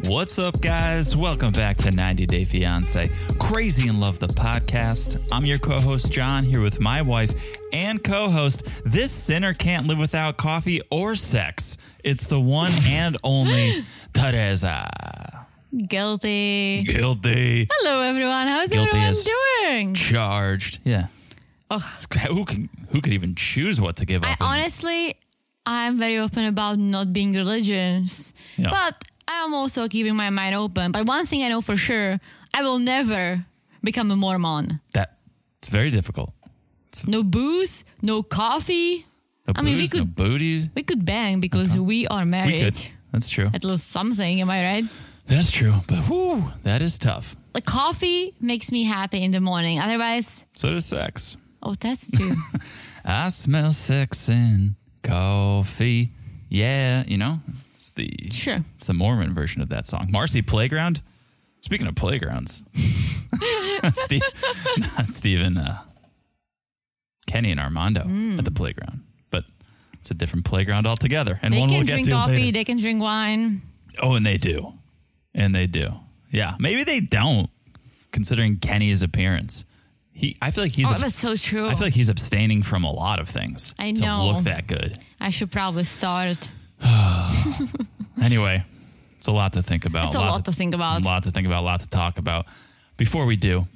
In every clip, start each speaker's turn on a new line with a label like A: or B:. A: What's up, guys? Welcome back to 90 Day Fiance, Crazy in Love, the podcast. I'm your co host, John, here with my wife and co host. This sinner can't live without coffee or sex. It's the one and only Teresa.
B: Guilty.
A: Guilty.
B: Hello, everyone. How's
A: Guilty
B: everyone
A: as- Oh,
B: doing?
A: Charged. Yeah. Who can who could even choose what to give
B: I
A: up? in-
B: honestly, I'm very open about not being religious,
A: Yeah.
B: but I'm also keeping my mind open. But one thing I know for sure, I will never become a Mormon.
A: that it's very difficult.
B: No booze, no coffee.
A: No
B: I mean, we
A: booze, no
B: could-
A: booties.
B: We could bang because we are
A: We
B: married.
A: could. That's true.
B: At least something, am I right?
A: That's true. But whoo, that is tough.
B: Like coffee makes me happy in the morning. Otherwise,
A: So does sex.
B: oh, that's too.
A: I smell sex in coffee. Yeah, you know, it's the
B: Sure.
A: It's the Mormon version of that song. Marcy Playground. Speaking of playgrounds, Steve, not Steven, uh, Kenny and Armando at the
B: Hmm.
A: playground, but it's a different playground altogether, and
B: they
A: one
B: can
A: we'll get
B: drink
A: to
B: coffee.
A: later.
B: They can drink wine.
A: Oh, and they do, and they do. Yeah, maybe they don't, considering Kenny's appearance. He, I feel like he's.
B: Oh,
A: abs-
B: that's so true.
A: I feel like he's abstaining from a lot of things
B: I
A: to
B: know.
A: look that good.
B: I should probably start.
A: Anyway, it's a lot to think about.
B: It's a lot to think about.
A: A lot to think about. A lot to talk about. Before we do,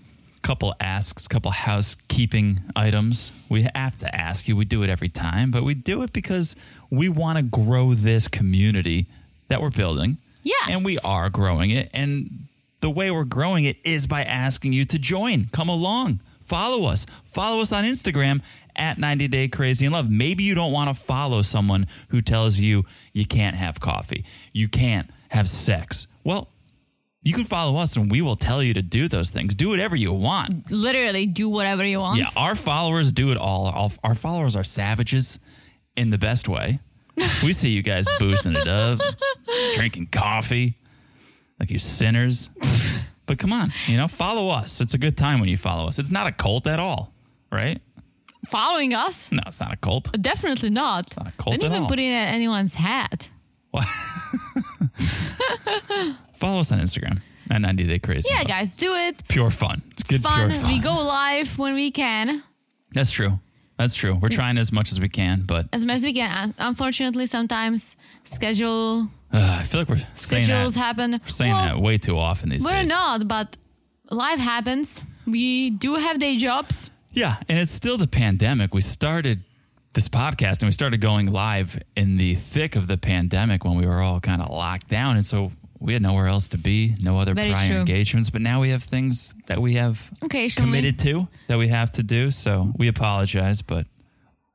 A: couple asks, couple housekeeping items. We have to ask you. We do it every time, but we do it because we want to grow this community that we're building.
B: Yes.
A: And we are growing it. And the way we're growing it is by asking you to join. Come along. Follow us. Follow us on Instagram at 90 Day Crazy in Love. Maybe you don't want to follow someone who tells you you can't have coffee, you can't have sex. Well, you can follow us and we will tell you to do those things. Do whatever you want.
B: literally do whatever you want.
A: Yeah, our followers do it all. Our, our followers are savages in the best way. We see you guys boosting it up, drinking coffee like you sinners. but come on, you know, follow us. It's a good time when you follow us. It's not a cult at all, right?
B: Following us?
A: No, it's not a cult.
B: Definitely not.
A: not a cult
B: Don't
A: at
B: even
A: all.
B: put it in anyone's hat.
A: Follow us on Instagram at 90 Day Crazy.
B: Yeah, guys, do it.
A: Pure fun. It's, good
B: It's fun.
A: pure fun.
B: We go live when we can,
A: That's true. That's true. We're trying as much as we can, but
B: as much as we can. Unfortunately, sometimes schedule
A: uh, I feel like we're saying
B: schedules
A: that,
B: happen.
A: saying
B: Well,
A: that way too often these
B: We're
A: days.
B: not, but life happens. We do have day jobs.
A: Yeah, and it's still the pandemic. We started this podcast and we started going live in the thick of the pandemic when we were all kind of locked down. And so we had nowhere else to be, no other
B: Very
A: prior
B: true.
A: engationally. engagements. But now we have things that we have
B: Occasionally.
A: committed to that we have to do. So we apologize, but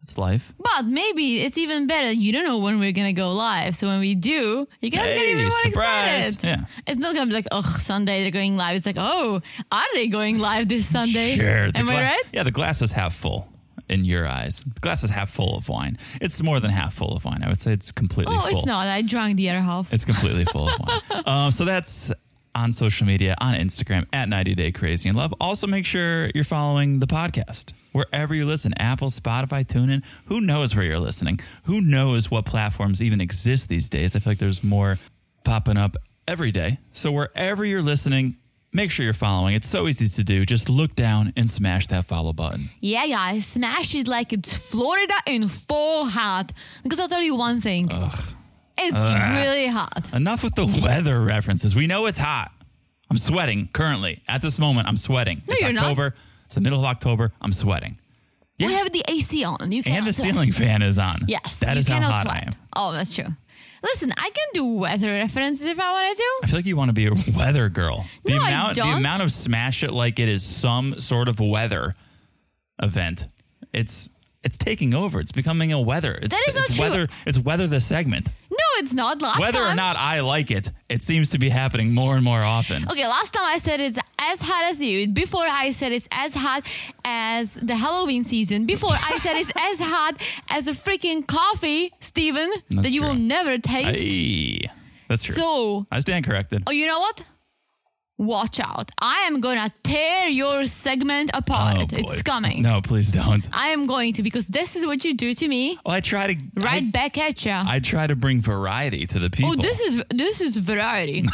A: it's life.
B: But maybe it's even better. You don't know when we're gonna go live, so when we do, you guys get even more
A: surprise.
B: excited.
A: Yeah.
B: It's not gonna be like, oh, Sunday they're going live. It's like, oh, are they going live this Sunday?
A: Sure. the
B: Am I
A: gla-
B: right?
A: Yeah, the glass is half full in your eyes. The glass is half full of wine. It's more than half full of wine. I would say it's completely
B: Oh,
A: full.
B: it's not. I drank the other half.
A: It's completely full of wine. Um, so that's on social media, on Instagram at 90 Day Crazy in Love. Also, make sure you're following the podcast wherever you listen Apple, Spotify, TuneIn. Who knows where you're listening? Who knows what platforms even exist these days? I feel like there's more popping up every day. So, wherever you're listening, make sure you're following. It's so easy to do. Just look down and smash that follow button.
B: Yeah, guys, smash it like it's Florida in full hot. Because I'll tell you one thing. It's really hot.
A: Enough with the weather references. We know it's hot. I'm sweating currently. At this moment, I'm sweating. it's
B: you're not.
A: October. It's the middle of October. I'm sweating.
B: We have the AC on. You
A: And
B: cannot
A: the
B: sweat.
A: ceiling fan is on.
B: Yes,
A: That
B: you
A: is how
B: cannot
A: hot
B: sweat.
A: I am.
B: Oh, that's true. Listen, I can do weather references if I want to.
A: I feel like you want to be a weather girl. The
B: No, I
A: amount the
B: don't.
A: amount of smash it like it is some sort of weather event. It's it's taking over. It's becoming a weather. It's,
B: That is not
A: it's
B: true.
A: weather it's weather the segment.
B: No, it's not. Last
A: Whether
B: time,
A: or not I like it, it seems to be happening more and more often.
B: Okay, last time I said it's as hot as you. Before I said it's as hot as the Halloween season. Before I said it's as hot as a freaking coffee, Steven, that you
A: true.
B: will never taste.
A: Aye. That's true.
B: so,
A: I stand corrected.
B: oh, you know what? watch out. I am gonna tear your segment apart.
A: Oh, boy.
B: it's coming.
A: No, please don't.
B: I am going to because this is what you do to me.
A: Well, I try to
B: Right
A: I,
B: back at you.
A: I try to bring variety to the people.
B: oh, this is this is variety.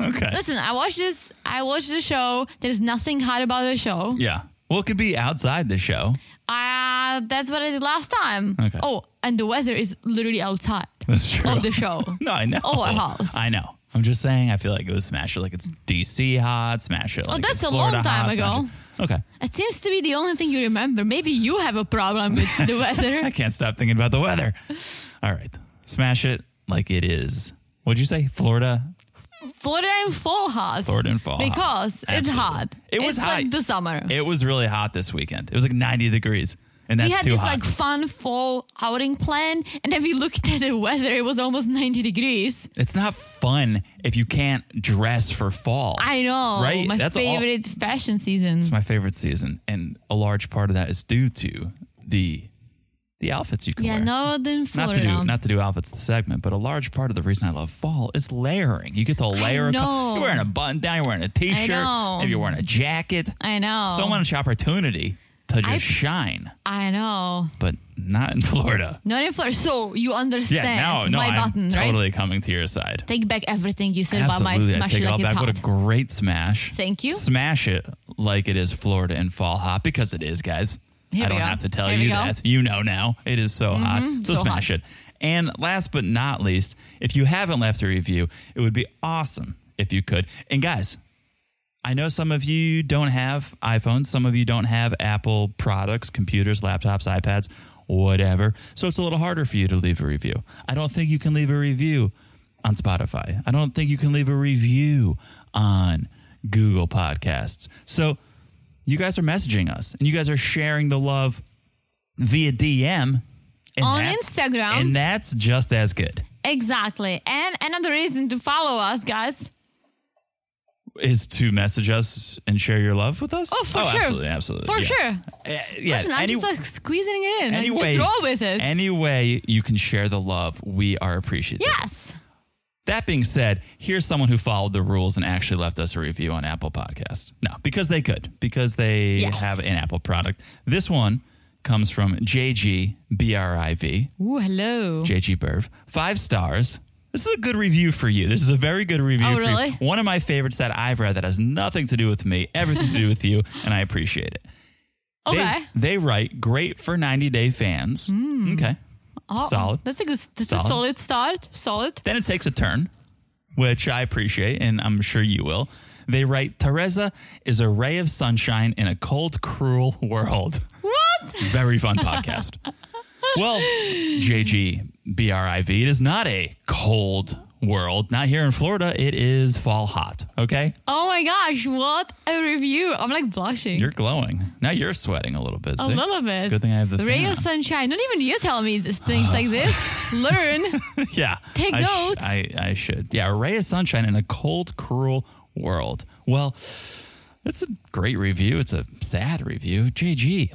A: okay.
B: Listen, I watch this. I watch the show. There's nothing hot about the show.
A: yeah. Well, it could be outside the show.
B: Ah, that's what I did last time.
A: Okay.
B: Oh, and the weather is literally outside
A: That's true.
B: of the show.
A: no, I know.
B: Our house.
A: I know. I'm just saying. I feel like it was Smash It. Like it's DC hot, Smash It. Like
B: Oh, that's
A: it's
B: a
A: Florida
B: long time
A: hot, Smash
B: ago.
A: It. Okay.
B: It seems to be the only thing you remember. Maybe you have a problem with the
A: I
B: weather.
A: can't stop thinking about the weather. All right. Smash It like it is. What'd you say? Florida?
B: Florida and fall hot.
A: Florida and fall. hot.
B: Because it's
A: Absolutely.
B: hot.
A: It was
B: it's
A: hot.
B: like the summer.
A: It was really hot this weekend. It was like 90 degrees. And that's
B: we had
A: too
B: this
A: hot.
B: like fun fall outing plan, and then we looked at the weather. It was almost 90 degrees.
A: It's not fun if you can't dress for fall.
B: I know.
A: Right?
B: My
A: That's all-
B: favorite fashion season.
A: It's my favorite season, and a large part of that is due to the the outfits you can
B: yeah,
A: wear.
B: no, then
A: not
B: Florida.
A: to do not to do outfits the segment, but a large part of the reason I love fall is layering. You get to layer. a col-
B: know.
A: you're wearing a button down. You're wearing a t-shirt.
B: know.
A: Maybe you're wearing a jacket.
B: I know.
A: So much opportunity to just
B: I-
A: shine,
B: I know.
A: but not in Florida.
B: Not in Florida. So you
A: Yeah,
B: understand
A: now no,
B: my
A: I'm
B: button, right?
A: totally coming to your side.
B: Take back everything you said about my
A: Absolutely, I
B: smash
A: take it
B: like
A: all
B: it's
A: back. What
B: hot.
A: a great smash!
B: Thank you.
A: Smash it like it is Florida and fall hot because it is, guys.
B: Here
A: I
B: we
A: don't
B: go.
A: have to tell
B: Here we
A: you
B: go.
A: that. You know now. It is so hot. Mm-hmm. So,
B: so
A: smash it. And last but not least, if you haven't left a review, it would be awesome if you could. And guys, I know some of you don't have iPhones, some of you don't have Apple products, computers, laptops, iPads, whatever. So it's a little harder for you to leave a review. I don't think you can leave a review on Spotify. I don't think you can leave a review on Google Podcasts. So you guys are messaging us and you guys are sharing the love via DM and
B: On
A: that's-
B: Instagram.
A: And that's just as good.
B: Exactly. And another reason to follow us, guys.
A: Is to message us and share your love with us?
B: Oh, for sure.
A: absolutely, absolutely.
B: For
A: yeah.
B: sure.
A: Uh, yeah.
B: Listen, I'm
A: any,
B: just like squeezing it in.
A: any
B: Like,
A: way,
B: just roll with it.
A: Any way you can share the love, we are appreciative.
B: yes.
A: That being said, here's someone who followed the rules and actually left us a review on Apple Podcast. No, because they could, because they
B: Yes.
A: have an Apple product. This one comes from JGBRIV,
B: Ooh, hello.
A: JG Berv. Five stars. This is a good review for you. This is a very good review
B: Oh,
A: for
B: really?
A: you. One of my favorites that I've read that has nothing to do with me, everything to do with you, and I appreciate it. They-
B: okay. Hmm.
A: They, write great for 90 day fans. Okay.
B: Oh,
A: Solid.
B: That's a good. That's
A: Solid.
B: a solid start. Solid.
A: Then it takes a turn, which I appreciate, and I'm sure you will. They write Teresa is a ray of sunshine in a cold, cruel world.
B: What?
A: Very fun podcast. Well, JG BRIV, it is not a cold world. Not here in Florida. It is fall hot. Okay.
B: Oh my gosh! What a review! I'm like blushing.
A: You're glowing. Now you're sweating a little bit.
B: a little bit.
A: Good thing I have the
B: ray
A: fan on.
B: of sunshine. Not even you tell me this, things like this. Learn.
A: Yeah.
B: Take
A: I
B: notes.
A: I, I should. Yeah. A ray of sunshine in a cold, cruel world. Well, it's a great review. It's a sad review. JG,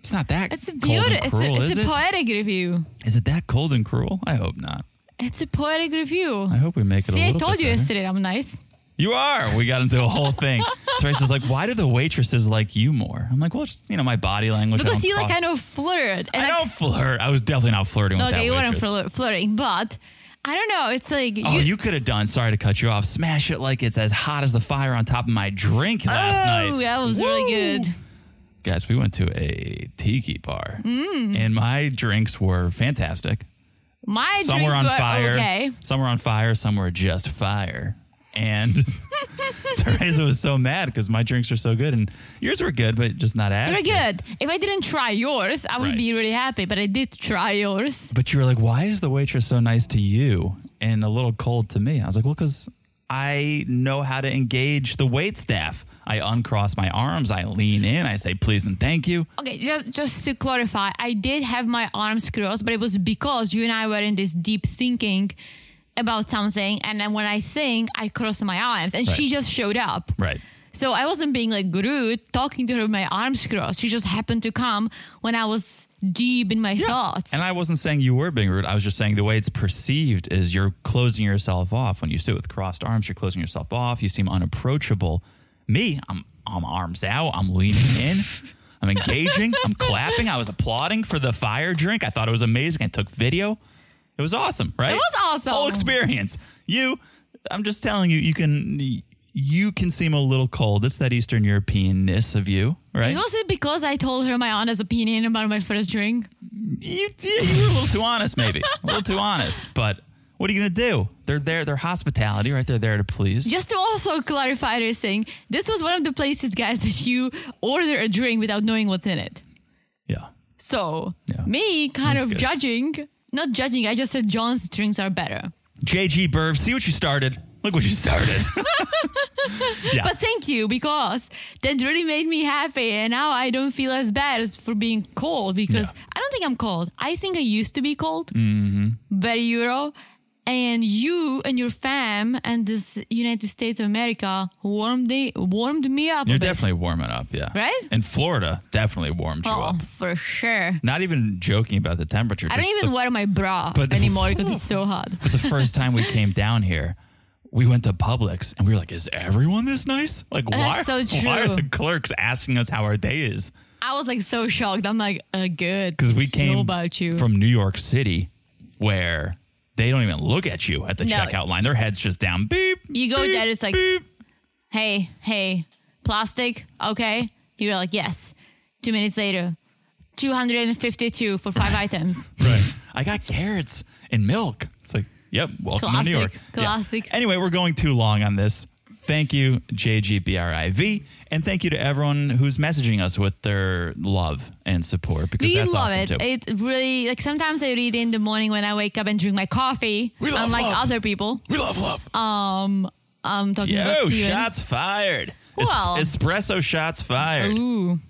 A: it's not that
B: It's a
A: cold
B: beauty.
A: and
B: It's
A: cruel,
B: a, it's
A: is
B: a
A: it?
B: poetic review.
A: Is it that cold and cruel? I hope not.
B: It's a poetic review.
A: I hope we make it a
B: See, I
A: little
B: told
A: bit
B: you
A: better.
B: yesterday. I'm nice.
A: You are. We got into a whole thing. Teresa's like, why do the waitresses like you more? I'm like, well, just, you know, my body language. I
B: Because
A: don't
B: you like
A: cross-
B: kind of flirt. And
A: I don't flirt. I was definitely not flirting with that
B: okay, you
A: waitress.
B: weren't flir- flirting, but I don't know. It's like
A: Oh, you, could have done. Sorry to cut you off. Smash it like it's as hot as the fire on top of my drink last night.
B: Oh, that was
A: Woo!
B: really good.
A: Guys, we went to a tiki bar,
B: Mm.
A: and my drinks were fantastic.
B: My
A: Some were
B: drinks
A: on
B: were
A: fire.
B: okay.
A: Some were on fire. Some were just fire. And Teresa was so mad because my drinks are so good, and yours were good, but just not as
B: They were good. If I didn't try yours, I would
A: Right.
B: be really happy. But I did try yours.
A: But you were like, why is the waitress so nice to you and a little cold to me? I was like, well, because I know how to engage the wait staff. I uncross my arms, I lean in, I say please and thank you.
B: Okay, just just to clarify, I did have my arms crossed, but it was because you and I were in this deep thinking about something, and then when I think, I crossed my arms, and she
A: Right.
B: just showed up.
A: Right.
B: So I wasn't being like rude, talking to her with my arms crossed. She just happened to come when I was deep in my thoughts.
A: And I wasn't saying you were being rude. I was just saying the way it's perceived is you're closing yourself off. When you sit with crossed arms, you're closing yourself off. You seem unapproachable. Me, I'm I'm arms out. I'm leaning in. I'm engaging. I'm clapping. I was applauding for the fire drink. I thought it was amazing. I took video. It was awesome, right?
B: It was awesome.
A: Whole experience. You, I'm just telling you, you can you can seem a little cold. It's that Eastern Europeanness of you, right?
B: was it because I told her my honest opinion about my first drink?
A: you, you were a little too honest, maybe. A little too honest. But what are you going to do? They're there. They're hospitality, right? They're there to please.
B: Just to also clarify this thing, this was one of the places, guys, that you order a drink without knowing what's in it.
A: Yeah.
B: So
A: Yeah.
B: me kind
A: That's
B: of
A: good.
B: judging, not judging, I just said John's drinks are better.
A: JG Burb, see what you started. Look what you started. yeah.
B: But thank you because that really made me happy, and now I don't feel as bad as for being cold because
A: Yeah. Mm-hmm.
B: I don't think I'm cold. I think I used to be cold, very Euro, and you and your fam and this United States of America warmed the, warmed me up.
A: You're
B: a bit.
A: definitely warming up. Yeah.
B: Right?
A: And Florida definitely warmed you
B: oh,
A: up.
B: for sure.
A: Not even joking about the temperature.
B: I don't
A: just
B: even wear my bra
A: but-
B: anymore because it's so hot.
A: But the first time we came down here, we went to Publix and we were like, is everyone this nice? Like, why,
B: That's so
A: why are
B: true.
A: the clerks asking us how our day is?
B: I was like so shocked. I'm like, uh, good.
A: Because we
B: Just
A: came
B: know about you.
A: from New York City where they don't even look at you at the
B: No.
A: checkout line. Their head's just down. Beep.
B: You go
A: beep,
B: there, it's like-
A: beep.
B: hey, hey, plastic, okay? You're like, yes. Two minutes later, 252 for five items.
A: Right. I got carrots and milk. It's like, yep, welcome to New York.
B: Classic,
A: Yeah.
B: classic.
A: Anyway, we're going too long on this. Thank you, JGBRIV. And thank you to everyone who's messaging us with their love and support because
B: We
A: that's
B: love
A: awesome
B: it.
A: too.
B: It really, like, sometimes I read in the morning when I wake up and drink my coffee,
A: We love
B: unlike
A: love.
B: other people.
A: we love love.
B: Um, I'm talking
A: Yo,
B: about Steven.
A: shots fired. Es-
B: Well-
A: espresso shots fired.
B: Ooh.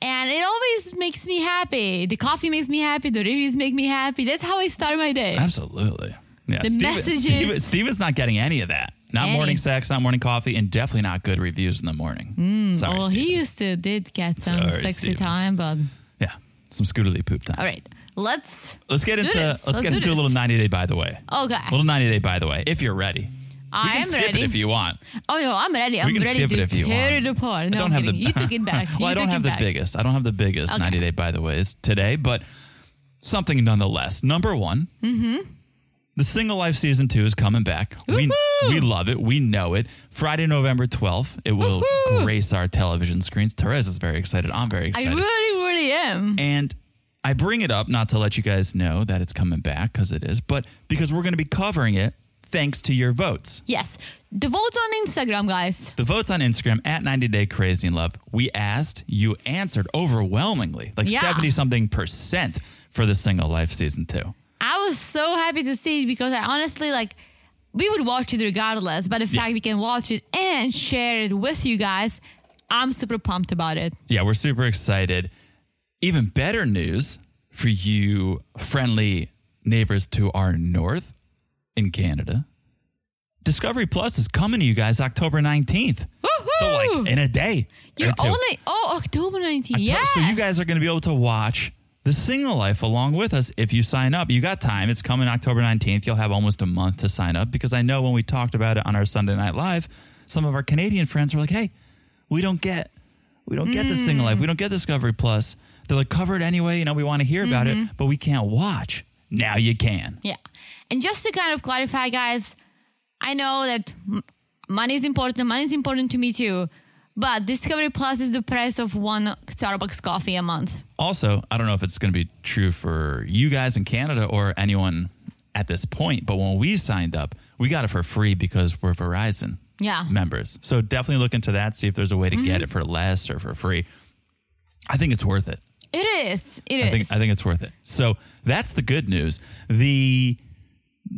B: And it always makes me happy. The coffee makes me happy. The reviews make me happy. That's how I start my day.
A: Absolutely. Yeah.
B: The messages-
A: Steven, Steven's not getting any of that. Not
B: Any.
A: morning sex, not morning coffee, and definitely not good reviews in the morning. Sorry,
B: Hmm, well,
A: Steven.
B: he used to did get some
A: Sorry,
B: sexy
A: Steven.
B: time, but
A: yeah, some scootily poop time.
B: all right. Let's.
A: Let's get
B: do
A: into
B: this.
A: let's,
B: Let's
A: get
B: do
A: into a
B: this.
A: little ninety day. By the way,
B: Okay.
A: little ninety day. By the way, if you're ready, we
B: I
A: can
B: am
A: skip
B: ready.
A: it if you want.
B: Oh no, I'm ready. I'm
A: we can
B: ready
A: skip
B: to
A: it if you
B: tear
A: want.
B: it apart.
A: I
B: No,
A: don't
B: I'm
A: have
B: kidding.
A: the.
B: you took it back.
A: well,
B: you
A: I
B: took
A: don't
B: it
A: have the
B: back.
A: biggest. I don't have the biggest
B: Okay.
A: ninety day. By the way, is today, but something nonetheless. Number one,
B: Mm-hmm.
A: the single life season two is coming back. We
B: Woohoo!
A: we love it. We know it. Friday, November twelfth, it will
B: Woohoo!
A: grace our television screens. Therese is very excited. I'm very
B: I
A: excited.
B: really, really am.
A: And I bring it up not to let you guys know that it's coming back because it is, but because we're going to be covering it thanks to your votes.
B: Yes, the votes on Instagram, guys.
A: The votes on Instagram at 90 Day Crazy in Love. We asked, you answered overwhelmingly, like
B: Yeah.
A: 70 something percent for the single life season two.
B: I was so happy to see it because I honestly like. We would watch it regardless, but the
A: Yeah.
B: fact we can watch it and share it with you guys, I'm super pumped about it.
A: Yeah, we're super excited. Even better news for you friendly neighbors to our north in Canada. Discovery Plus is coming to you guys October 19th. So
B: Woohoo!
A: like in a day. or
B: You're
A: two.
B: only oh October 19th.
A: Yeah.
B: Yes.
A: So you guys are going to be able to watch the single life along with us if you sign up. You got time. It's coming October 19th. You'll have almost a month to sign up because I know when we talked about it on our Sunday Night Live, some of our Canadian friends were like, hey, we don't get, we don't get the single life. We don't get Discovery Plus. They're like, covered anyway. You know, we want to hear about it, but we can't watch. Now you can.
B: Yeah. And just to kind of clarify, guys, I know that m- money is important. Money is important to me too. But Discovery Plus is the price of one Starbucks coffee a month.
A: Also, I don't know if it's going to be true for you guys in Canada or anyone at this point, but when we signed up, we got it for free because we're Verizon
B: Yeah.
A: members. So definitely look into that, see if there's a way to get it for less or for free. I think it's worth it.
B: It is. It
A: I think
B: is.
A: I think it's worth it. So that's the good news. The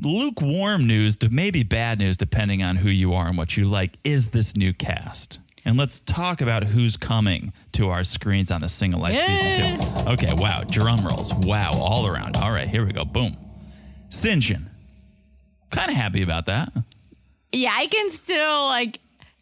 A: lukewarm news to maybe bad news, depending on who you are and what you like, is this new cast. And let's talk about who's coming to our screens on the single life season two. Okay, wow, drum rolls, wow, all around. All right, here we go. Boom, Sinjin. Kind of happy about that.
B: yeah, I can still like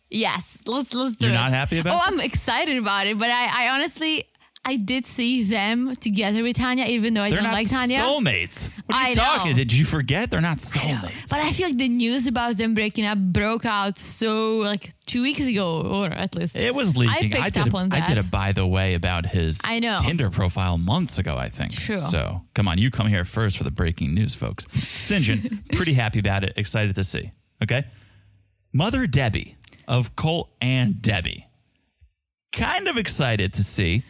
B: Yes, let's let's do
A: You're
B: it.
A: not happy about
B: Oh,
A: it?
B: I'm excited about it, but I, I honestly I did see them together with Tanya, even though I
A: They're
B: don't
A: not
B: like Tanya.
A: soulmates. What are you
B: I
A: talking?
B: know.
A: Did you forget? They're not
B: I know.
A: soulmates.
B: But I feel like the news about them breaking up broke out so like two weeks ago, or at least
A: it was leaking.
B: I picked
A: did
B: up
A: a,
B: on
A: I
B: that.
A: did a by the way about his
B: I know.
A: Tinder profile months ago, I think.
B: True.
A: So come on, you come here first for the breaking news, folks. Sinjin, pretty happy about it. Excited to see. Okay. Mother Debbie of Colt and Debbie. Kind of excited to see.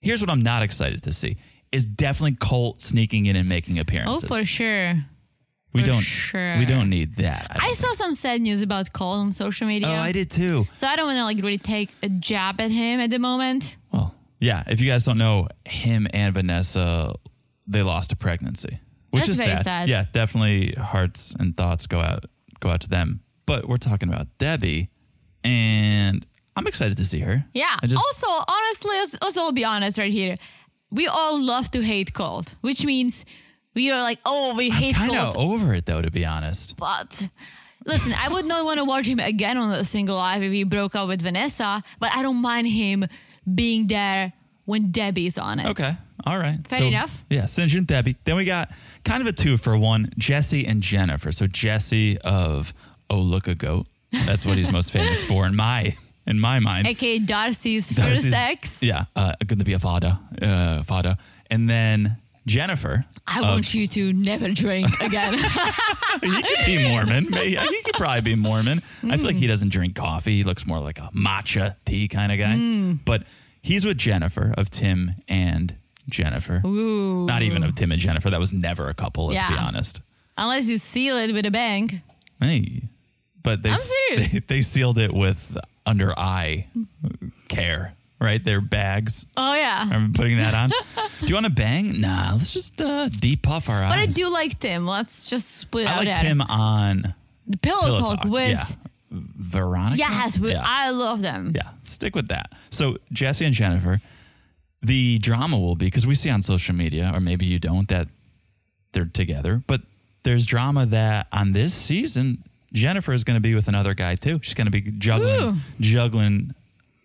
A: Here's what I'm not excited to see is definitely Colt sneaking in and making
B: oh
A: appearances.
B: for sure.
A: we
B: for
A: don't
B: sure.
A: we don't need that. don't
B: I
A: think.
B: saw some sad news about Cole on social media.
A: Oh, I did too.
B: So I don't want to like really take a jab at him at the moment.
A: Well, yeah. If you guys don't know, him and Vanessa, they lost a pregnancy, which
B: That's
A: is
B: very sad.
A: Yeah, definitely. Hearts and thoughts go out go out to them. But we're talking about Debbie, and I'm excited to see her.
B: Yeah.
A: I just,
B: also, honestly, let's, let's all be honest right here. We all love to hate cold, which means we are like, oh, we
A: I'm
B: hate
A: kind of
B: cold.
A: over it though, to be honest.
B: But listen, I would not want to watch him again on a single live if he broke up with Vanessa, but I don't mind him being there when Debbie's on it.
A: Okay. All right.
B: Fair enough.
A: Yeah, Sinjin and Debbie. Then we got kind of a two for one, Jesse and Jennifer. So Jesse of Oh Look a Goat. That's what he's most famous for in my in my mind.
B: AKA Darcy's,
A: Darcy's-
B: first ex.
A: Yeah, uh, going to be a father, uh, father, and then Jennifer.
B: I
A: of-
B: want you to never drink again.
A: he could be Mormon. Maybe- I think he could probably be Mormon. I feel like
B: Hmm.
A: he doesn't drink coffee. He looks more like a matcha tea kind of guy.
B: Hmm.
A: But he's with Jennifer of Tim and Jennifer.
B: Ooh.
A: Not even of Tim and Jennifer. That was never a couple. Let's be
B: Yeah.
A: honest.
B: Unless you seal it with a bang.
A: Hey, but they
B: I'm serious. Hmm.
A: they, they sealed it with under eye care. Right, their bags.
B: Oh, yeah.
A: I'm putting that on. Do you want to bang? Nah, let's just uh, depuff our eyes.
B: But I do like Tim. Let's just put it
A: I
B: out
A: like
B: there.
A: Tim on
B: The pillow,
A: Pillow
B: talk,
A: Talk.
B: with
A: yeah. Veronica.
B: yes, with,
A: yeah.
B: I love them.
A: yeah, stick with that. So Jesse and Jennifer, the drama will be because we see on social media, or maybe you don't, that they're together. But there's drama that on this season, Jennifer is going to be with another guy too. She's going to be juggling
B: Ooh.
A: juggling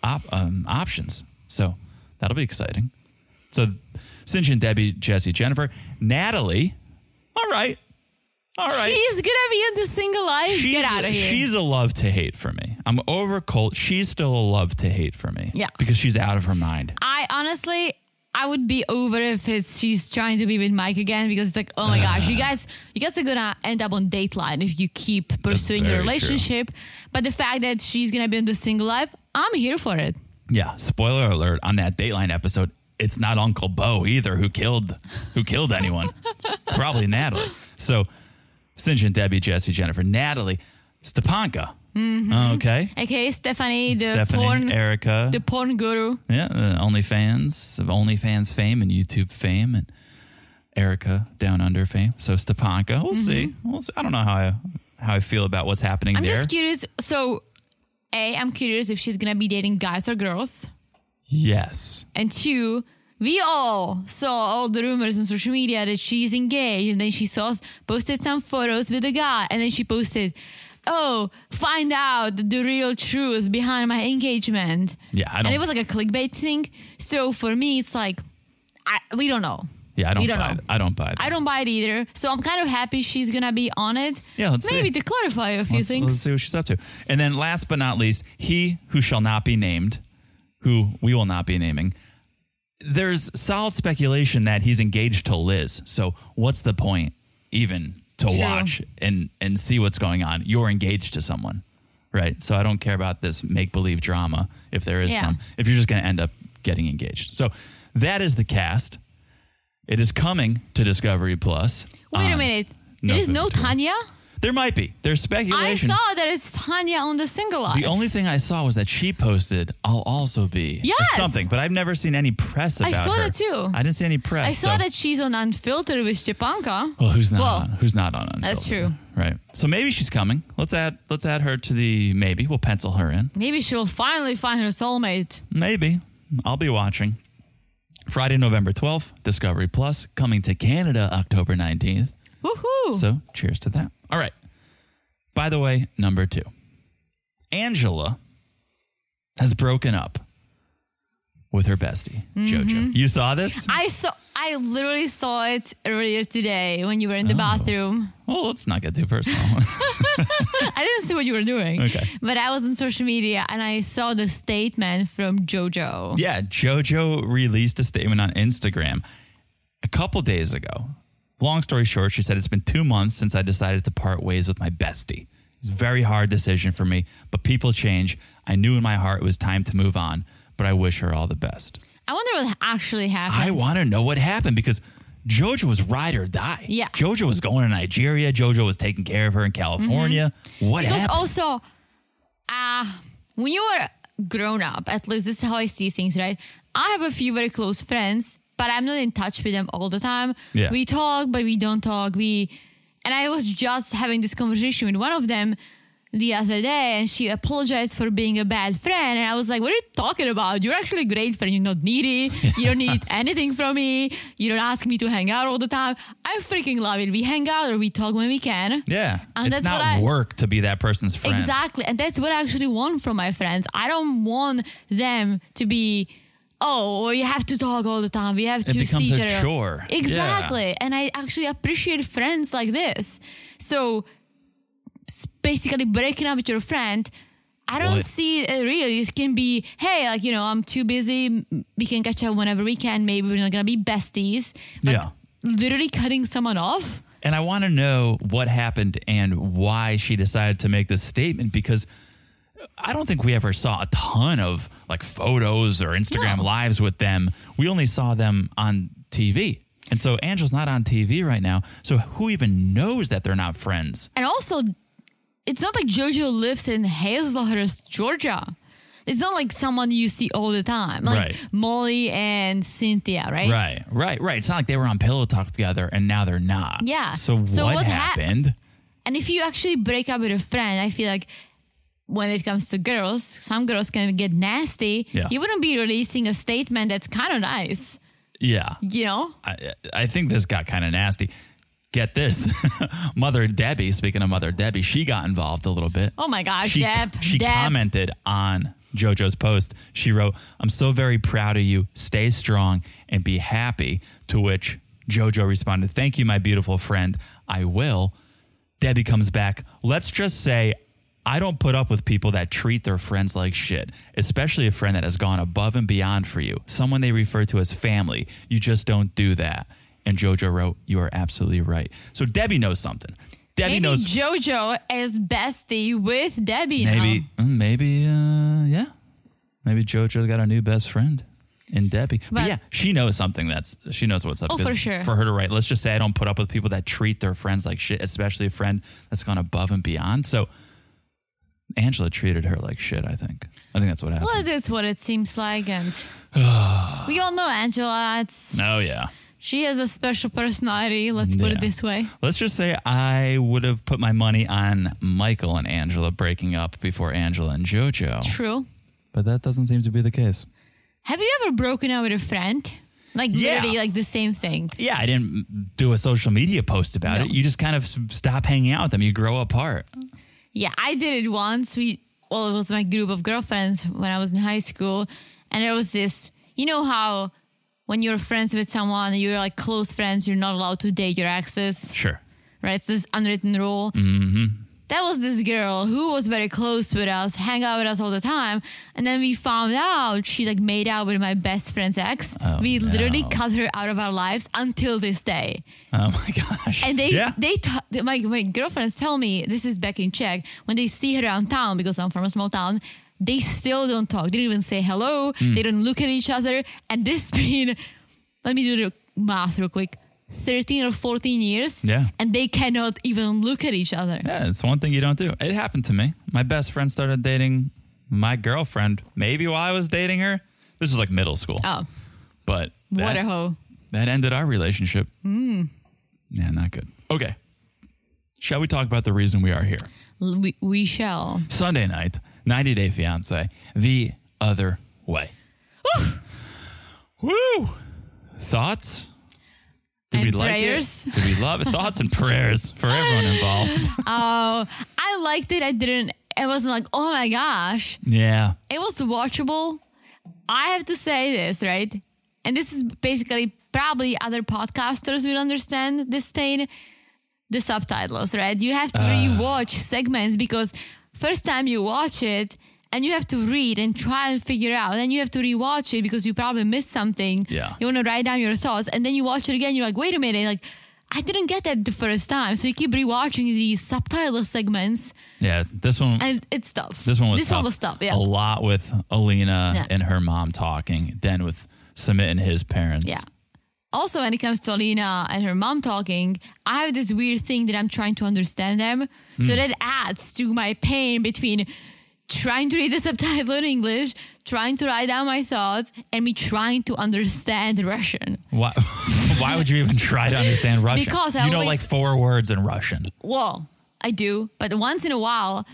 A: op, um, options. So that'll be exciting. So Sinch and Debbie, Jesse, Jennifer, Natalie. All right, all right.
B: He's gonna be in the single life. Get out of here.
A: She's a love to hate for me. I'm over Colt. She's still a love to hate for me.
B: Yeah.
A: Because she's out of her mind.
B: I honestly, I would be over if it's she's trying to be with Mike again because it's like, oh my gosh, you guys, you guys are gonna end up on Dateline if you keep pursuing your
A: very true.
B: relationship. But the fact that she's gonna be in the single life, I'm here for it.
A: Yeah. Spoiler alert on that Dateline episode, it's not Uncle Bo either who killed who killed anyone. It's Probably Natalie. So St. John, Debbie, Jesse, Jennifer, Natalie, Stepanka. Okay.
B: Okay, Stephanie, Mm-hmm. the
A: Stephanie,
B: porn,
A: Erica.
B: the porn guru.
A: Yeah, uh, OnlyFans of OnlyFans fame and YouTube fame and Erica Down Under fame. So Stepanka,
B: Mm-hmm.
A: we'll see. We'll see. I don't know how I, how I feel about what's happening
B: I'm
A: there.
B: just curious. So, a, I'm curious if she's gonna be dating guys or girls.
A: Yes,
B: And two, we all saw all the rumors on social media that she's engaged, and then she saw posted some photos with a guy, and then she posted, "Oh, find out the real truth behind my engagement."
A: Yeah, I don't-
B: and it was like a clickbait thing. So for me, it's like, I, we don't know.
A: yeah, I don't,
B: We don't
A: buy.
B: know.
A: th- I don't buy. That.
B: I don't buy it either. So I'm kind of happy she's gonna be on it.
A: Yeah, let's see.
B: maybe to clarify a few
A: Let's,
B: things.
A: let's see what she's up to. And then last but not least, he who shall not be named, who we will not be naming. There's solid speculation that he's engaged to Liz. So what's the point even to
B: True.
A: watch and and see what's going on? You're engaged to someone, right? So I don't care about this make believe drama if there is
B: Yeah.
A: some. If you're just going to end up getting engaged, so that is the cast. It is coming to Discovery Plus.
B: Wait a
A: on
B: minute. There is no
A: November 12th.
B: Tanya.
A: There might be. There's
B: I
A: speculation.
B: saw there is Tanya on the single life.
A: The only thing I saw was that she posted, "I'll also be" or
B: Yes!
A: something, but I've never seen any press
B: I
A: about
B: saw
A: her.
B: that too.
A: I didn't see any press.
B: I saw
A: so-
B: that she's on Unfiltered with Stepanka.
A: Well, who's not
B: Well,
A: on? Who's not on?
B: that's
A: Unfiltered, right? So maybe she's coming. Let's add. Let's add her to the maybe. We'll pencil her in.
B: Maybe she'll finally find her soulmate.
A: Maybe I'll be watching. Friday, November twelfth, Discovery Plus coming to Canada October nineteenth.
B: Woohoo!
A: So cheers to that. All right. By the way, number two. Angela has broken up with her bestie, JoJo. You saw this?
B: I saw. I literally saw it earlier today when you were in the
A: Oh.
B: bathroom.
A: Well, let's not get too personal.
B: I didn't see what you were doing,
A: Okay.
B: but I was on social media and I saw the statement from JoJo.
A: yeah, JoJo released a statement on Instagram a couple days ago. Long story short, she said, It's been two months since I decided to part ways with my bestie. It's a very hard decision for me, but people change. I knew in my heart it was time to move on, but I wish her all the best.
B: I wonder what actually
A: I
B: happened.
A: want to know what happened because Jojo was ride or die.
B: Yeah.
A: Jojo was going to Nigeria. Jojo was taking care of her in California. What
B: because
A: happened?
B: Mm-hmm. also, uh, when you were grown up, at least this is how I see things, right? I have a few very close friends, but I'm not in touch with them all the time.
A: Yeah.
B: We talk, but we don't talk. We, and I was just having this conversation with one of them the other day, and she apologized for being a bad friend. And I was like, "What are you talking about? You're actually a great friend. You're not needy. You don't need anything from me. You don't ask me to hang out all the time. I freaking love it. We hang out or we talk when we can.
A: yeah. it's
B: And um, that's
A: not
B: what I-
A: work to be that person's friend.
B: Exactly. And that's what I actually want from my friends. I don't want them to be, oh, we have to talk all the time. We have to
A: becomes
B: see each
A: a
B: other.
A: chore.
B: Exactly. And I actually appreciate friends like this. So s- basically breaking up with your friend. I don't
A: What?
B: see it real. It can be, hey, like, you know, I'm too busy. M- We can catch up whenever we can. Maybe we're not going to be besties. Like,
A: Yeah.
B: Literally cutting someone off.
A: And I want to know what happened and why she decided to make this statement because I don't think we ever saw a ton of like photos or Instagram
B: No.
A: lives with them. We only saw them on TV. And so Angela's not on TV right now. So who even knows that they're not friends?
B: And also, it's not like JoJo lives in Hazelhurst, Georgia. It's not like someone you see all the time, like
A: Right.
B: Molly and Cynthia, right?
A: Right, right, right. It's not like they were on Pillow Talk together and now they're not.
B: Yeah.
A: So,
B: So
A: what,
B: what hap-
A: happened?
B: And if you actually break up with a friend, I feel like when it comes to girls, some girls can get nasty.
A: Yeah.
B: You wouldn't be releasing a statement that's kind of nice,
A: yeah.
B: you know?
A: I, I think this got kind of nasty. Get this. Mother Debbie, speaking of Mother Debbie, she got involved a little bit.
B: Oh my gosh,
A: she,
B: Deb,
A: she
B: Deb.
A: commented on JoJo's post. She wrote, I'm so very proud of you. Stay strong and be happy. To which JoJo responded, Thank you, my beautiful friend. I will. Debbie comes back. Let's just say, I don't put up with people that treat their friends like shit, especially a friend that has gone above and beyond for you, someone they refer to as family. You just don't do that. And JoJo wrote, You are absolutely right. So Debbie knows something. Debbie
B: Maybe
A: knows
B: JoJo is bestie with Debbie now.
A: Maybe, mm, maybe, uh, yeah. Maybe JoJo got a new best friend in Debbie. But,
B: But-
A: yeah, she knows something that's, she knows what's up.
B: Oh,
A: 'cause
B: for sure.
A: For her to write, let's just say I don't put up with people that treat their friends like shit, especially a friend that's gone above and beyond. So Angela treated her like shit, I think. I think that's what
B: Well,
A: happened.
B: it is what it seems like. And we all know Angela. It's
A: oh, yeah.
B: She has a special personality, let's put
A: Yeah.
B: it this way.
A: Let's just say I would have put my money on Michael and Angela breaking up before Angela and JoJo.
B: True.
A: But that doesn't seem to be the case.
B: Have you ever broken out with a friend? Like
A: Yeah.
B: literally like the same thing.
A: Yeah, I didn't do a social media post about
B: No.
A: it. You just kind of s- stop hanging out with them. You grow apart.
B: Yeah, I did it once. We well, it was my group of girlfriends when I was in high school and there was this you know how when you're friends with someone, you're like close friends, you're not allowed to date your exes.
A: Sure.
B: right? It's this unwritten rule. That was this girl who was very close with us, hang out with us all the time, and then we found out she like made out with my best friend's ex. we literally
A: no.
B: cut her out of our lives until this day.
A: Oh my gosh.
B: And they,
A: yeah.
B: they, t- my my girlfriends tell me this is back in Czech when they see her around town because I'm from a small town. They still don't talk. They don't even say hello.
A: Hmm.
B: They don't look at each other. And this been, let me do the math real quick, thirteen or fourteen years.
A: Yeah.
B: And they cannot even look at each other.
A: yeah, it's one thing you don't do. It happened to me. My best friend started dating my girlfriend, maybe while I was dating her. This was like middle school.
B: Oh,
A: But
B: what a
A: that,
B: Hmm. hoe!
A: that ended our relationship. Yeah, not good. Okay. Shall we talk about the reason we are here?
B: L- We, we shall.
A: Sunday night, 90 Day Fiance, The Other Way. Woo! Woo! Thoughts? Did
B: And
A: we like
B: prayers.
A: it? Did we love it? Thoughts and prayers for everyone involved.
B: I liked it. I didn't It wasn't like, oh my gosh.
A: Yeah.
B: It was watchable. I have to say this, right? And this is basically probably other podcasters will understand this pain. The subtitles, right? You have to
A: Ah.
B: rewatch segments because first time you watch it and you have to read and try and figure out. Then you have to rewatch it because you probably missed something.
A: Yeah.
B: You want to write down your thoughts and then you watch it again. You're like, wait a minute, like I didn't get that the first time. So you keep rewatching these subtitle segments
A: Yeah. This one.
B: and it's tough.
A: This one was
B: this
A: tough.
B: one was tough. Yeah.
A: A lot with Alina
B: Yeah.
A: and her mom talking, then with Submit and his parents.
B: Yeah. Also, when it comes to Alina and her mom talking, I have this weird thing that I'm trying to understand them. So that adds to my pain between trying to read the subtitle in English, trying to write down my thoughts, and me trying to understand Russian.
A: Why? why would you even try to understand Russian?
B: Because
A: you
B: I
A: know like
B: always-
A: four words in Russian.
B: Well, I do, but once in a while,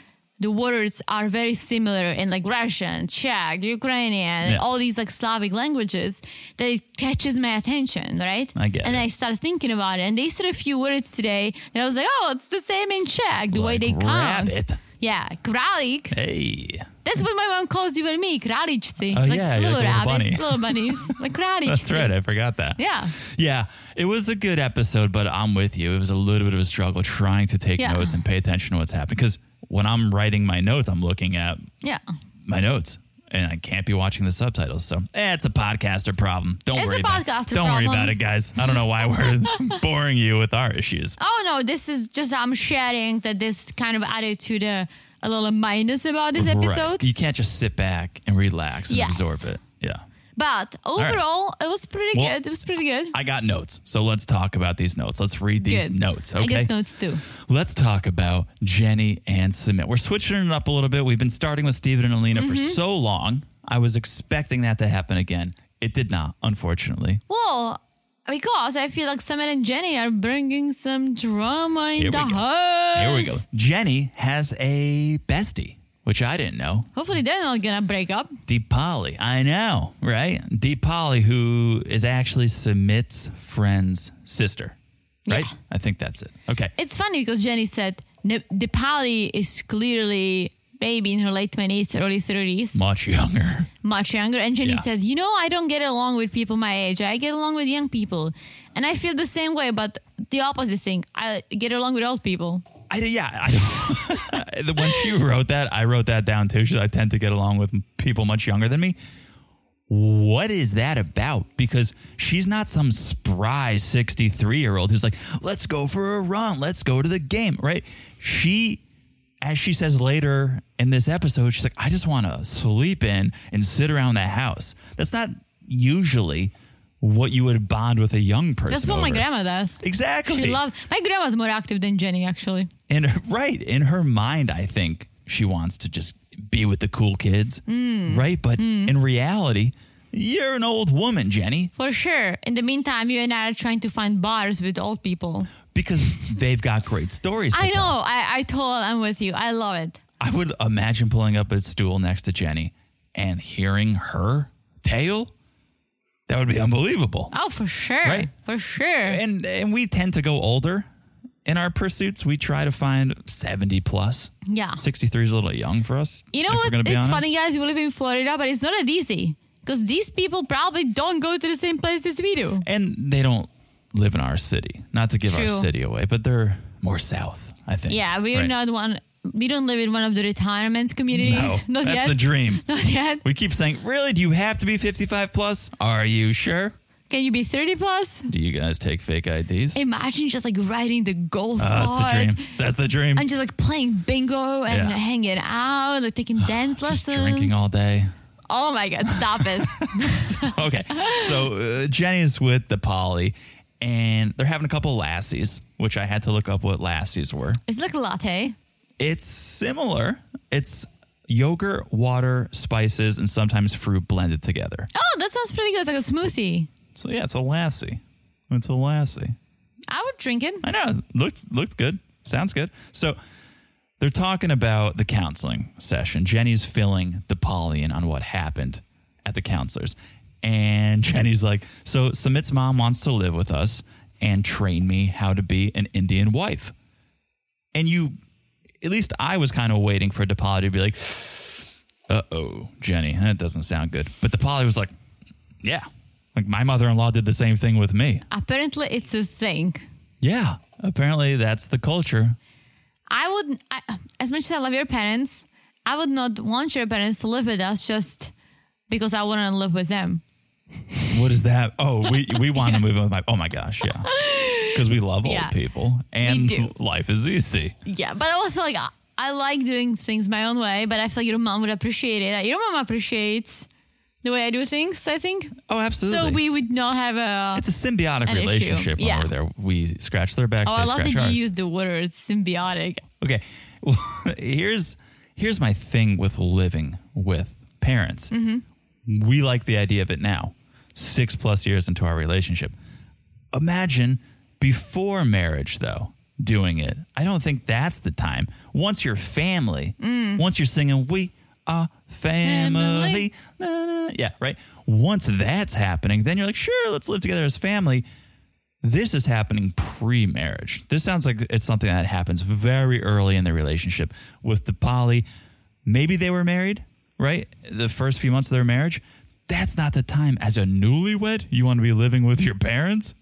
B: the words are very similar in like Russian, Czech, Ukrainian,
A: Yeah.
B: all these like Slavic languages that it catches my attention, right?
A: I get
B: And
A: it.
B: I started thinking about it, and they said a few words today, and I was like, oh, it's the same in Czech, the way
A: Like
B: they count.
A: rabbit.
B: Yeah, kralik.
A: Hey.
B: That's what my mom calls you and me, kraličci.
A: Oh,
B: like
A: yeah, you're like a little
B: little rabbits,
A: bunny.
B: little bunnies, like kraličci.
A: That's right. I forgot that.
B: Yeah.
A: Yeah, it was a good episode, but I'm with you. It was a little bit of a struggle trying to take
B: Yeah.
A: notes and pay attention to what's happening. Because when I'm writing my notes, I'm looking at
B: Yeah.
A: my notes and I can't be watching the subtitles. So eh, it's a podcaster problem. Don't
B: It's
A: worry
B: a
A: about it.
B: podcaster
A: Don't worry
B: problem.
A: about it, guys. I don't know why we're boring you with our issues.
B: Oh no, this is just I'm sharing that this kind of added to the a little minus about this
A: Right.
B: episode.
A: You can't just sit back and relax and
B: Yes.
A: absorb it. Yeah.
B: But overall, it was pretty
A: Well,
B: good. It was pretty good.
A: I got notes. So let's talk about these notes. Let's read these
B: good.
A: notes.
B: I
A: Okay.
B: get notes too.
A: Let's talk about Jenny and Submit. We're switching it up a little bit. We've been starting with Steven and Alina for so long. I was expecting that to happen again. It did not, unfortunately.
B: Well, because I feel like Summit and Jenny are bringing some drama in
A: Here we
B: the
A: go.
B: house.
A: Here we go. Jenny has a bestie, which I didn't know.
B: Hopefully, they're not gonna break up.
A: Deep Polly. I know, right? Deep Polly, who is actually Submit's friend's sister, right?
B: Yeah.
A: I think that's it. Okay.
B: It's funny because Jenny said "Ne- Dipali is clearly baby in her late twenties, early thirties.
A: Much younger.
B: much younger. And Jenny
A: Yeah.
B: said, You know, I don't get along with people my age. I get along with young people. And I feel the same way, but the opposite thing. I get along with old people.
A: I yeah. I, the- when she wrote that, I wrote that down too. She, I tend to get along with people much younger than me. What is that about? Because she's not some spry 63 year old who's like, let's go for a run, let's go to the game, right? She, as she says later in this episode, she's like, I just want to sleep in and sit around the house. That's not usually what you would bond with a young person.
B: That's what my
A: over.
B: grandma does.
A: Exactly.
B: She loved my grandma's more active than Jenny, actually.
A: in her, right in her mind i think she wants to just be with the cool kids
B: Hmm.
A: right but in reality you're an old woman jenny
B: For sure. In the meantime, you and I are trying to find bars with old people.
A: because they've got great stories to
B: I know.
A: tell.
B: I, I told I'm with you. I love it.
A: i would imagine pulling up a stool next to jenny and hearing her tale that would be unbelievable
B: Oh, for sure.
A: Right. Eh.
B: For sure.
A: and and we tend to go older in our pursuits we try to find 70 plus
B: yeah.
A: 63 is a little young for us
B: You
A: if
B: know
A: we're
B: what?
A: gonna
B: It's
A: be honest.
B: funny, guys. We live in Florida, but it's not that easy because these people probably don't go to the same places we do.
A: and they don't live in our city. Not to give
B: True.
A: our city away, but they're more south, I think.
B: Yeah, we're
A: Right.
B: not one. We don't live in one of the retirement
A: No,
B: communities. not
A: that's
B: yet.
A: the dream.
B: not yet.
A: We keep saying, "Really? Do you have to be 55 plus? Are you sure?
B: Can you be 30 plus?
A: Do you guys take fake IDs?"
B: Imagine just like riding the golf
A: Uh, that's the
B: cart
A: dream. That's the dream.
B: and just like playing bingo and
A: Yeah.
B: hanging out, like taking dance
A: Just
B: lessons.
A: drinking all day.
B: oh my God, stop it.
A: okay. So uh, Jenny's with the Polly, and they're having a couple lassies, which I had to look up what lassies were.
B: It's like a latte.
A: It's similar. It's yogurt, water, spices, and sometimes fruit blended together.
B: Oh, that sounds pretty good. It's like a smoothie.
A: So yeah, it's a lassie. It's a lassie.
B: I would drink it.
A: I know. Looked looked good. Sounds good. So they're talking about the counseling session. Jenny's filling the poly in on what happened at the counselors. And Jenny's like, so Sumit's mom wants to live with us and train me how to be an Indian wife. And you at least I was kind of waiting for DePauly to be like, uh oh, Jenny, that doesn't sound good. But DePauly was like, yeah. Like my mother in law did the same thing with me.
B: Apparently, it's a thing.
A: Yeah. Apparently, that's the culture.
B: I would, I, as much as I love your parents, I would not want your parents to live with us just because I wouldn't live with them.
A: What is that? Oh, we, we want to move on. with My, oh my gosh. Yeah. Because we love old
B: Yeah.
A: people and
B: do.
A: life is easy.
B: Yeah, but also like I, I like doing things my own way, but I feel like your mom would appreciate it. Your mom appreciates the way I do things. I think
A: Oh, absolutely.
B: so. We would not have a.
A: it's a symbiotic
B: An issue.
A: relationship when
B: Yeah.
A: we're there. We scratch their back,
B: oh,
A: they
B: I love
A: scratch
B: that you
A: ours.
B: use the word symbiotic.
A: Okay. Well, here's here's my thing with living with parents. We like the idea of it now, six plus years into our relationship. Imagine before marriage, though, doing it. I don't think that's the time. Once you're family, once you're singing, we are family.
B: Family.
A: na, na, na," Yeah, right. Once that's happening, then you're like, sure, let's live together as family this is happening pre-marriage. This sounds like it's something that happens very early in the relationship with the poly. Maybe they were married, right? The first few months of their marriage. That's not the time. As a newlywed, you want to be living with your parents.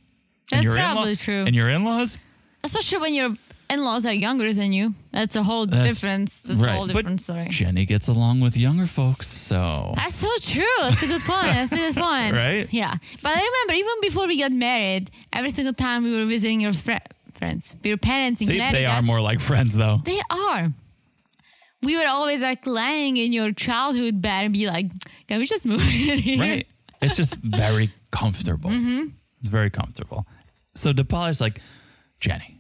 B: That's
A: your
B: probably true.
A: And your in-laws,
B: Especially when your in-laws are younger than you. That's a whole
A: That's-
B: difference. That's a whole different
A: but
B: story.
A: Jenny gets along with younger folks, so
B: That's so true. That's a good point. That's a good point.
A: Right?
B: Yeah. But I remember even before we got married, every single time we were visiting your fri friends, your parents in
A: see,
B: Connecticut.
A: they are more like friends, though.
B: They are. We were always like lying in your childhood bed and be like, can we just move in here?
A: Right. It's just very comfortable.
B: Mm-hmm.
A: It's very comfortable. So DePauli's like, Jenny,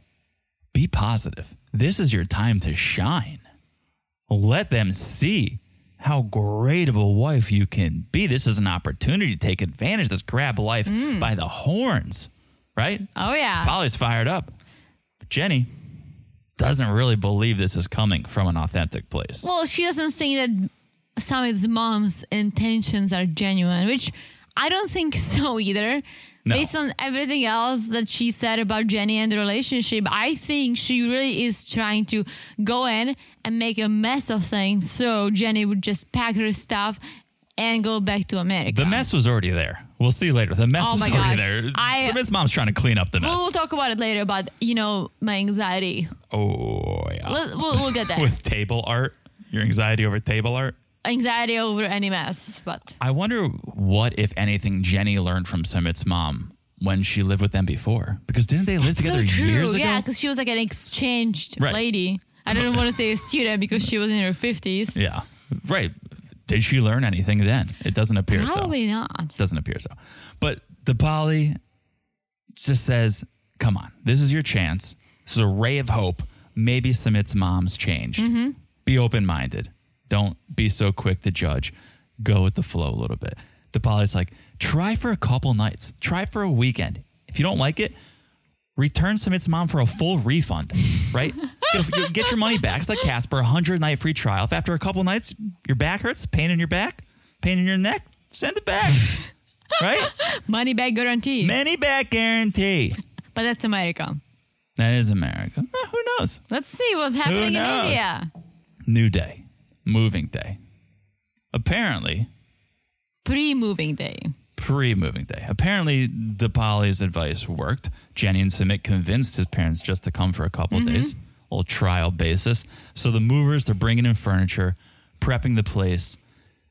A: be positive. This is your time to shine. Let them see how great of a wife you can be. This is an opportunity to take advantage. Let's grab life by the horns, right?
B: Mm. Oh, yeah.
A: Polly's fired up. But Jenny doesn't really believe this is coming from an authentic place.
B: Well, she doesn't think that Samit's mom's intentions are genuine, which I don't think so either.
A: No.
B: Based on everything else that she said about Jenny and the relationship, I think she really is trying to go in and make a mess of things so Jenny would just pack her stuff and go back to America.
A: The mess was already there. We'll see you later. The mess
B: Oh
A: was
B: my
A: already
B: gosh.
A: there.
B: I-
A: Submit's mom's trying to clean up the mess.
B: We'll talk about it later about, you know, my anxiety.
A: oh yeah.
B: Let- We'll, we'll get that.
A: With table art, your anxiety over table art.
B: anxiety over any mess, but
A: I wonder what, if anything, Jenny learned from Submit's mom when she lived with them before. Because didn't they live together
B: so true.
A: years ago?
B: Yeah, because she was like an exchanged
A: Right.
B: lady. I don't want to say a student because she was in her 50s.
A: Yeah. Right. Did she learn anything then? It doesn't appear so.
B: Probably not.
A: Doesn't appear so. But the poly just says, come on, this is your chance. This is a ray of hope. Maybe Sumit's mom's changed. Be open minded. Don't be so quick to judge. Go with the flow a little bit. The poly's like, try for a couple nights, try for a weekend. If you don't like it, return Sumit's mom for a full refund, right? get, a- get your money back. It's like Casper, a 100 night free trial. If after a couple nights your back hurts, pain in your back, pain in your neck, send it back, right?
B: Money back guarantee.
A: Many back guarantee.
B: But that's America.
A: That is America. Eh, who knows?
B: Let's see what's happening in
A: knows?
B: India.
A: New day, moving day. Apparently,
B: Pre moving day.
A: pre moving day. Apparently, DePauli's advice worked. Jenny and Sumit convinced his parents just to come for a couple days, a little trial basis. So the movers, they're bringing in furniture, prepping the place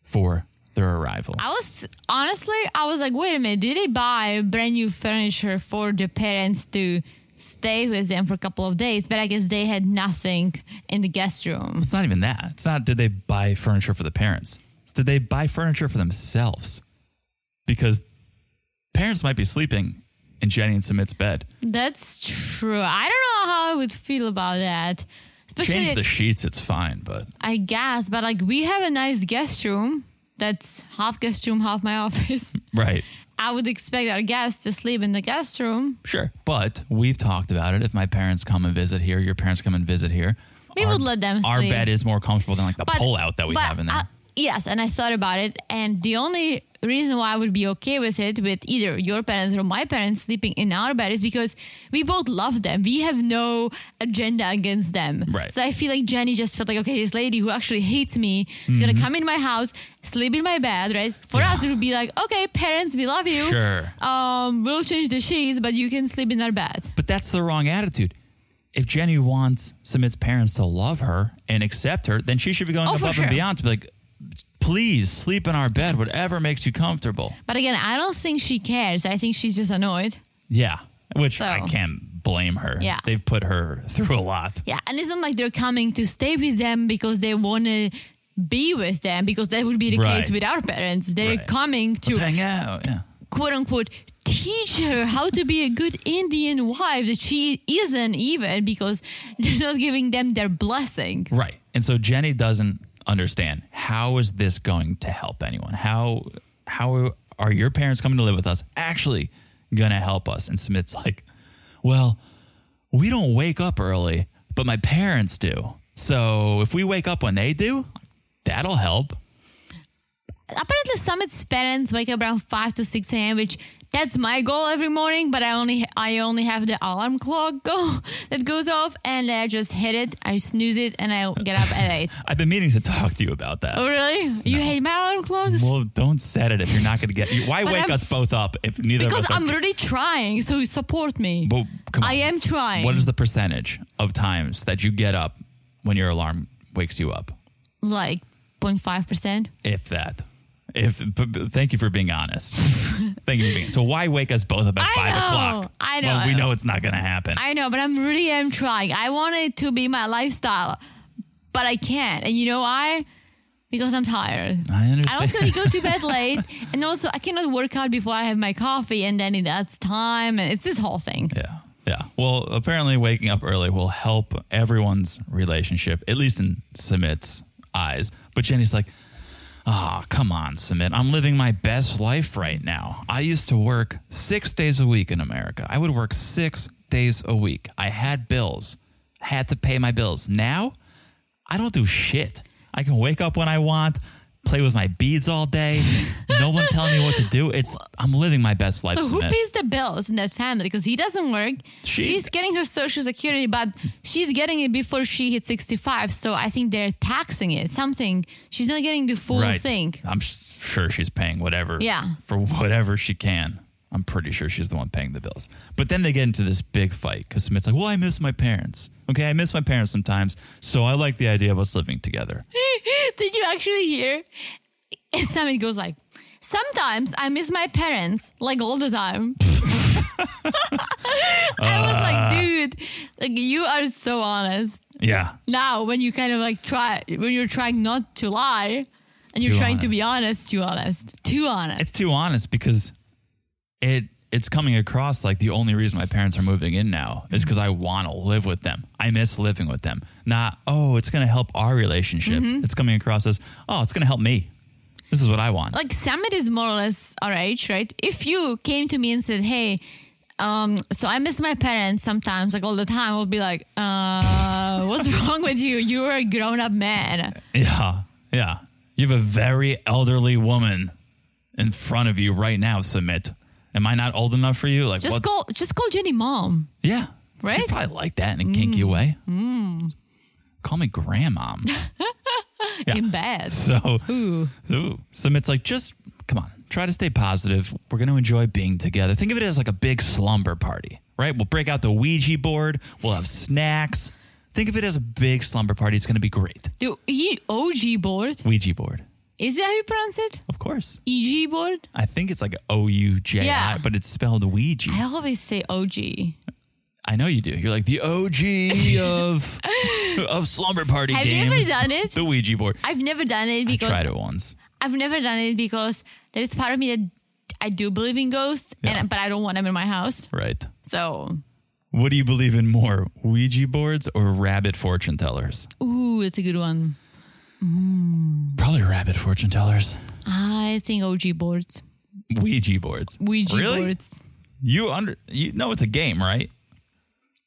A: for their arrival.
B: I was honestly, I was like, wait a minute, did they buy brand new furniture for the parents to stay with them for a couple of days? But I guess they had nothing in the guest room.
A: It's not even that. It's not did they buy furniture for the parents? It's did they buy furniture for themselves? Because parents might be sleeping in Jenny and Sumit's bed.
B: That's true. I don't know how I would feel about that. Especially,
A: Change the sheets, it's fine, but
B: I guess, but like we have a nice guest room that's half guest room, half my office.
A: right.
B: I would expect our guests to sleep in the guest room.
A: Sure. But we've talked about it. If my parents come and visit here, your parents come and visit here.
B: We would let them
A: Our
B: sleep.
A: bed is more comfortable than like the
B: But,
A: pullout that we
B: but
A: have in there.
B: I- yes, and I thought about it, and the only reason why I would be okay with it with either your parents or my parents sleeping in our bed is because we both love them. We have no agenda against them.
A: Right.
B: So I feel like Jenny just felt like, okay, this lady who actually hates me is gonna come in my house, sleep in my bed, right? For
A: Mm-hmm. Yeah.
B: us, it would be like, okay, parents, we love you.
A: Sure.
B: Um, we'll change the sheets, but you can sleep in our bed.
A: But that's the wrong attitude. If Jenny wants Sumit's parents to love her and accept her, then she should be going
B: Oh, for
A: above
B: sure.
A: and beyond to be like, please sleep in our bed, whatever makes you comfortable.
B: But again, I don't think she cares. I think she's just annoyed.
A: Yeah. Which
B: So-
A: I can't blame her.
B: Yeah.
A: They've put her through a lot.
B: Yeah, and it's not like they're coming to stay with them because they want to be with them because that would be the
A: Right.
B: case with our parents. They're
A: Right.
B: coming
A: Let's
B: to
A: hang out. Yeah.
B: quote unquote teach her how to be a good Indian wife that she isn't even because they're not giving them their blessing.
A: Right. And so Jenny doesn't understand how is this going to help anyone? How how are your parents coming to live with us actually going to help us? And Smith's like, "Well, we don't wake up early, but my parents do. So if we wake up when they do, that'll help."
B: Apparently, Summit's parents wake up around five to six a.m., which that's my goal every morning. But I only I only have the alarm clock go that goes off, and I just hit it, I snooze it, and I get up at eight.
A: I've been meaning to talk to you about that.
B: Oh, really? You hate my alarm clocks?
A: Well, don't set it if you're not going to get. Why
B: But
A: wake
B: I'm-
A: us both up if neither
B: because
A: of us? are-
B: I'm really trying, so you support me.
A: Well, come on.
B: I am trying.
A: What is the percentage of times that you get up when your alarm wakes you up?
B: like 0.5%?
A: If that. If b- b- thank you for being honest. thank you for being. So why wake us both up at
B: I
A: five
B: know.
A: o'clock?
B: I
A: Well,
B: know.
A: we know it's not going to happen.
B: I know, but I'm really am trying. I want it to be my lifestyle, but I can't. And you know why? Because I'm tired.
A: I understand.
B: I also go to bed late, and also I cannot work out before I have my coffee, and then that's time, and it's this whole thing.
A: yeah, yeah. Well, apparently, waking up early will help everyone's relationship, at least in Sumit's eyes. But Jenny's like, Ah, come on, Sumit. I'm living my best life right now. I used to work six days a week in America. I would work six days a week. I had bills, had to pay my bills. Now, I don't do shit. I can wake up when I want, play with my beads all day. no one telling me what to do. It's I'm living my best life.
B: So who
A: Sumit.
B: pays the bills in that family? Because he doesn't work.
A: She-
B: she's getting her social security, but she's getting it before she hits 65. So I think they're taxing it. Something. She's not getting the full thing.
A: I'm s- sure she's paying whatever.
B: Yeah.
A: For whatever she can. I'm pretty sure she's the one paying the bills. But then they get into this big fight because Smith's like, well, I miss my parents. Okay, I miss my parents sometimes. So I like the idea of us living together.
B: Did you actually hear? And Summit goes like, Sometimes I miss my parents, like all the time. I was like, dude, like you are so honest.
A: Yeah.
B: Now when you kind of like try when you're trying not to lie and you're
A: Too
B: trying to be honest, too honest. Too honest.
A: It's too honest because it it's coming across like the only reason my parents are moving in now is because I want to live with them. I miss living with them. Not, oh, it's going to help our relationship.
B: Mm-hmm.
A: It's coming across as, oh, it's going to help me. This is what I want.
B: like Summit is more or less our age, right? If you came to me and said, "Hey, um, so I miss my parents sometimes, like all the time," I'll be like, uh, "What's wrong with you? You are a grown-up man."
A: Yeah. Yeah. You have a very elderly woman in front of you right now, Submit. Am I not old enough for you? Like,
B: Just
A: what?
B: call, just call Jenny mom.
A: yeah.
B: Right? Mm.
A: She probably like that in a kinky way. Call me grandma. Yeah.
B: In bed.
A: so,
B: Ooh.
A: so Submit's like, just come on, try to stay positive. We're going to enjoy being together. Think of it as like a big slumber party, right? We'll break out the Ouija board, we'll have snacks. Think of it as a big slumber party. It's going to be great.
B: The E OG board.
A: Ouija board,
B: Is that how you pronounce it?
A: of course.
B: EG board?
A: I think it's like O U J I,
B: Yeah.
A: but it's spelled Ouija.
B: I always say OG.
A: I know you do. You're like the OG of of slumber party
B: Have you
A: games.
B: ever done it?
A: The Ouija board.
B: I've never done it
A: I
B: because
A: tried it once.
B: I've never done it because there is part of me that I do believe in ghosts,
A: Yeah.
B: and but I don't want them in my house.
A: Right.
B: So,
A: What do you believe in more, Ouija boards or rabbit fortune tellers?
B: ooh, it's a good one.
A: Probably rabbit fortune tellers.
B: I think OG boards,
A: Ouija boards.
B: Ouija
A: really?
B: boards.
A: You under you know it's a game, right?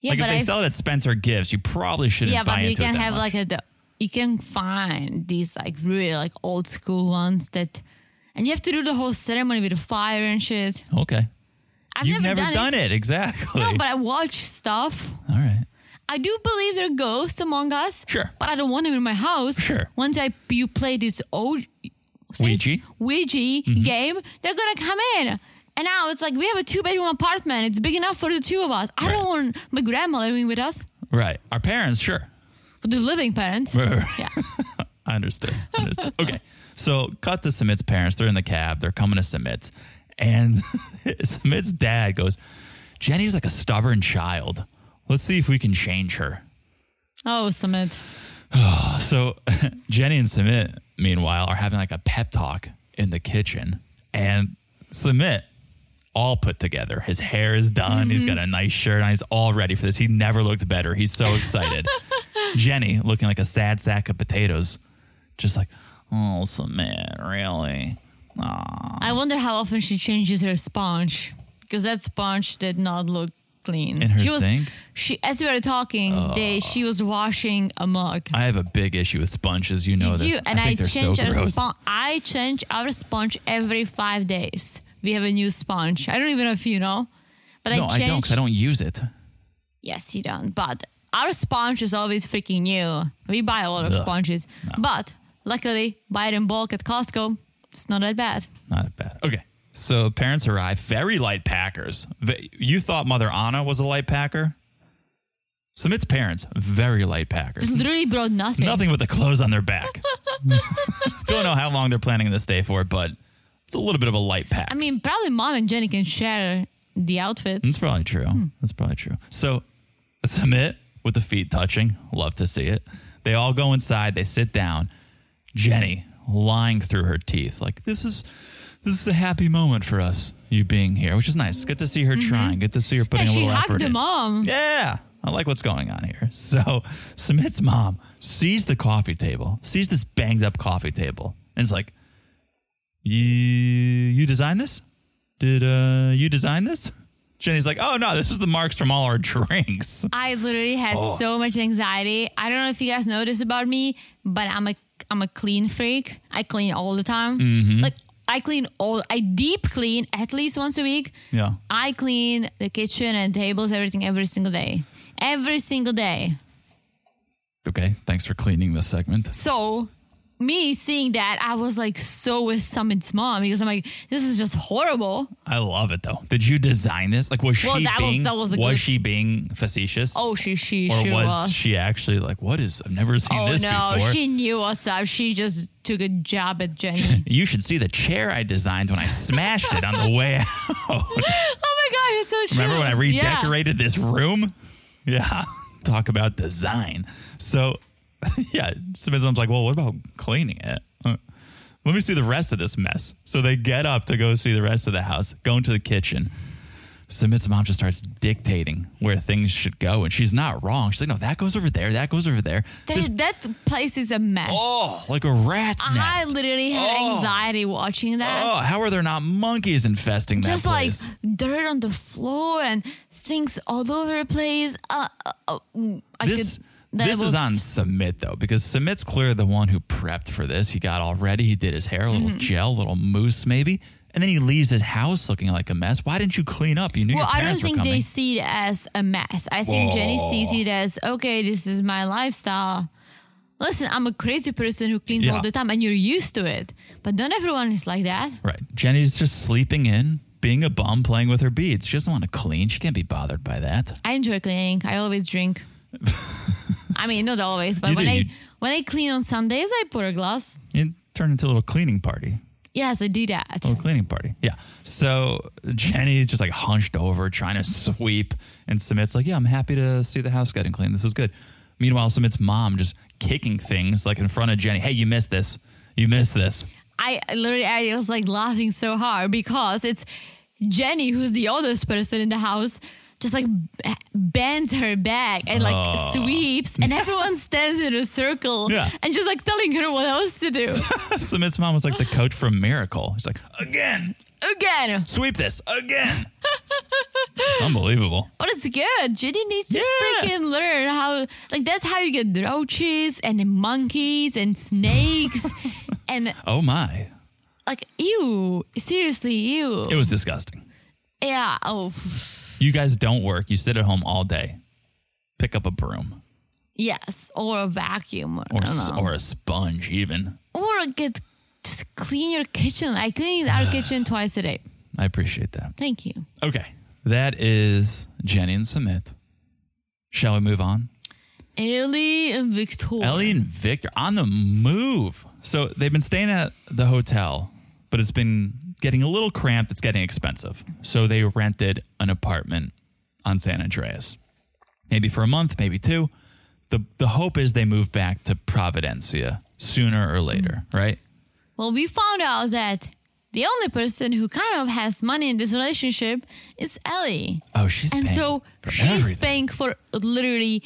B: Yeah,
A: like if
B: but
A: they
B: I,
A: sell it at Spencer Gifts, you probably shouldn't
B: yeah,
A: buy
B: but you
A: into
B: can
A: it that
B: have
A: much.
B: like a the- you can find these like really like old school ones that And you have to do the whole ceremony with the fire and shit.
A: Okay.
B: I've
A: You've never, done,
B: it.
A: it. Exactly.
B: No, but I watch stuff.
A: All right.
B: I do believe there are ghosts among us.
A: Sure.
B: But I don't want them in my house.
A: Sure.
B: Once I you play this old
A: Ouija? Mm-hmm.
B: Ouija game, they're gonna come in. And now it's like we have a two bedroom apartment. It's big enough for the two of us. I
A: Right.
B: don't want my grandma living with us.
A: Right. Our parents, sure.
B: The living parents.
A: I
B: Yeah.
A: understood. I understood. Okay. So cut to Submit's parents. They're in the cab. They're coming to Submit's. And Submit's dad goes, Jenny's like a stubborn child. Let's see if we can change her.
B: Oh, Summit.
A: So Jenny and Submit, meanwhile, are having like a pep talk in the kitchen. And Submit, all put together. His hair is done. He's got a
B: Mm-hmm.
A: nice shirt on. He's all ready for this. He never looked better. He's so excited. Jenny, looking like a sad sack of potatoes, just like, oh, Submit, really?
B: I wonder how often she changes her sponge because that sponge did not look clean.
A: In her
B: she was
A: sink? Oh.
B: she as we were talking, they she was washing a mug.
A: I have a big issue with sponges. You know
B: You
A: this.
B: do, and
A: I
B: I,
A: think they're
B: change
A: so
B: our
A: gross.
B: sponge. I change our sponge every five days. We have a new sponge. I don't even know if you know, but
A: no,
B: I
A: I
B: change.
A: don't 'cause I don't use it.
B: Yes, you don't. But our sponge is always freaking new. We buy a lot of
A: Ugh.
B: sponges, but luckily, buy it in bulk at Costco. It's not that bad.
A: Not bad. Okay. So parents arrive, very light packers. Ve- You thought Mother Anna was a light packer? Submit's parents, very light packers.
B: It's literally brought nothing.
A: Nothing with the clothes on their back. Don't know how long they're planning this day for, but it's a little bit of a light pack.
B: I mean, probably mom and Jenny can share the outfits.
A: That's probably true.
B: Hmm.
A: That's probably true. So, submit with the feet touching. Love to see it. They all go inside. They sit down. Jenny lying through her teeth, like this is this is a happy moment for us. You being here, which is nice. Good to see her trying. Good to see her putting
B: And
A: a
B: Mm-hmm. she
A: little
B: hugged
A: effort
B: the
A: in.
B: mom.
A: Yeah. I like what's going on here. So Submit's mom sees the coffee table, sees this banged up coffee table, and is like, You you designed this? Did uh you design this? Jenny's like, Oh no, this was the marks from all our drinks.
B: I literally had
A: Oh.
B: so much anxiety. I don't know if you guys know this about me, but I'm a I'm a clean freak. I clean all the time.
A: Mm-hmm.
B: Like I clean all. I deep clean at least once a week.
A: Yeah.
B: I clean the kitchen and tables, everything, every single day. Every single day.
A: Okay, thanks for cleaning this segment.
B: So, me seeing that, I was like so with Summit's mom because I'm like, this is just horrible.
A: I love it though. Did you design this? Like was
B: Well,
A: she
B: that was-
A: being
B: that was a good-
A: she being facetious?
B: Oh, she, she,
A: or
B: she
A: was,
B: was.
A: she actually like, What is I've never seen
B: oh
A: this
B: no,
A: before?
B: she knew what's up. She just took a jab at Jenny.
A: You should see the chair I designed when I smashed it on the way out.
B: oh my gosh, it's so true.
A: Remember when I
B: Yeah.
A: redecorated this room? Yeah. Talk about design. So, yeah, somebody's mom's like, well, what about cleaning it? Uh, Let me see the rest of this mess. So they get up to go see the rest of the house, go into the kitchen. Submit's mom just starts dictating where things should go, and she's not wrong. She's like, "No, that goes over there. That goes over there."
B: That,
A: Just,
B: that place is a mess.
A: oh, like a rat's
B: I
A: nest.
B: literally had
A: Oh.
B: anxiety watching that.
A: Oh, how are there not monkeys infesting
B: just
A: that place?
B: like dirt on the floor and things all over the place. Uh, uh, uh, mm, I
A: this
B: could, that
A: this
B: was-
A: is on Submit though, because Submit's clearly the one who prepped for this. He got all ready. He did his hair, a little
B: Mm-hmm.
A: gel, a little mousse maybe, and then he leaves his house looking like a mess. Why didn't you clean up? You knew
B: Well,
A: your
B: I
A: parents
B: don't think
A: were coming.
B: they see it as a mess. I think Jenny sees it as okay, this is my lifestyle. Listen, I'm a crazy person who cleans
A: Yeah.
B: all the time, and you're used to it. But not everyone is like that.
A: right, Jenny's just sleeping in, being a bum, playing with her beads. She doesn't want to clean. She can't be bothered by that.
B: I enjoy cleaning. I always drink. I mean, not always, but
A: You
B: when
A: do,
B: I
A: you-
B: when I clean on Sundays, I pour a glass.
A: It turned into a little cleaning party.
B: Yes, I do that.
A: little cleaning party. Yeah. So Jenny's just like hunched over, trying to sweep, and Submit's like, "Yeah, I'm happy to see the house getting clean. This is good." Meanwhile, Submit's mom just kicking things like in front of Jenny. Hey, you missed this. You missed this.
B: I I literally I was like laughing so hard because it's Jenny who's the oldest person in the house just like b- bends her back and like sweeps and everyone stands in a circle
A: Ah. Yeah.
B: and just like telling her what else to do
A: Submit's mom was like the coach from Miracle. She's like, "Again,
B: again
A: sweep this again." it's unbelievable.
B: but it's good Jenny needs to
A: Yeah.
B: freaking learn how like that's how you get roaches and monkeys and snakes and
A: Oh my.
B: like ew, seriously ew.
A: It was disgusting.
B: yeah. Oh,
A: You guys don't work. You sit at home all day. Pick up a broom
B: yes, or a vacuum or
A: or
B: I don't
A: s-
B: know.
A: or a sponge even.
B: or get just clean your kitchen. I clean our kitchen twice a day.
A: I appreciate that.
B: Thank you.
A: Okay. That is Jenny and Submit. Shall we move on?
B: Ellie and Victoria.
A: Ellie and Victor on the move. So they've been staying at the hotel, but it's been getting a little cramped. It's getting expensive. So they rented an apartment on San Andreas, maybe for a month, maybe two. The, the hope is they move back to Providencia sooner or later,
B: Mm.
A: right?
B: Well, we found out that the only person who kind of has money in this relationship is Ellie.
A: Oh, she's
B: And
A: paying
B: so
A: for
B: she's
A: everything.
B: paying for literally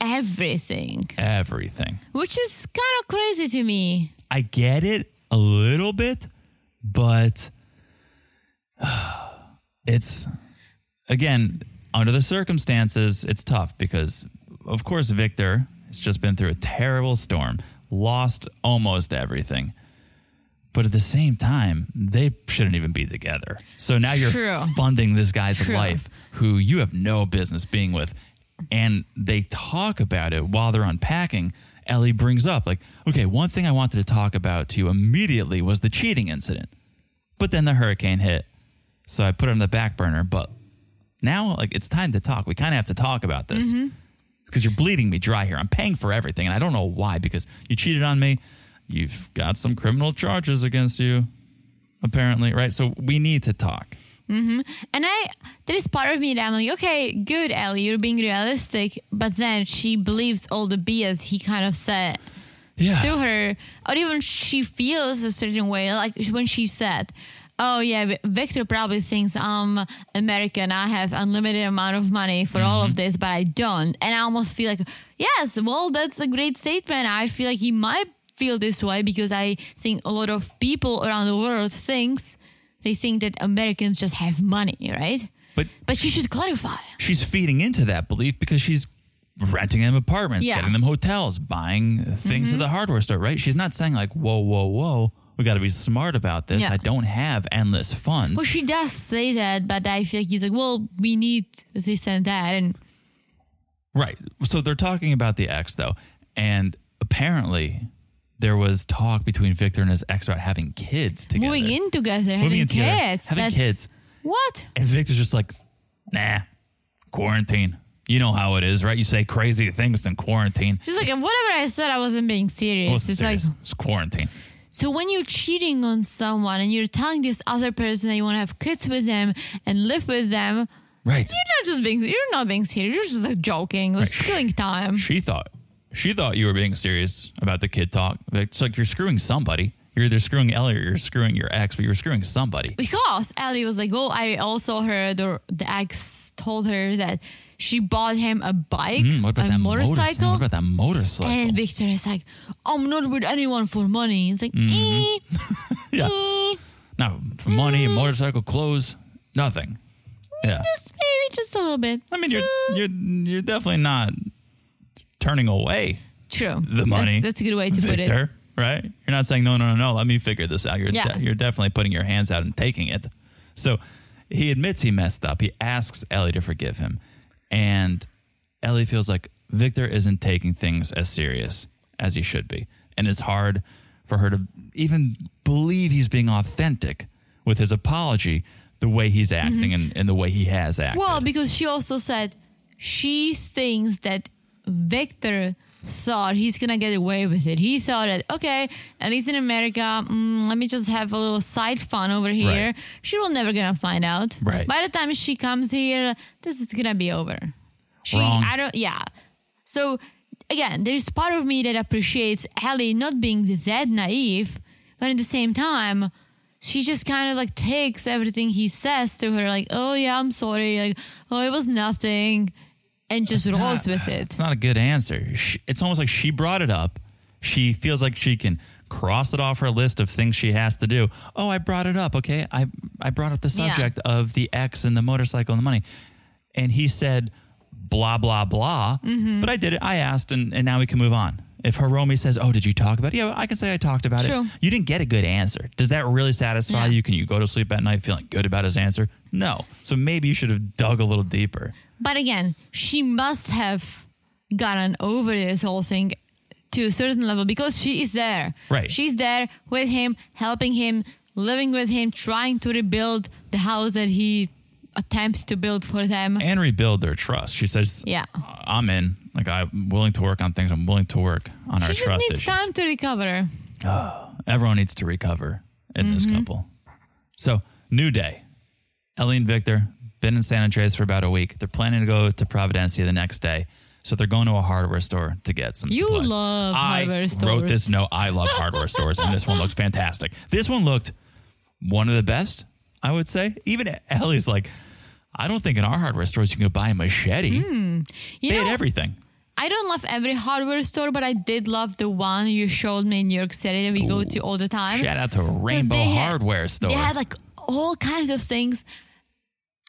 B: everything,
A: everything.
B: which is kind of crazy to me.
A: I get it a little bit, but it's again under the circumstances, it's tough because of course Victor has just been through a terrible storm, lost almost everything. But at the same time, they shouldn't even be together. So now you're
B: True.
A: funding this guy's
B: True.
A: life who you have no business being with. And they talk about it while they're unpacking. Ellie brings up, like, okay, one thing I wanted to talk about to you immediately was the cheating incident. But then the hurricane hit. So I put it on the back burner. But now, like, it's time to talk. We kind of have to talk about this because you're bleeding me dry here. I'm paying for everything. And I don't know why because you cheated on me. You've got some criminal charges against you, apparently, right? So we need to talk.
B: And I, there is part of me that I'm like, okay, good, Ellie, you're being realistic. But then she believes all the BS he kind of said
A: Yeah.
B: to her, or even she feels a certain way. Like when she said, "Oh yeah, Vi- Victor probably thinks I'm American. I have unlimited amount of money for all of this, but I don't." And I almost feel like, yes, well, that's a great statement. I feel like he might feel this way because I think a lot of people around the world thinks they think that Americans just have money, right?
A: But
B: But she should clarify.
A: she's feeding into that belief because she's renting them apartments,
B: Yeah. Mm-hmm.
A: getting them hotels, buying things at the hardware store, right? She's not saying like, whoa, whoa, whoa, we got to be smart about this.
B: Yeah.
A: I don't have endless funds.
B: Well, she does say that, but I feel like he's like, well, we need this and that, and
A: Right. So they're talking about the ex, though. And apparently, there was talk between Victor and his ex about having kids together.
B: moving in together, having
A: Moving in
B: kids,
A: together, having
B: that's-
A: kids.
B: What?
A: And Victor's just like, nah, quarantine. You know how it is, right? You say crazy things in quarantine.
B: She's like, whatever I said, I wasn't being serious.
A: Well, it's
B: it's
A: serious.
B: like,
A: it's quarantine.
B: so when you're cheating on someone and you're telling this other person that you want to have kids with them and live with them,
A: Right.
B: you're not just being, you're not being serious. You're just like joking, like killing time.
A: she thought she thought you were being serious about the kid talk. It's like you're screwing somebody. You're either screwing Ellie or you're screwing your ex, but you were screwing somebody.
B: Because Ellie was like, oh, I also heard, or the ex told her that she bought him a bike,
A: Hmm, what about
B: a
A: that
B: motorcycle.
A: What about that motorcycle?
B: And Victor is like, I'm not with anyone for money. It's like, eh,
A: Mm-hmm. Yeah.
B: eh,
A: No, for money, motorcycle, clothes, nothing. Yeah.
B: just maybe just a little bit.
A: I mean, you're you're you're definitely not turning away
B: True.
A: the money.
B: That's, that's a good way to put it.
A: Victor, right? You're not saying no, no, no, no. Let me figure this out. You're
B: Yeah.
A: de- you're definitely putting your hands out and taking it. So he admits he messed up. He asks Ellie to forgive him, and Ellie feels like Victor isn't taking things as serious as he should be, and it's hard for her to even believe he's being authentic with his apology, the way he's acting and, and the way he has acted.
B: Mm-hmm. Well, because she also said she thinks that Victor thought he's gonna get away with it. He thought that okay, at least in America, mm, let me just have a little side fun over here.
A: Right.
B: She will never gonna find out.
A: Right.
B: By the time she comes here, this is gonna be over. She,
A: Wrong.
B: I don't. Yeah. So again, there's part of me that appreciates Ellie not being that naive, but at the same time, she just kind of like takes everything he says to her, like, "Oh yeah, I'm sorry," like, "Oh, it was nothing," and just rolls with it.
A: It's not a good answer. She, it's almost like she brought it up. She feels like she can cross it off her list of things she has to do. Oh, I brought it up. Okay, I I brought up the
B: Yeah.
A: subject of the ex and the motorcycle and the money,
B: Mm-hmm.
A: and he said blah blah blah. But I did it. I asked, and and now we can move on. If Hiromi says, "Oh, did you talk about it?" Yeah, I can say I talked about
B: True.
A: it. You didn't get a good answer. Does that really satisfy
B: Yeah.
A: you? Can you go to sleep at night feeling good about his answer? No. So maybe you should have dug a little deeper.
B: But again, she must have gotten over this whole thing to a certain level because she is there.
A: Right.
B: She's there with him, helping him, living with him, trying to rebuild the house that he attempts to build for them.
A: and rebuild their trust. She says, "Uh,
B: Yeah.
A: I'm in. Like I'm willing to work on things. I'm willing to work on our
B: she just
A: trust
B: needs
A: issues.
B: time to recover.
A: Everyone needs to recover in this
B: Mm-hmm.
A: couple. So new day. Ellie and Victor been in San Andreas for about a week. They're planning to go to Providencia the next day. So they're going to a hardware store to get some
B: You
A: supplies.
B: love
A: I
B: hardware
A: wrote
B: stores.
A: this note. I love hardware stores, and this one looked fantastic. This one looked one of the best, I would say. Even Ellie's like, I don't think in our hardware stores you can go buy a machete.
B: You
A: they
B: know,
A: had everything.
B: I don't love every hardware store, but I did love the one you showed me in New York City that we go to all the time.
A: Shout out to Rainbow
B: they had-
A: Hardware Store.
B: They had like all kinds of things.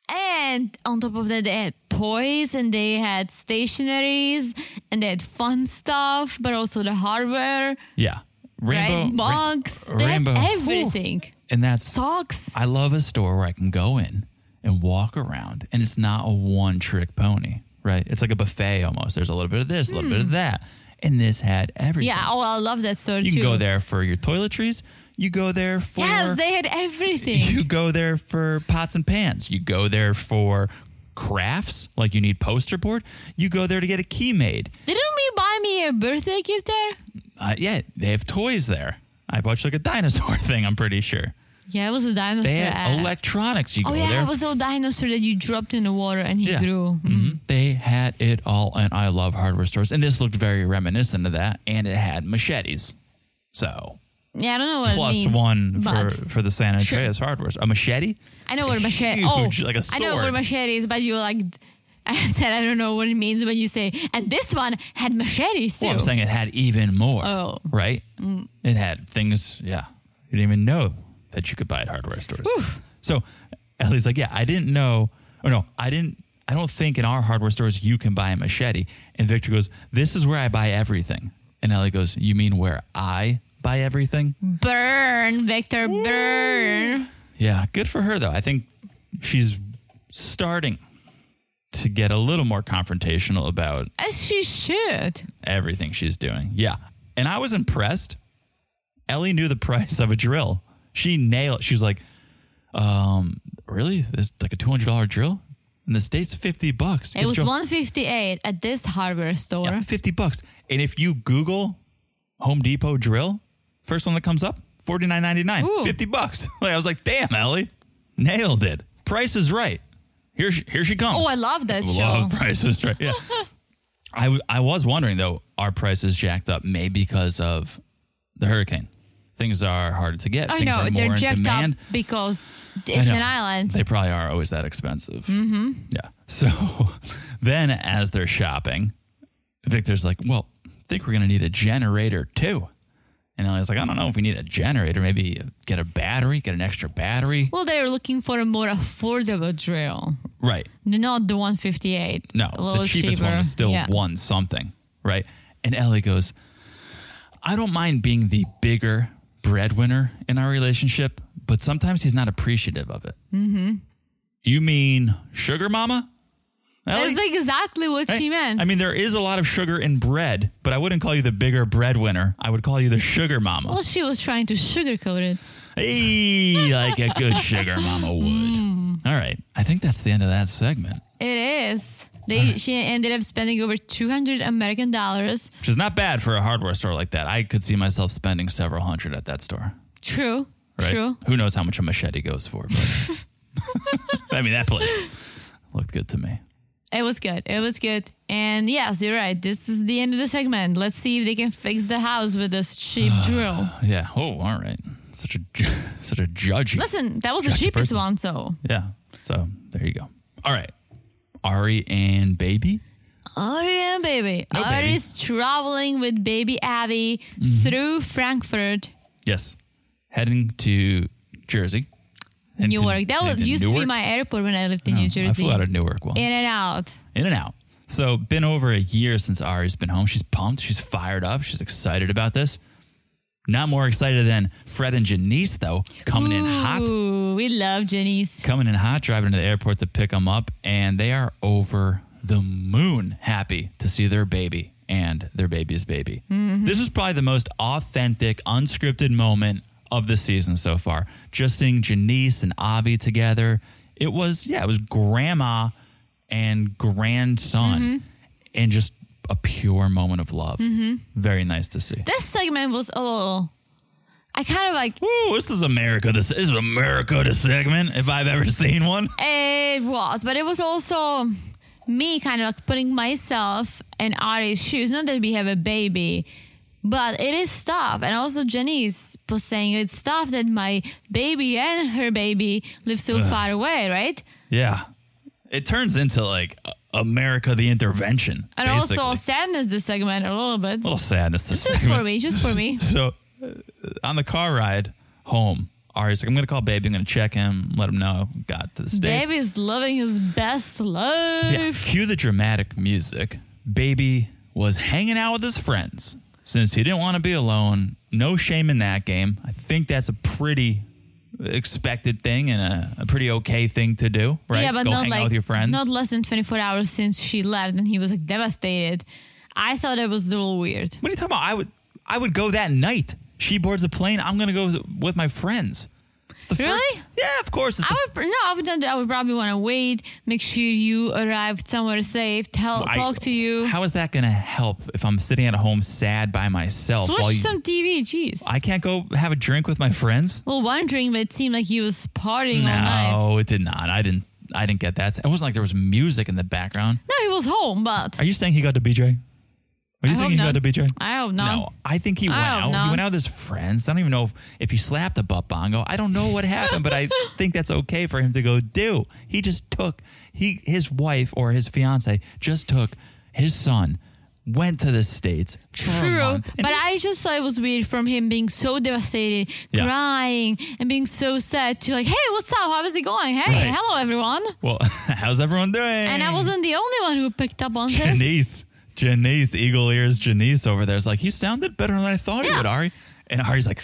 B: And on top of that, they had toys and they had stationaries and they had fun stuff, but also the hardware,
A: yeah. Rainbow.
B: right?
A: Rain-
B: Mugs. they
A: Rainbow.
B: had everything.
A: and that's,
B: Socks.
A: I love a store where I can go in and walk around and it's not a one trick pony, right? It's like a buffet almost. There's a little bit of this, a little bit of that. And this had everything.
B: Hmm. Yeah. Oh, I love that store
A: You
B: too.
A: can go there for your toiletries. You go there for.
B: Yes, they had everything.
A: You go there for pots and pans. You go there for crafts, like you need poster board. You go there to get a key made.
B: Didn't we buy me a birthday gift there?
A: Uh, yeah, they have toys there. I bought you like a dinosaur thing. I'm pretty sure
B: Yeah, it was a dinosaur.
A: they had electronics. You go
B: oh, yeah,
A: there.
B: it was Mm-hmm. a dinosaur that you dropped in the water and he
A: Yeah.
B: grew.
A: Mhm. They had it all, and I love hardware stores. And this looked very reminiscent of that. And it had machetes, so
B: Yeah, I don't know what
A: plus
B: it means.
A: one for,
B: but-
A: for the San
B: Sure.
A: Andreas hardware. A machete?
B: I know what a machete.
A: Huge,
B: oh,
A: like a
B: I know what a
A: sword.
B: machete is, but you're like, I said I don't know what it means when you say. And this one had machetes too.
A: Well, I'm saying it had even more.
B: Oh.
A: right. It had things. Yeah, you didn't even know that you could buy at hardware stores. So Ellie's like, yeah, I didn't know. Or no, I didn't. I don't think in our hardware stores you can buy a machete. And Victor goes, "This is where I buy everything." And Ellie goes, "You mean where I buy everything?"
B: Mm. burn, Victor, burn.
A: Yeah, good for her though. I think she's starting to get a little more confrontational about
B: As she should.
A: everything she's doing. Yeah. And I was impressed. Ellie knew the price of a drill. She nailed she's like, um, really? This like a two hundred dollar drill? In the States, fifty bucks.
B: It
A: Good
B: was
A: drill.
B: 158 at this hardware store.
A: Yeah, fifty bucks. And if you Google Home Depot drill, first one that comes up, forty nine ninety nine.
B: Ooh.
A: Fifty bucks. Like I was like, damn, Ellie. Nailed it. Price is right. Here she here she comes.
B: Oh, I love that
A: Love
B: show.
A: prices, right? Yeah. I, w- I was wondering though, are prices jacked up maybe because of the hurricane? Things are harder to get.
B: I
A: Things
B: know
A: are more
B: Oh, they're
A: in
B: jacked up
A: demand.
B: because
A: I
B: it's
A: know.
B: an island.
A: They probably are always that expensive. Mm-hmm. Yeah. So then, as they're shopping, Victor's like, "Well, I think we're gonna need a generator too." And Ellie's like, "I don't know if we need a generator. Maybe get a battery, get an extra battery."
B: well, they're looking for a more affordable drill,
A: Right.
B: not the 158.
A: No,
B: a little
A: the cheapest
B: cheaper.
A: one was still
B: yeah.
A: one something, right? And Ellie goes, I don't mind being the bigger breadwinner in our relationship, but sometimes he's not appreciative of it. Mm-hmm. You mean sugar mama? Ellie?
B: That's exactly what
A: Right?
B: she meant.
A: I mean, there is a lot of sugar in bread, but I wouldn't call you the bigger breadwinner. I would call you the sugar mama.
B: Well, she was trying to sugarcoat it.
A: hey, like a good sugar mama would.
B: Hmm.
A: All right. I think that's the end of that segment,
B: It is. They she ended up spending over two hundred American dollars.
A: which is not bad for a hardware store like that. I could see myself spending several hundred at that store.
B: True.
A: right?
B: True.
A: Who knows how much a machete goes for? But I mean, that place looked good to me.
B: It was good. It was good. And yes, you're right. This is the end of the segment. Let's see if they can fix the house with this cheap drill.
A: Yeah. Oh, all right. Such a ju- such a judgy.
B: Listen, that was the
A: Got you,
B: cheapest
A: person.
B: one, so
A: Yeah. So there you go. All right. Ari and baby.
B: Ari and baby.
A: No baby. Mm-hmm.
B: Ari's traveling with baby Abby through Frankfurt,
A: Yes. Heading to Jersey. Heading to-
B: Newark. That
A: heading
B: was, used to be
A: Newark. Oh,
B: my airport when I lived in New
A: I
B: Jersey.
A: flew out of Newark once.
B: In and out.
A: In and out. So, been over a year since Ari's been home. She's pumped. She's fired up. She's excited about this. Not more excited than Fred and Janice, though, coming in hot,
B: Ooh, we love Janice.
A: coming in hot, driving to the airport to pick them up, and they are over the moon happy to see their baby and their baby's baby. This is probably the most authentic, unscripted moment of the season so far. Just seeing Janice and Avi together. It was, yeah, it was grandma and grandson and just a pure moment of love. Very nice to see.
B: This segment was a little. I kind of like.
A: Woo, this is America. This is America to segment if I've ever seen one.
B: It was, but it was also me kind of like putting myself in Ari's shoes. Not that we have a baby, but it is stuff. And also Janice was saying it's stuff that my baby and her baby live so
A: Uh-huh.
B: far away, right?
A: Yeah. It turns into like uh, America the intervention.
B: And
A: basically.
B: also sadness this segment a little bit.
A: a little sadness to
B: Just
A: segment.
B: for me, just for me.
A: So uh, on the car ride home, Ari's like, I'm going to call baby. I'm going to check him, let him know I got to the States.
B: Baby's living his best
A: Yeah.
B: life.
A: Cue the dramatic music. Baby was hanging out with his friends since he didn't want to be alone. No shame in that game. I think that's a pretty expected thing and a, a pretty okay thing to do, right?
B: Yeah, but
A: Go
B: not
A: hang
B: like
A: out with your friends.
B: not less than 24 hours since she left, and he was like devastated. I thought it was a little weird.
A: what are you talking about? I would I would go that night. She boards a plane. I'm going to go with- with my friends. It's the
B: Really?
A: first. Yeah, of course. It's
B: I
A: the
B: would no, I would not, I would probably want to wait, make sure you arrive somewhere safe, tell
A: I-
B: talk to you,
A: How is that going to help if I'm sitting at home sad by myself?
B: switch
A: while you,
B: some TV. Jeez.
A: I can't go have a drink with my friends.
B: well, one drink, but it seemed like he was partying all night.
A: No, it did not. I didn't. I didn't get that. It wasn't like there was music in the background.
B: No, he was home, but
A: Are you saying he got to BJ? Are you
B: I hope
A: saying he
B: not.
A: got to BJ?
B: I hope
A: No.
B: not.
A: I think he went
B: I
A: out.
B: don't
A: He
B: know.
A: went out with his friends. I don't even know if, if he slapped a butt bongo. I don't know what happened, but I think that's okay for him to go do. He just took he his wife or his fiance just took his son, went to the states. for a
B: True,
A: month, and
B: but
A: he's-
B: I just thought it was weird from him being so devastated,
A: Yeah.
B: crying, and being so sad to like, hey, what's up? How is it going? Hey,
A: Right.
B: hello, everyone.
A: well, how's everyone doing?
B: And I wasn't the only one who picked up on this.
A: Janice, Janice, Eagle Ears Janice over there is like, he sounded better than I thought he
B: Yeah.
A: would, Ari. And Ari's like,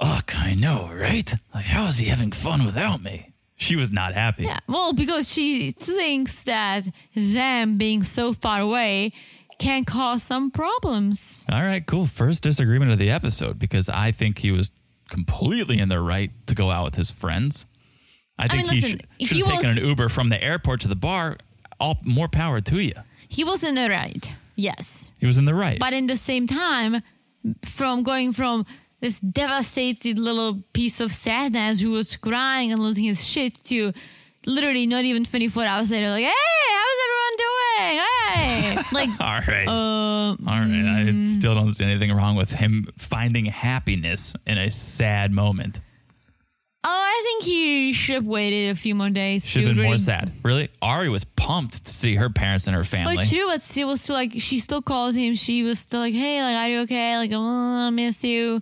A: ugh, I know, right? Like, how is he having fun without me? She was not happy.
B: Yeah, well, because she thinks that them being so far away can cause some problems.
A: All right, cool. First disagreement of the episode because I think he was completely in the right to go out with his friends. I think
B: mean,
A: he
B: listen,
A: should,
B: if
A: should
B: he
A: have taken
B: was-
A: an Uber from the airport to the bar. All more power to you.
B: He was in the right, yes,
A: He was in the right.
B: but in the same time, from going from this devastated little piece of sadness who was crying and losing his shit to literally not even 24 hours later, like, hey, how's everyone doing? Hey, like,
A: All right.
B: Uh,
A: All right.
B: mm.
A: I still don't see anything wrong with him finding happiness in a sad moment.
B: oh, I think he should have waited a few more days.
A: Should
B: to
A: have been more
B: really
A: sad. Really? Ari was pumped to see her parents and her family.
B: But true, but she was still like she still called him. She was still like, "Hey, like, are you okay? Like, oh, I miss you."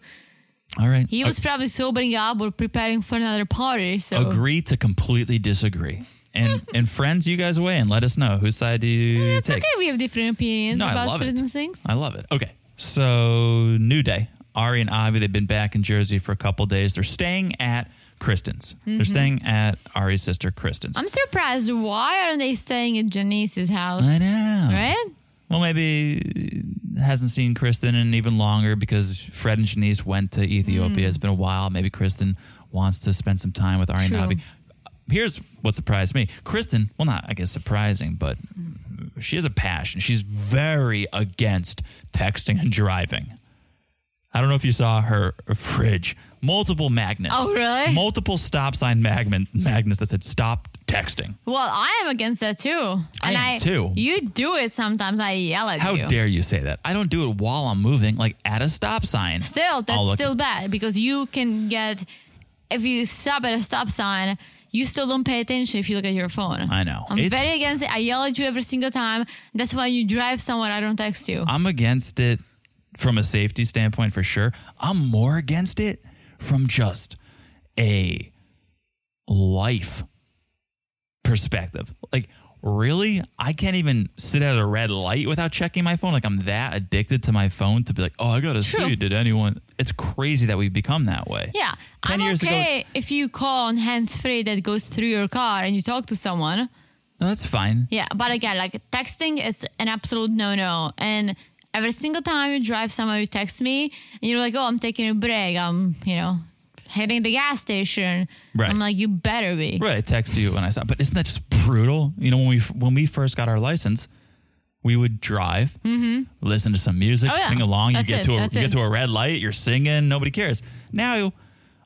A: All right.
B: He was probably sobering up or preparing for another party. So
A: agree to completely disagree. And and friends, you guys weigh in. Let us know whose side do you
B: it's
A: take.
B: okay. We have different opinions
A: No, I
B: about
A: love it.
B: certain things.
A: I love it. Okay. So, New Day. Ari and Avi, they've been back in Jersey for a couple days. They're staying at Kristen's. They're staying at Ari's sister, Kristen's.
B: Mm-hmm. I'm surprised. Why aren't they staying at Janice's house?
A: I know.
B: Right?
A: Well, maybe uh, hasn't seen Kristen in even longer because Fred and Janice went to Ethiopia. It's been a while. Maybe Kristen wants to spend some time with Ari and
B: Mm. True.
A: Nabi. Here's what surprised me. Kristen, well, not, I guess, surprising, but she has a passion. She's very against texting and driving. I don't know if you saw her fridge. Multiple magnets.
B: Oh, really?
A: Multiple stop sign magnet, magnets that said stop texting.
B: Well, I am against that too. And
A: I am too.
B: You do it sometimes. I yell at
A: How
B: you.
A: dare you say that? I don't do it while I'm moving, like at a stop sign.
B: Still,
A: I'll
B: that's
A: look
B: still bad because you can get if you stop at a stop sign, you still don't pay attention if you look at your phone.
A: I know.
B: I'm
A: It's-
B: very against it. I yell at you every single time. That's why you drive somewhere. I don't text you.
A: I'm against it from a safety standpoint for sure. I'm more against it from just a life perspective. Like, really? I can't even sit at a red light without checking my phone. Like I'm that addicted to my phone to be like, oh, I gotta
B: True.
A: see. Did anyone? It's crazy that we've become that way.
B: Yeah,
A: 10
B: I'm
A: years ago-
B: okay if you call on hands free that goes through your car and you talk to someone.
A: No, that's fine.
B: Yeah, but again, like texting, it's an absolute no no. And every single time you drive somewhere, you text me, and you're like, "Oh, I'm taking a break. I'm, you know, hitting the gas station."
A: Right.
B: I'm like, "You better be."
A: Right, I text you when I stop. But isn't that just brutal? You know, when we when we first got our license, we would drive, listen to some music,
B: Mm-hmm. Oh, yeah.
A: sing along.
B: That's
A: you get
B: it.
A: to a
B: That's
A: you
B: it.
A: get to a red light, you're singing, nobody cares. Now,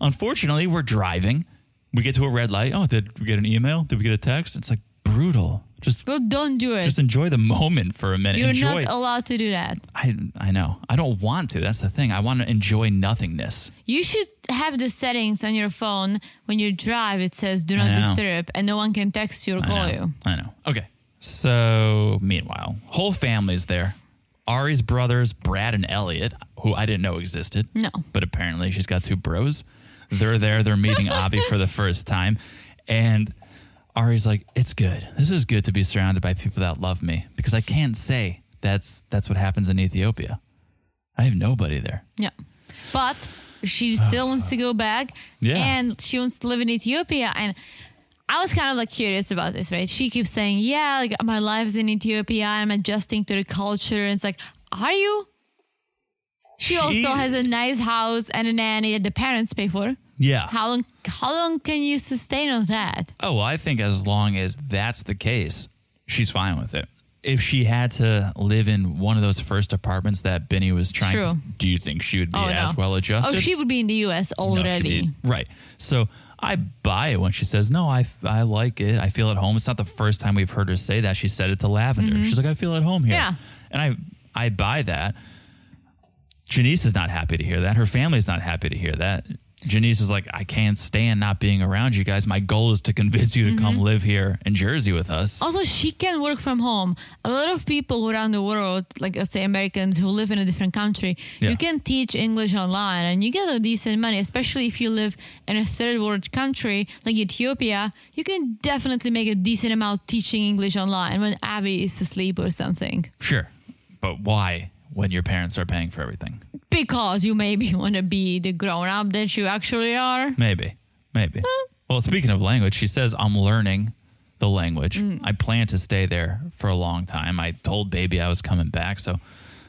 A: unfortunately, we're driving. We get to a red light. Oh, did we get an email? Did we get a text? It's like brutal. Just
B: Well, don't do it.
A: just enjoy the moment for a minute.
B: you're
A: enjoy.
B: not allowed to do that.
A: I I know. I don't want to. That's the thing. I want to enjoy nothingness.
B: You should have the settings on your phone when you drive. It says "Do not
A: I know.
B: disturb," and no one can text you or call
A: I know.
B: you.
A: I know. Okay. So, meanwhile, whole family's there. Ari's brothers, Brad and Elliot, who I didn't know existed.
B: No.
A: But apparently she's got two bros. They're there. They're meeting Abby for the first time. And Ari's like, it's good. This is good to be surrounded by people that love me because I can't say that's that's what happens in Ethiopia. I have nobody there.
B: Yeah. But she still wants to go back.
A: Yeah.
B: And she wants to live in Ethiopia. And I was kind of like curious about this, right? She keeps saying, Yeah, like my life's in Ethiopia. I'm adjusting to the culture. And it's like, Are you? She,
A: She-
B: also has a nice house and a nanny that the parents pay for.
A: Yeah.
B: How long how long can you sustain on that?
A: Oh, well, I think as long as that's the case, she's fine with it. If she had to live in one of those first apartments that Benny was trying to,
B: True.
A: do you think she would be
B: Oh,
A: as
B: no.
A: well adjusted?
B: Oh, she would be in the US
A: No, she'd
B: already.
A: be- right. So I buy it when she says, No, I, I like it. I feel at home. It's not the first time we've heard her say that. She said it to Lavender. She's like, I feel at home here.
B: Mm-hmm. Yeah.
A: And I, I buy that. Janice is not happy to hear that. Her family's not happy to hear that. Janice is like, I can't stand not being around you guys. My goal is to convince you to
B: Mm-hmm.
A: come live here in Jersey with us.
B: Also, she can work from home. A lot of people around the world, like let's say Americans who live in a different country,
A: Yeah.
B: you can teach English online and you get a decent money, especially if you live in a third world country like Ethiopia. You can definitely make a decent amount teaching English online when Abby is asleep or something.
A: Sure. But why when your parents are paying for everything?
B: Because you maybe want to be the grown up that you actually are.
A: Maybe. Maybe. well, speaking of language, she says, I'm learning the language. I plan to stay there for a long time. I told baby I was coming back. So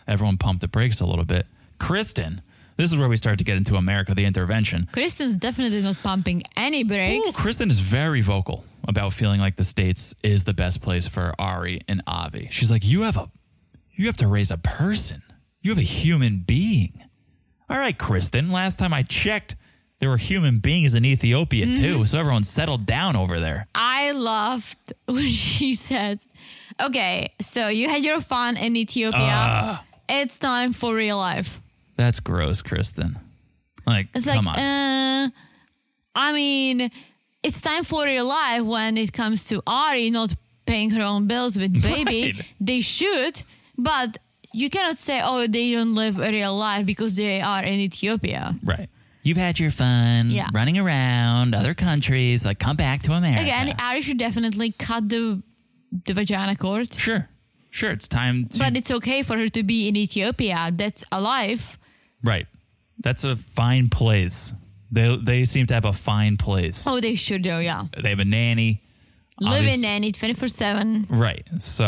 A: everyone pumped the brakes a little bit. Kristen, this is where we start to get into America, the intervention.
B: Kristen's definitely not pumping any brakes.
A: Ooh, Kristen is very vocal about feeling like the States is the best place for Ari and Avi. She's like, you have a, you have to raise a person. You have a human being. All right, Kristen. Last time I checked, there were human beings in Ethiopia
B: Mm-hmm.
A: too. So everyone settled down over there.
B: I laughed when she said, "Okay, so you had your fun in Ethiopia.
A: Ah.
B: It's time for real life."
A: That's gross, Kristen. Like,
B: It's
A: come
B: like,
A: on.
B: uh, I mean, it's time for real life when it comes to Ari not paying her own bills with baby.
A: Right.
B: They should, but you cannot say, "Oh, they don't live a real life because they are in Ethiopia."
A: right. You've had your fun
B: Yeah.
A: running around other countries. Like, come back to America.
B: Again, Ari should definitely cut the the vagina cord.
A: sure, sure. It's time to
B: But it's okay for her to be in Ethiopia. That's a life.
A: Right. That's a fine place. They they seem to have a fine place.
B: Oh, they sure do, yeah.
A: They have a nanny.
B: Live in
A: Obvious-
B: nanny 24 7.
A: Right. So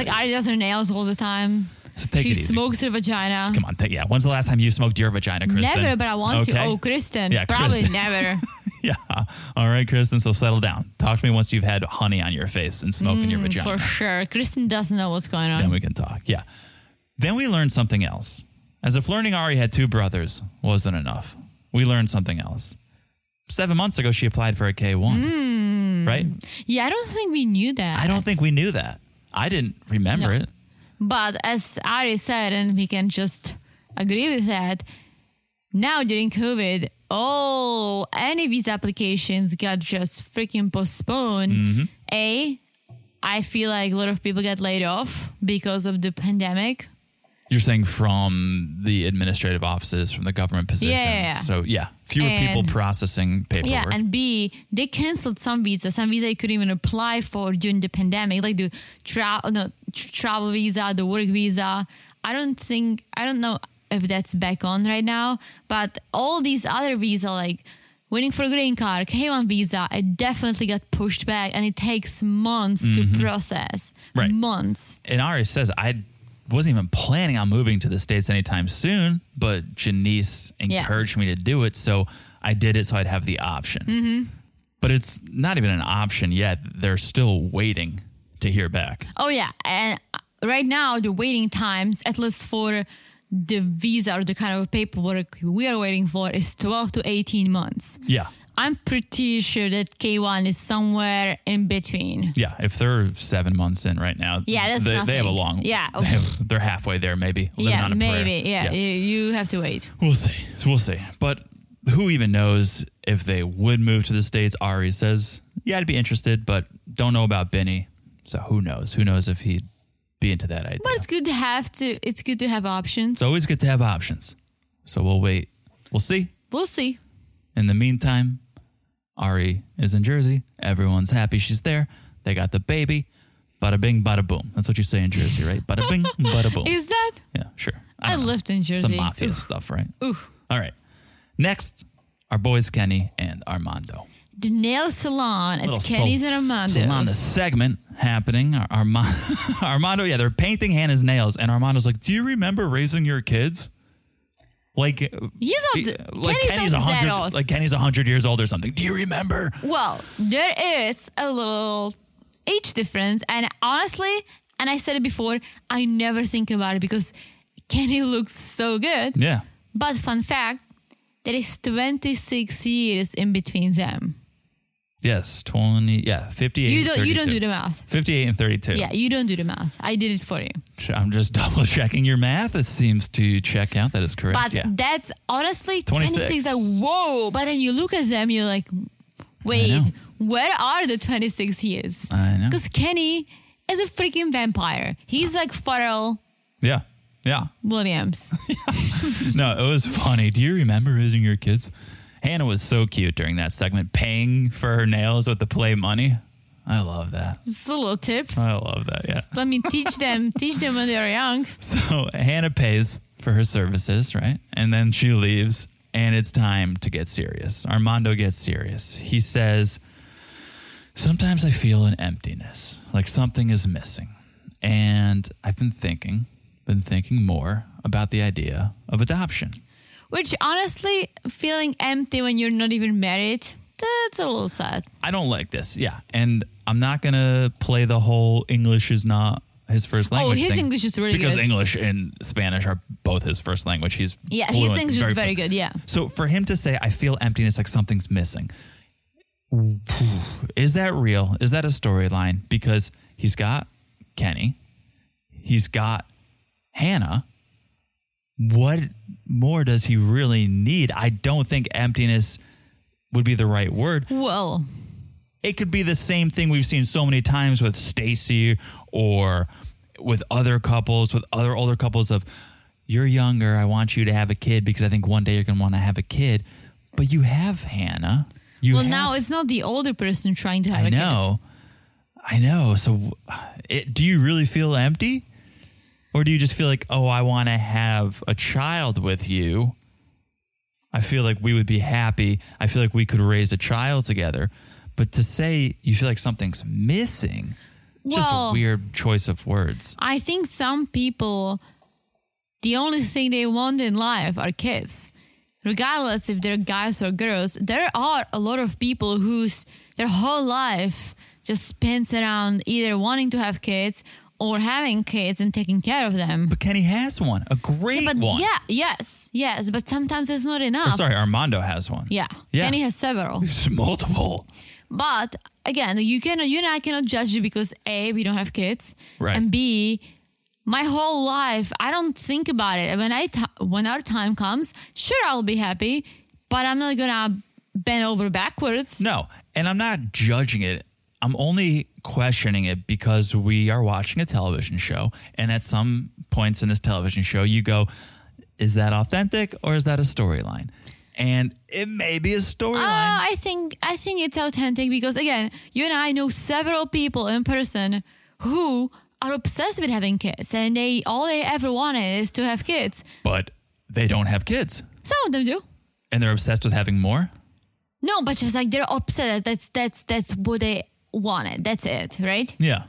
B: Like, Ari does her nails all the time.
A: so take
B: she
A: it easy.
B: smokes her vagina.
A: Come on. Take, yeah. When's the last time you smoked your vagina, Kristen?
B: Never, but I want
A: Okay.
B: to. Oh, Kristen.
A: Yeah,
B: Probably
A: Kristen.
B: never.
A: yeah. All right, Kristen. So settle down. Talk to me once you've had honey on your face and smoke in your vagina.
B: Mm, for sure. Kristen doesn't know what's going on.
A: Then we can talk. Yeah. Then we learned something else. As if learning Ari had two brothers wasn't enough, we learned something else. Seven months ago, she applied for a K one,
B: Hmm.
A: right?
B: yeah, I don't think we knew that.
A: I don't think we knew that. I didn't remember
B: No.
A: it.
B: But as Ari said, and we can just agree with that, now during COVID, all any visa applications got just freaking postponed. A, I feel like a lot of people got laid off because of the pandemic.
A: You're saying from the administrative offices, from the government positions.
B: yeah.
A: So yeah, fewer
B: And-
A: people processing paperwork.
B: Yeah, and B, they canceled some visa. Some visa you couldn't even apply for during the pandemic, like the travel, no, tr- travel visa, the work visa. I don't think I don't know if that's back on right now, but all these other visa, like waiting for a green card, K1 visa, it definitely got pushed back, and it takes months to process.
A: Right.
B: months.
A: and Ari says I wasn't even planning on moving to the states anytime soon, but Janice encouraged me to do it, so I did it so I'd have the option. Mm-hmm. But it's not even an option yet. They're still waiting to hear back.
B: Oh yeah, and uh, right now the waiting times, at least for the visa or the kind of paperwork we are waiting for, is twelve to eighteen months.
A: Yeah.
B: I'm pretty sure that K1 is somewhere in between.
A: Yeah, if they're seven months in right now,
B: Yeah, that's
A: they, they have a
B: nothing.
A: long.
B: Yeah,
A: they have, they're halfway there, maybe. Living
B: yeah,
A: on a prayer.
B: maybe. Yeah, You, you have to wait.
A: We'll see. We'll see. But who even knows if they would move to the States? Ari says, yeah, I'd be interested, but don't know about Benny. So who knows? Who knows if he'd be into that idea?
B: But it's good to have to. It's good to have options.
A: it's always good to have options. So we'll wait. We'll see.
B: we'll see.
A: In the meantime, Ari is in Jersey. Everyone's happy she's there. They got the baby. Bada bing, bada boom. That's what you say in Jersey, right? Bada bing, bada boom.
B: Is that?
A: Yeah, sure.
B: I
A: don't
B: lived in
A: Some
B: Jersey.
A: mafia
B: Oof.
A: stuff, right?
B: Oof.
A: All right. Next, our boys Kenny and Armando.
B: The nail salon at
A: Little
B: Kenny's
A: Sol-
B: and Armando's.
A: Solana segment happening. Ar- Arma- Armando, yeah, they're painting Hannah's nails, and Armando's like, "Do you remember raising your kids?" Like,
B: He's not-
A: he- like
B: Kenny's
A: Kenny's
B: not that
A: hundred,
B: old.
A: like Kenny's hundred years old or something. Do you remember?
B: Well, there is a little age difference, and honestly, and I said it before, I never think about it because Kenny looks so good.
A: Yeah,
B: But fun fact, there is 26 years in between them.
A: yes, twenty, yeah, fifty-eight.
B: You don't you don't
A: 32.
B: do the math.
A: Fifty-eight and thirty-two.
B: Yeah, you don't do the math. I did it for you.
A: I'm just double checking your math. It seems to check out that is correct.
B: But
A: yeah,
B: that's honestly
A: 26.
B: 26 like whoa, but then you look at them you're like
A: know.
B: wait, where are the 26 years?
A: I know.
B: Cuz Kenny is a freaking vampire. He's like Pharrell
A: Yeah, yeah.
B: Williams.
A: No, it was funny. Do you remember raising your kids? Hannah was so cute during that segment, paying for her nails with the play money. I love that.
B: Just a little tip.
A: I love that. Yeah.
B: Let me teach them teach them when they're young.
A: So Hannah pays for her services, right? And then she leaves, and it's time to get serious. Armando gets serious. He says, Sometimes I feel an emptiness, like something is missing. And I've been thinking, been thinking more about the idea of adoption.
B: Which honestly, feeling empty when you're not even married, that's a little sad.
A: I don't like this. Yeah. And I'm not going to play the whole English is not his first language.
B: Oh, his
A: thing,
B: English is really
A: because
B: good.
A: English and Spanish are both his first language. He's
B: Yeah, his
A: fluent,
B: English is very good, yeah.
A: So for him to say, I feel emptiness like something's missing, is that real? Is that a storyline? Because he's got Kenny, he's got Hannah. What more does he really need? I don't think emptiness would be the right word
B: Well,
A: it could be the same thing we've seen so many times with Stacy or with other couples, with other older couples of you're younger, I want you to have a kid because I think one day you're going to want to have a kid, but you have Hannah. You
B: well,
A: have,
B: now it's not the older person trying to have
A: I
B: a
A: know. I know. So it, do you really feel empty? Or do you just feel like, "Oh, I want to have a child with you." I feel like we would be happy. I feel like we could raise a child together. But to say you feel like something's missing, it's just a
B: Well-
A: weird choice of words.
B: kid. I think some people, the only thing they want in life are kids. Regardless if they're guys or girls, there are a lot of people whose their whole life just spins around either wanting to have kids or having kids and taking care of them.
A: But Kenny has one, a great
B: But
A: one.
B: yeah, yes, yes, but sometimes it's not
A: Or
B: enough.
A: sorry, Armando has one.
B: Yeah.
A: Yeah.
B: Kenny has several.
A: Multiple.
B: But again, you cannot you and I cannot judge you because A, we don't have kids.
A: Right.
B: And B, my whole life, I don't think about it. When I t- when our time comes, sure I'll be happy, but I'm not gonna bend over backwards.
A: No, and I'm not judging it. I'm only questioning it because we are watching a television show, and at some points in this television show, you go, "Is that authentic or is that a storyline?" And it may be a
B: Uh,
A: storyline.
B: I think I think it's authentic because again, you and I know several people in person who are obsessed with having kids, and they all they ever wanted is to have kids.
A: but they don't have kids,
B: Some of them do.
A: and they're obsessed with having more.
B: No, but just like they're upset. That's that's that's what they wanted. That's it, right?
A: Yeah,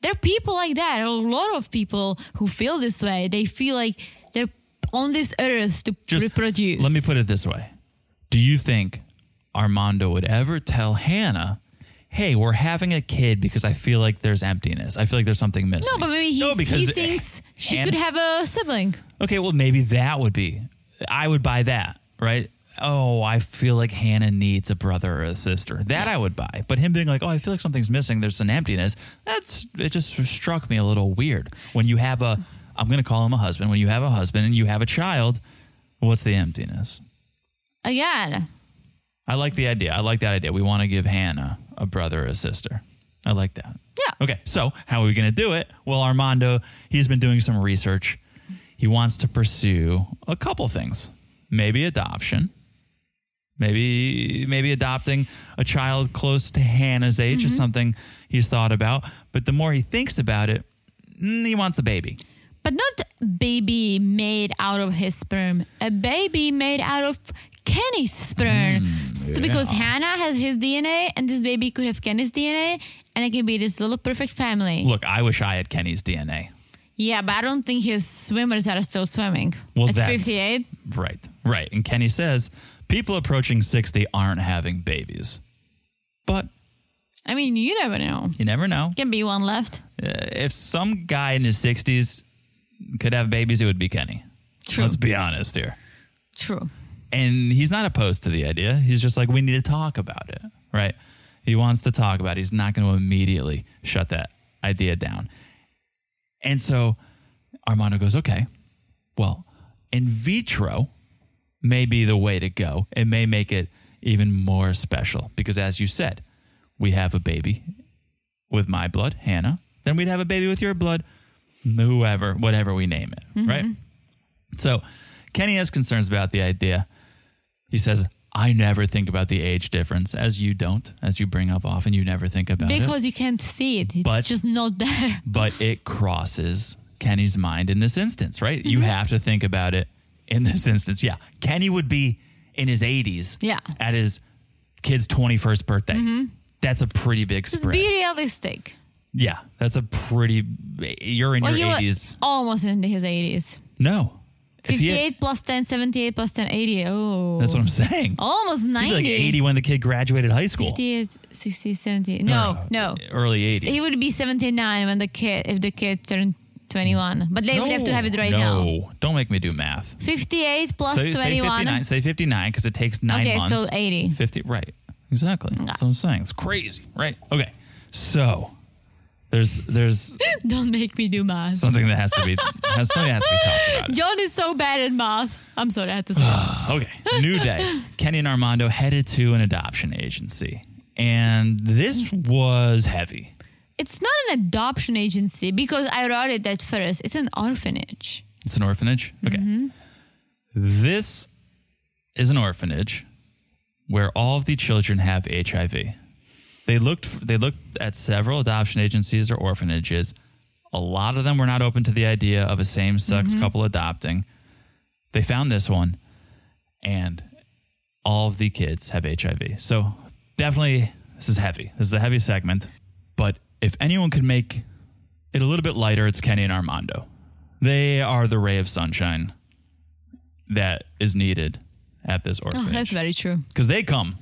B: There are people like that. A lot of people who feel this way. They feel like they're on this earth to
A: just
B: reproduce.
A: Let me put it this way: Do you think Armando would ever tell Hannah? Hey, we're having a kid because I feel like there's emptiness. I feel like there's something missing.
B: no, but maybe he's,
A: No,
B: he thinks she
A: Hannah-
B: could have a sibling.
A: Okay, well, maybe that would be. I would buy that, right? Oh, I feel like Hannah needs a brother or a sister. That I would buy. But him being like, oh, I feel like something's missing. There's an emptiness. That's it. Just struck me a little weird. When you have a, I'm going to call him a husband. When you have a husband and you have a child, what's the emptiness?
B: Again,
A: I like the idea. I like that idea. We want to give Hannah a brother or a sister. I like that.
B: Yeah.
A: Okay. So, how are we going to do it? Well, Armando, he's been doing some research. He wants to pursue a couple things. Maybe adoption. Maybe maybe adopting a child close to Hannah's age is something he's thought about, but the more he thinks about it, mm, he wants a baby.
B: but not baby made out of his sperm. A baby made out of Kenny's sperm.
A: Mm,
B: So Because Hannah has his DNA, and this baby could have Kenny's DNA, and it can be this little perfect family.
A: Look, I wish I had Kenny's DNA.
B: Yeah, but I don't think his swimmers are still swimming
A: Well,
B: at
A: that's-
B: 58.
A: Right, right. And Kenny says people approaching 60 aren't having babies. But
B: I mean, you never know.
A: you never know.
B: Can be one left.
A: Uh, If some guy in his 60s could have babies, it would be Kenny.
B: True.
A: Let's be honest here.
B: True.
A: And he's not opposed to the idea. He's just like, we need to talk about it, right? He wants to talk about it. He's not going to immediately shut that idea down. And so Armando goes, okay, well, in vitro may be the way to go. It may make it even more special because, as you said, we have a baby with my blood, Hannah. Then we'd have a baby with your blood, whoever, whatever we name it, right? So Kenny has concerns about the idea. He says, I never think about the age difference, as you don't, as you bring up often, you never think about it.
B: Because you can't see it. It's
A: But-
B: just not there.
A: But it crosses Kenny's mind in this instance, right? You
B: Mm-hmm.
A: have to think about it in this instance. Yeah. Kenny would be in his 80s
B: Yeah. Mm-hmm.
A: at his kid's 21st birthday. That's a pretty big
B: Just
A: spread.
B: be realistic.
A: yeah. That's a pretty, you're in
B: Well,
A: your
B: he
A: 80s.
B: was almost in his 80s.
A: No. If he had-
B: 58 plus 10, 78 plus 10, 80. Oh.
A: that's what I'm saying.
B: Almost 90.
A: He'd be like 80 when the kid graduated high school.
B: 58, 60, 70. No, no.
A: Early 80s.
B: He would be 79 when the kid, if the kid turned 21. But they would have to have it right now.
A: No, don't make me do math.
B: 58 plus
A: say, say
B: 21.
A: 59. Say 59 because it takes nine
B: okay,
A: months.
B: so 80.
A: 50. Right. Exactly. That's what I'm saying. It's crazy. Right. Okay. So there's there's
B: Don't make me do math.
A: something that has to be has, something has to be talked about.
B: John is so bad at math. I'm sorry, I had to say.
A: Okay. New day. Kenny and Armando headed to an adoption agency, and this was heavy.
B: it's not an adoption agency because I wrote it at first. It's an orphanage.
A: It's an orphanage. Okay.
B: Mm-hmm.
A: This is an orphanage where all of the children have HIV. They looked they looked at several adoption agencies or orphanages. A lot of them were not open to the idea of a same-sex
B: Mm-hmm.
A: couple adopting. They found this one and all of the kids have HIV. So definitely this is heavy. This is a heavy segment, but if anyone could make it a little bit lighter, it's Kenny and Armando. They are the ray of sunshine that is needed at this
B: Oh, that's
A: orphanage
B: very true.
A: because they come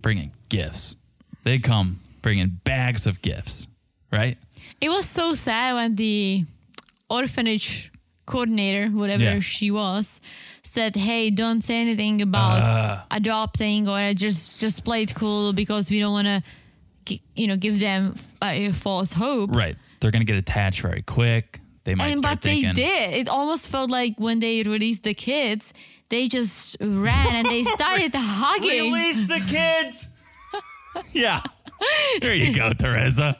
A: bringing gifts. They come bringing bags of gifts, right?
B: It was so sad when the orphanage coordinator, whatever
A: Yeah.
B: she was, said, "Hey, don't say anything about
A: Ah.
B: adopting or just just play it cool because we don't want to." You know, give them uh, false hope.
A: Right. They're going to get attached very quick. They might
B: And
A: start
B: but
A: thinking.
B: they did. It almost felt like when they released the kids, they just ran and they started hugging.
A: Release the kids. yeah. There you go, Teresa.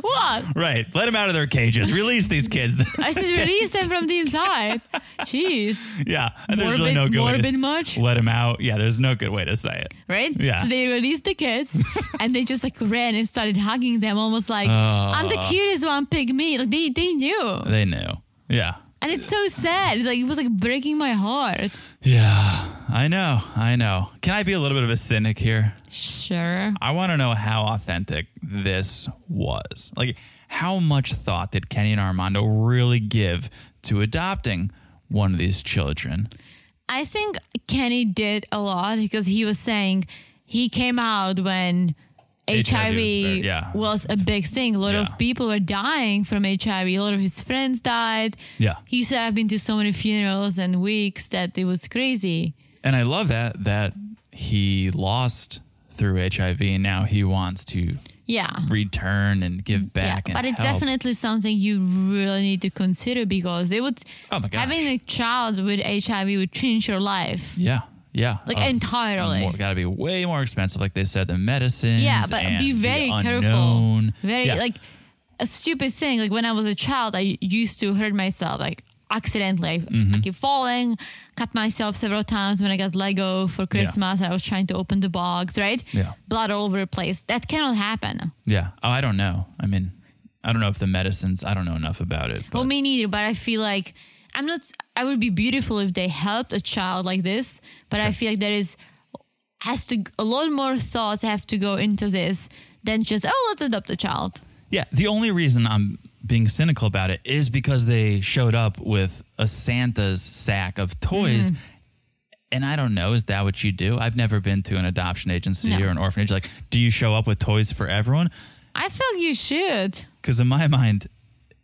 B: What?
A: Right. Let them out of their cages. Release these kids.
B: I said release them from the inside. Jeez.
A: yeah. There's really
B: Morbid-
A: no good way
B: morbid
A: to
B: much?
A: Let them out. Yeah, there's no good way to say it.
B: Right?
A: Yeah.
B: So they released the kids and they just like ran and started hugging them almost like, I'm the cutest one, pick me. Like they, they knew.
A: They knew. Yeah.
B: And it's so sad. It's like it was like breaking my heart.
A: Yeah. I know. I know. Can I be a little bit of a cynic here?
B: Sure.
A: I want to know how authentic this was. Like, how much thought did Kenny and Armando really give to adopting one of these children?
B: I think Kenny did a lot because he was saying he came out when HIV,
A: HIV was very- yeah.
B: was a big thing. A lot
A: Yeah.
B: of people were dying from HIV. A lot of his friends died.
A: Yeah.
B: He said, I've been to so many funerals and weeks that it was crazy.
A: And I love that that he lost through HIV and now he wants to
B: Yeah.
A: return and give back.
B: Yeah,
A: and
B: but it's
A: help.
B: definitely something you really need to consider because it would
A: Oh my gosh.
B: having a child with HIV would change your life.
A: Yeah. Yeah.
B: Like, entirely.
A: Got to be way more expensive, like they said, the medicines.
B: Yeah, but
A: and
B: be
A: the
B: very
A: unknown.
B: careful. Very
A: Yeah.
B: like a stupid thing. Like when I was a child, I used to hurt myself like accidentally. I,
A: Mm-hmm.
B: I keep falling, cut myself several times when I got Lego for Christmas. I was trying to open the box, right?
A: Yeah.
B: Blood all over the place. That cannot happen.
A: Yeah. Oh, I don't know. I mean, I don't know if the medicines. I don't know enough about it. But
B: Well, me neither, but I feel like I'm not. I would be beautiful if they helped a child like this, but I feel like there is has to a lot more thoughts have to go into this than just oh let's adopt a child.
A: yeah, the only reason I'm being cynical about it is because they showed up with a Santa's sack of toys.
B: Mm.
A: And I don't know, is that what you do? I've never been to an adoption agency
B: No.
A: or an orphanage. Like, do you show up with toys for everyone?
B: I feel you should.
A: Because in my mind,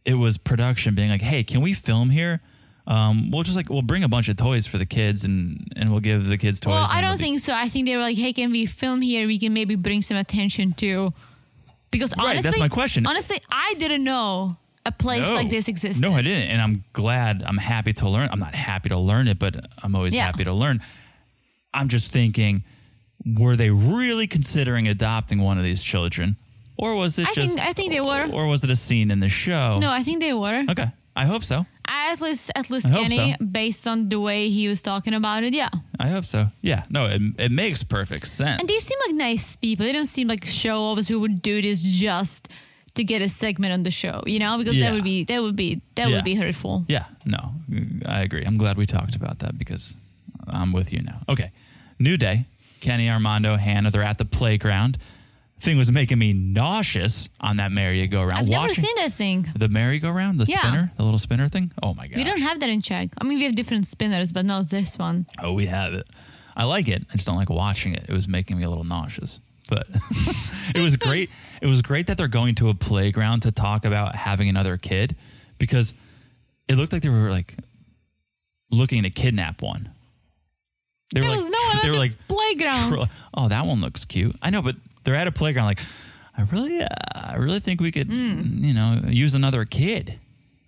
A: it was production being like, hey, can we film here? Um, we'll just like, we'll bring a bunch of toys for the kids and, and we'll give the kids toys.
B: Well,
A: and
B: I
A: it'll
B: don't
A: be-
B: think so. I think they were like, hey, can we film here? We can maybe bring some attention to. Because honestly,
A: Right, that's my question.
B: Honestly, I didn't know a place like this existed.
A: No, I didn't. And I'm glad, I'm happy to learn. I'm not happy to learn it, but I'm always
B: Yeah.
A: happy to learn. I'm just thinking, were they really considering adopting one of these children? Or was it
B: I
A: just.
B: think- I think they were.
A: Or was it a scene in the show?
B: No, I think they were.
A: Okay. I hope so.
B: I at least at least
A: hope
B: Kenny,
A: so.
B: based on the way he was talking about it, yeah.
A: I hope so. Yeah. No, it, it makes perfect sense.
B: And they seem like nice people. They don't seem like show offs who would do this just to get a segment on the show, you know? Because
A: Yeah.
B: that would be that would be that
A: Yeah.
B: would be hurtful.
A: Yeah, no, I agree. I'm glad we talked about that because I'm with you now. Okay, new day. Kenny, Armando, Hannah, they're at the playground. Thing was making me nauseous on that merry-go-round.
B: I've never seen that thing.
A: the merry-go-round, the
B: Yeah.
A: spinner, the little spinner thing. Oh my god!
B: We don't have that in Czech. I mean, we have different spinners, but not this one.
A: Oh, we have it. I like it. I just don't like watching it. It was making me a little nauseous. But it was great. It was great that they're going to a playground to talk about having another kid because it looked like they were like looking to kidnap one. They
B: There
A: were
B: was
A: like
B: no one
A: they
B: at
A: were
B: the
A: like
B: playground.
A: tro- oh, that one looks cute. I know, but they're at a playground like I really uh, I really think we could
B: Hmm.
A: you know use another kid.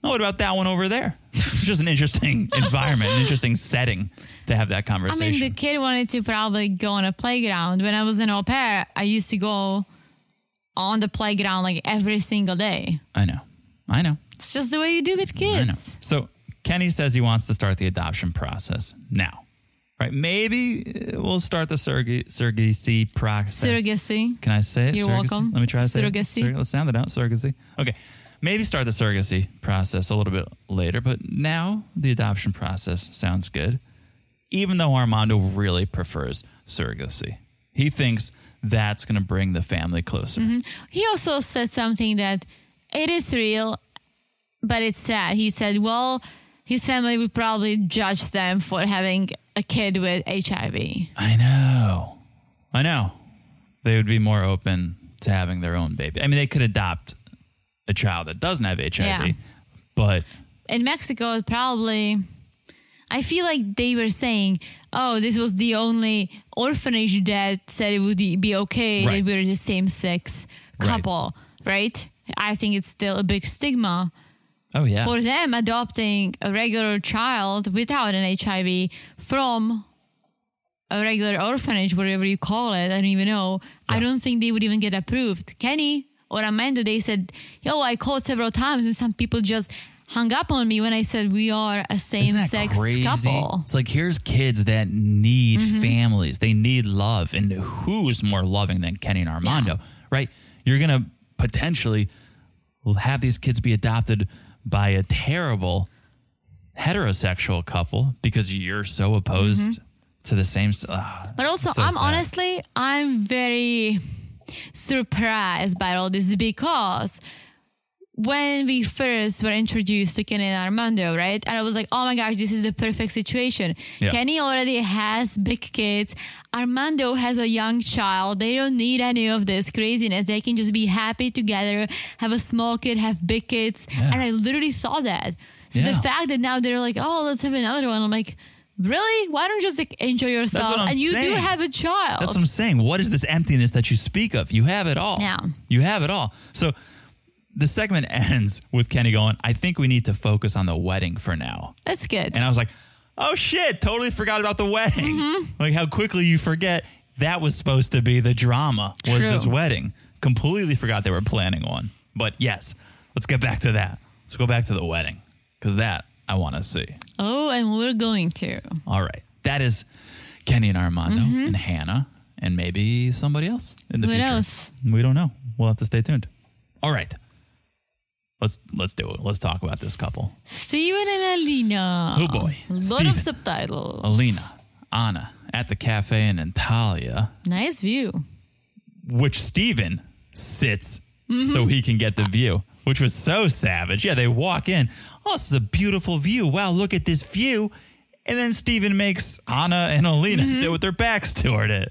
A: Oh, what about that one over there? it's just an interesting environment, an interesting setting to have that
B: I
A: conversation.
B: mean, the kid wanted to probably go on a playground. When I was an au pair, I used to go on the playground like every single day.
A: I know. I know.
B: It's just the way you do with
A: I know.
B: kids.
A: So Kenny says he wants to start the adoption process now. Right? Maybe uh, we'll start the surrog- surrogacy process.
B: Surrogacy.
A: Can I say it?
B: You're
A: Surrogacy?
B: welcome.
A: Let me try to say it.
B: Surrogacy.
A: Surrog- Let's sound it out. Surrogacy. Okay. Maybe start the surrogacy process a little bit later, but now the adoption process sounds good. Even though Armando really prefers surrogacy, he thinks that's going to bring the family closer.
B: Mm-hmm. He also said something that it is real, but it's sad. He said, well, his family would probably judge them for having a kid with HIV.
A: I know. I know. They would be more open to having their own baby. I mean, they could adopt a child that doesn't have HIV,
B: Yeah.
A: but
B: in Mexico, probably. I feel like they were saying, "Oh, this was the only orphanage that said it would be okay
A: Right.
B: that we're the same sex
A: Right.
B: couple, right?" I think it's still a big stigma
A: oh yeah.
B: for them adopting a regular child without an HIV from a regular orphanage, whatever you call it. I don't even know. I don't think they would even get approved. Kenny or Amanda, they said, "Yo, I called several times, and some people just hung up on me when I said we are a
A: Isn't that
B: same-sex
A: crazy?
B: couple." Mm-hmm.
A: It's like here's kids that need families. They need love. And who's more loving than Kenny and Armando, right? You're going to potentially have these kids be adopted by a terrible heterosexual couple because you're so opposed to the same. s- ah,
B: Mm-hmm. But also,
A: so
B: I'm
A: sad.
B: honestly, I'm very surprised by all this because when we first were introduced to Kenny and Armando, right? And I was like, oh my gosh, this is the perfect situation.
A: Yeah.
B: Kenny already has big kids. Armando has a young child. They don't need any of this craziness. They can just be happy together, have a small kid, have big kids.
A: Yeah.
B: And I literally thought that. So
A: Yeah.
B: the fact that now they're like, oh, let's have another one. I'm like, really? Why don't you just like enjoy yourself?
A: That's what
B: yourself,
A: I'm
B: and you do
A: saying.
B: have a child.
A: That's what I'm saying. What is this emptiness that you speak of? You have it all.
B: Yeah.
A: You have it all. So the segment ends with Kenny going, I think we need to focus on the wedding for now.
B: That's good.
A: And I was like, oh shit, totally forgot about the wedding.
B: Mm-hmm.
A: Like how quickly you forget that was supposed to be the drama was
B: True.
A: this wedding. Completely forgot they were planning one. But yes, let's get back to that. Let's go back to the wedding because that I want to see.
B: oh, and we're going to.
A: All right. That is Kenny and Armando and Hannah and maybe somebody else in the
B: Mm-hmm. Who
A: future.
B: knows?
A: We don't know. We'll have to stay tuned. All right. Let's let's do it. Let's talk about this couple.
B: Steven and Alina.
A: Oh, boy.
B: Lot
A: Steven.
B: of subtitles.
A: Alina, Anna at the cafe in Antalya,
B: Nice view.
A: Oh, which Steven sits so he can get the view, which was so savage. Yeah, they walk in. Oh, this is a beautiful view. Wow, look at this view. And then Steven makes Anna and Alina
B: Mm-hmm.
A: sit with their backs toward it.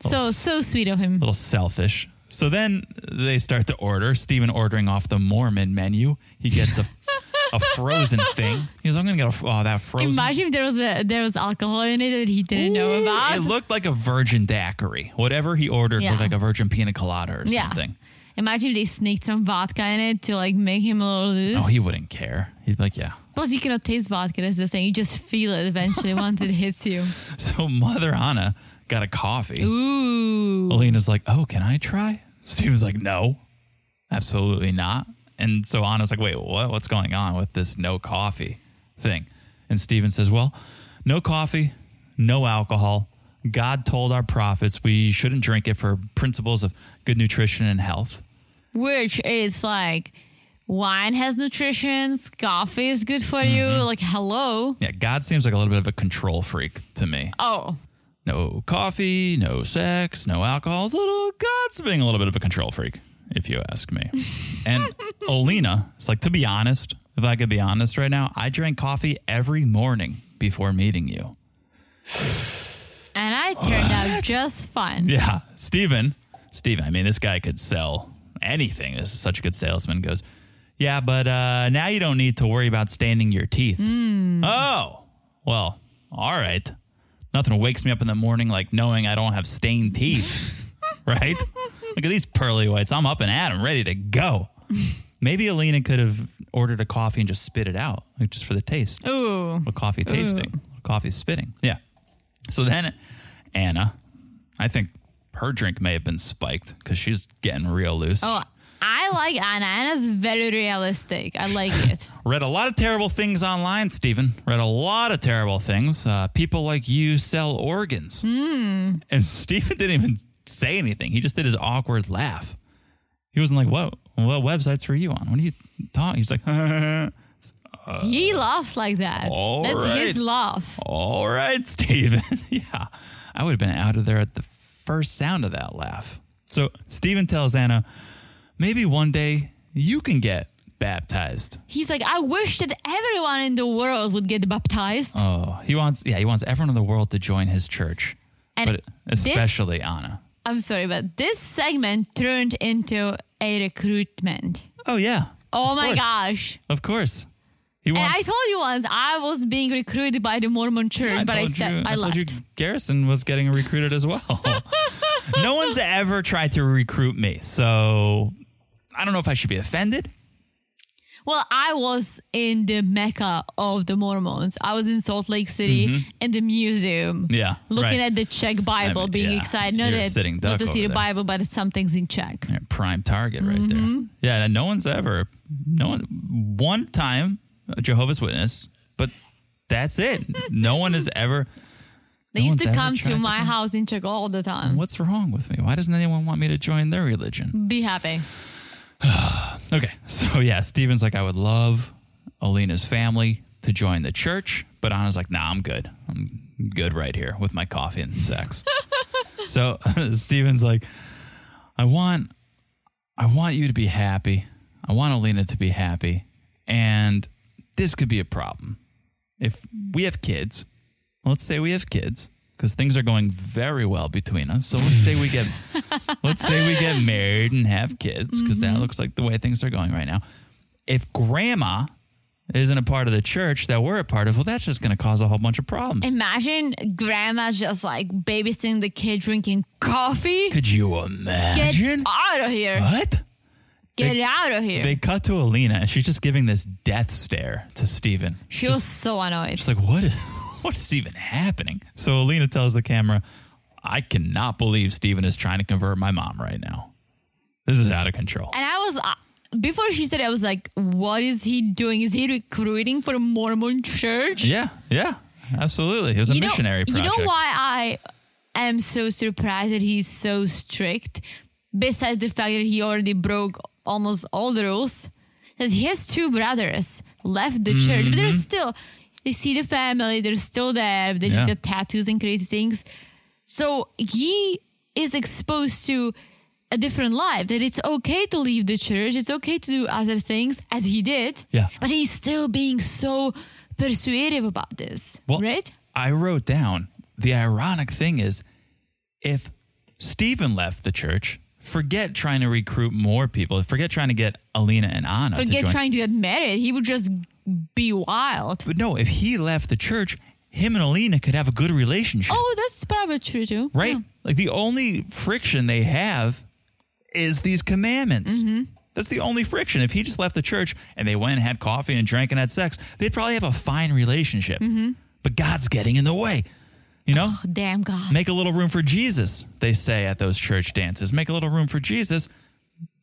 B: So so sweet of him.
A: little selfish. So then they start to order. Steven ordering off the Mormon menu. He gets a, a frozen thing. He goes, I'm going to get a, oh, that frozen.
B: Imagine if there was a, there was alcohol in it that he didn't know
A: Ooh,
B: about.
A: It looked like a virgin daiquiri. Whatever he ordered
B: Yeah.
A: looked like a virgin pina colada or
B: yeah.
A: something.
B: Imagine if they sneaked some vodka in it to like make him a little loose.
A: No, Oh, he wouldn't care. He'd be like, yeah.
B: Plus, you cannot taste vodka. That's the thing. You just feel it eventually once it hits you.
A: So Mother Anna got a coffee.
B: Ooh.
A: Alina's like, oh, can I try? Steven's like, no, absolutely not. And so Anna's like, wait, what? What's going on with this no coffee thing? And Steven says, well, no coffee, no alcohol. God told our prophets we shouldn't drink it for principles of good nutrition and health.
B: which is like wine has nutrition, coffee is good for you.
A: Mm-hmm.
B: Like, hello.
A: Yeah, God seems like a little bit of a control freak to me.
B: Oh,
A: No coffee, no sex, no alcohol. It's a little God's being a little bit of a control freak, if you ask me. And Olina, it's like to be honest, if I could be honest right now, I drank coffee every morning before meeting you.
B: and I turned out just fine.
A: Yeah, Steven. Steven, I mean, this guy could sell anything. This is such a good salesman. Goes, yeah, but uh, now you don't need to worry about staining your teeth. Oh, well, all right. Nothing wakes me up in the morning like knowing I don't have stained teeth, right? Look at these pearly whites. I'm up and at 'em, ready to go. Maybe Alina could have ordered a coffee and just spit it out, like just for the taste
B: Ooh,
A: a coffee tasting, a coffee spitting. Yeah. So then Anna, I think her drink may have been spiked because she's getting real loose.
B: oh, I like Anna. Anna's very realistic. I like it.
A: Read a lot of terrible things online, Stephen. Read a lot of terrible things. Uh, people like you sell organs. And Stephen didn't even say anything. He just did his awkward laugh. He wasn't like, what, what websites were you on? What are you talking? He's like,
B: he laughs like that.
A: Uh, all
B: That's
A: right.
B: his laugh.
A: All right, Steven. yeah. I would have been out of there at the first sound of that laugh. So Steven tells Anna, maybe one day you can get baptized.
B: He's like, I wish that everyone in the world would get baptized.
A: Oh, he wants, yeah, he wants everyone in the world to join his church,
B: And
A: but
B: this-
A: especially Anna.
B: I'm sorry, but this segment turned into a recruitment.
A: Oh, yeah.
B: Oh
A: Of
B: my
A: course.
B: gosh.
A: Of course. He
B: And I
A: wants.
B: told you once I was being recruited by the Mormon church,
A: I
B: but I
A: told
B: stepped,
A: you-
B: I,
A: told
B: left.
A: you Garrison was getting recruited as well. no one's ever tried to recruit me, so I don't know if I should be offended.
B: Well, I was in the mecca of the Mormons. I was in Salt Lake City in the museum.
A: Yeah,
B: Looking
A: Mm-hmm. right.
B: at the Czech Bible,
A: mean,
B: being
A: yeah,
B: excited. Not,
A: you're a
B: that,
A: sitting
B: not
A: duck
B: to see
A: over
B: the
A: there.
B: Bible, but it's something's in Czech.
A: Yeah, prime target right
B: Mm-hmm.
A: there. Yeah, and no one's ever no one one time a Jehovah's Witness, but that's it. no one has ever.
B: They
A: no
B: used
A: one's
B: to
A: ever
B: come
A: tried
B: to my
A: come-
B: house in Czech all the time.
A: What's wrong with me? Why doesn't anyone want me to join their religion?
B: Be happy.
A: Okay, so yeah, Steven's like, I would love Alina's family to join the church, but Anna's like, Nah, I'm good. I'm good right here with my coffee and sex. so Steven's like, I want I want you to be happy. I want Alina to be happy. And this could be a problem. If we have kids, let's say we have kids because things are going very well between us. So let's say we get let's say we get married and have kids because that looks like the way things are going right now. If grandma isn't a part of the church that we're a part of, well that's just going to cause a whole bunch of problems.
B: Imagine grandma just like babysitting the kid drinking coffee.
A: could you
B: Get
A: imagine? Uh,
B: out of here.
A: What?
B: Get
A: They-
B: out of here.
A: They cut to Alina and she's just giving this death stare to Steven.
B: she was so annoyed.
A: It's like, what is what is even happening? So Alina tells the camera, I cannot believe Steven is trying to convert my mom right now. This is out of control.
B: And I was, uh, before she said, it, I was like, what is he doing? Is he recruiting for a Mormon church?
A: Yeah, yeah. Absolutely. It was a missionary
B: know,
A: project.
B: You know why I am so surprised that he's so strict, besides the fact that he already broke almost all the rules, that he has two brothers left the church, but they're
A: Mm-hmm.
B: still, they see the family, they're still there, they
A: Yeah.
B: just got tattoos and crazy things. So he is exposed to a different life that it's okay to leave the church it's okay to do other things as he did
A: Yeah.
B: but he's still being so persuasive about this
A: Well,
B: right
A: I wrote down the ironic thing is if Stephen left the church, forget trying to recruit more people, forget trying to get Alina and Anna to
B: forget
A: join.
B: trying to get married. He would just be wild.
A: but no, if he left the church, him and Alina could have a good relationship.
B: Oh, that's probably true too.
A: right?
B: Yeah.
A: Like the only friction they have is these commandments.
B: Mm-hmm.
A: That's the only friction. If he just left the church and they went and had coffee and drank and had sex, they'd probably have a fine relationship.
B: Mm-hmm.
A: But God's getting in the way. You know,
B: Oh, Damn God.
A: make a little room for Jesus, they say at those church dances. Make a little room for Jesus.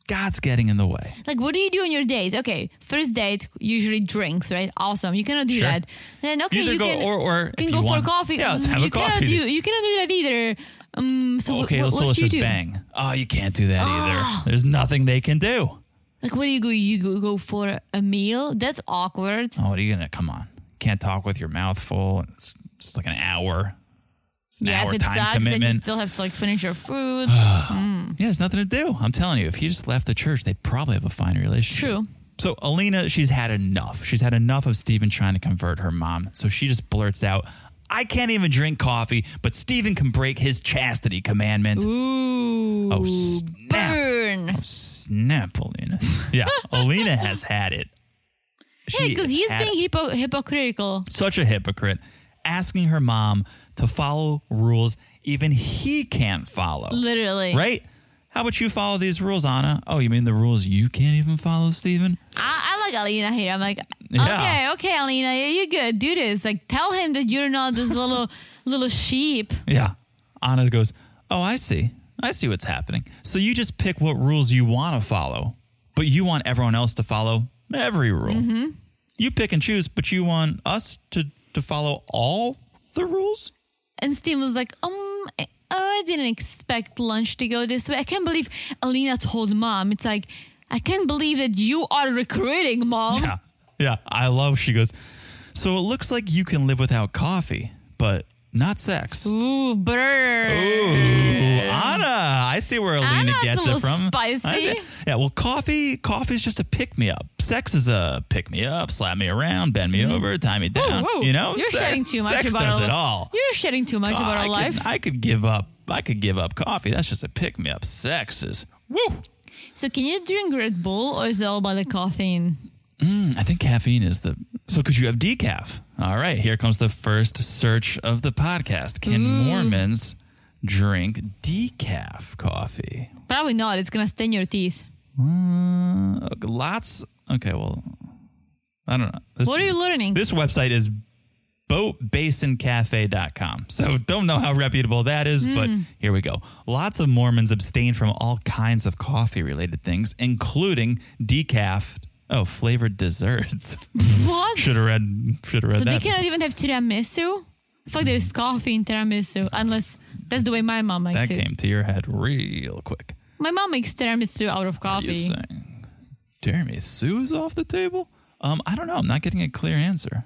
A: God's getting in the way.
B: Like, what do you do on your dates? Okay, first date usually drinks, right? Awesome. You cannot do
A: Sure.
B: that. Then okay,
A: Either
B: you
A: go-
B: can
A: or- or if
B: can
A: you
B: go
A: want-
B: for coffee.
A: Yeah, let's
B: Mm,
A: have a
B: you cannot
A: coffee.
B: do you cannot do that either. Um, so
A: Okay,
B: what,
A: so
B: what
A: let's
B: do you
A: just
B: do? Ah.
A: bang. Oh, you can't do that either. There's nothing they can do.
B: Like, what do you go? You go, go for a meal? That's awkward.
A: Oh, what are you gonna? Come on, can't talk with your mouth full. It's just like an hour. It's an
B: yeah,
A: hour
B: if it
A: time
B: sucks, then you
A: commitment.
B: still have to like finish your food.
A: yeah, there's nothing to do. I'm telling you, if he just left the church, they'd probably have a fine relationship.
B: True.
A: So Alina, she's had enough. She's had enough of Steven trying to convert her mom. So she just blurts out, "I can't even drink coffee, but Steven can break his chastity commandment."
B: Ooh,
A: Oh, snap. Oh,
B: burn.
A: Snap, Alina. Yeah, Alina has had it.
B: Yeah,
A: She
B: because he's
A: had
B: being hypo- hypocritical.
A: such a hypocrite, asking her mom to follow rules even he can't follow.
B: Literally.
A: Right? How about you follow these rules, Anna? Oh, you mean the rules you can't even follow, Steven?
B: I, I like Alina here. I'm like,
A: Yeah.
B: okay, okay, Alina, yeah, you're good. Do this. Like, tell him that you're not this little little sheep.
A: Yeah. Anna goes, Oh, I see. I see what's happening. So you just pick what rules you want to follow, but you want everyone else to follow every rule. You pick and choose, but you want us to, to follow all the rules?
B: And Steve was like, um, I- I didn't expect lunch to go this way. I can't believe Alina told mom. It's like, I can't believe that you are recruiting mom.
A: Yeah. Yeah. I love she goes, So it looks like you can live without coffee, but not sex. Ooh,
B: Ooh, brr.
A: Anna. I see where Alina
B: Anna's
A: gets
B: a little
A: it from.
B: spicy.
A: I see- Yeah, well coffee coffee is just a pick me up. Sex is a pick me up, slap me around, bend me over, tie me down.
B: Mm-hmm. whoa.
A: You know?
B: You're
A: sex,
B: sharing too much
A: sex
B: about
A: does
B: our
A: it
B: li-
A: all.
B: You're shedding too much about
A: I
B: our
A: could,
B: life.
A: I could give up I could give up coffee. That's just a pick me up. Sex is woo.
B: so, can you drink Red Bull or is it all about the caffeine?
A: I think caffeine is the. So could you have decaf? All right, here comes the first search of the podcast. Can
B: Mm.
A: Mormons drink decaf coffee?
B: Probably not. It's gonna stain your teeth.
A: Uh, lots. Okay, well, I don't know. This,
B: What are you learning?
A: This website is boatbasincafe.com. So don't know how reputable that is, but
B: Hmm.
A: here we go. Lots of Mormons abstain from all kinds of coffee related things, including decaf. Oh, flavored desserts.
B: What?
A: should have read should have read
B: So they
A: that.
B: cannot even have tiramisu. I feel like there's coffee in tiramisu, unless that's the way my mom makes
A: that
B: it.
A: came to your head real quick.
B: My mom makes tiramisu out of
A: What are you
B: coffee.
A: saying? Jeremy Sue's off the table? Um, I don't know. I'm not getting a clear answer.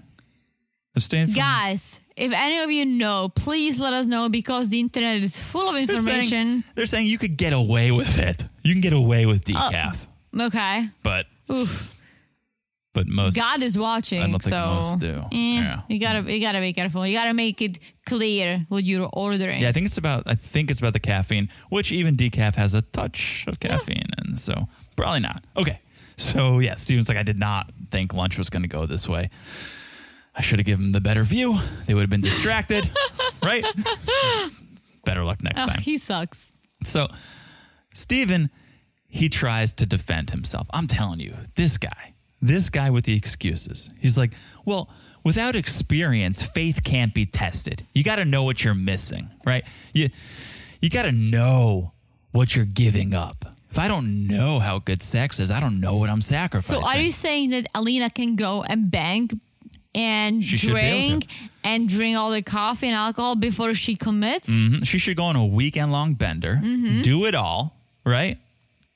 A: Abstain from
B: Guys, if any of you know, please let us know because the internet is full of
A: They're saying-
B: information. Uh,
A: They're saying you could get away with it. You can get away with decaf,
B: Okay.
A: but
B: Oof.
A: but most
B: God is watching.
A: I don't think
B: so
A: most do.
B: eh,
A: Yeah.
B: You gotta you gotta be careful. You gotta make it clear what you're ordering.
A: yeah, I think it's about I think it's about the caffeine, which even decaf has a touch of caffeine, and so probably not. Okay, so yeah, Steven's like I did not think lunch was going to go this way. I should have given them the better view. They would have been distracted, right? better luck next
B: Oh,
A: time.
B: he sucks.
A: So, Steven, he tries to defend himself. I'm telling you, this guy, this guy with the excuses. He's like, well, without experience, faith can't be tested. You got to know what you're missing, right? You, you got to know what you're giving up. If I don't know how good sex is, I don't know what I'm
B: So
A: sacrificing.
B: are you saying that Alina can go and bank and
A: She should be able to.
B: drink and drink all the coffee and alcohol before she commits?
A: Mhm. She should go on a weekend long bender,
B: Mm-hmm.
A: do it all, right?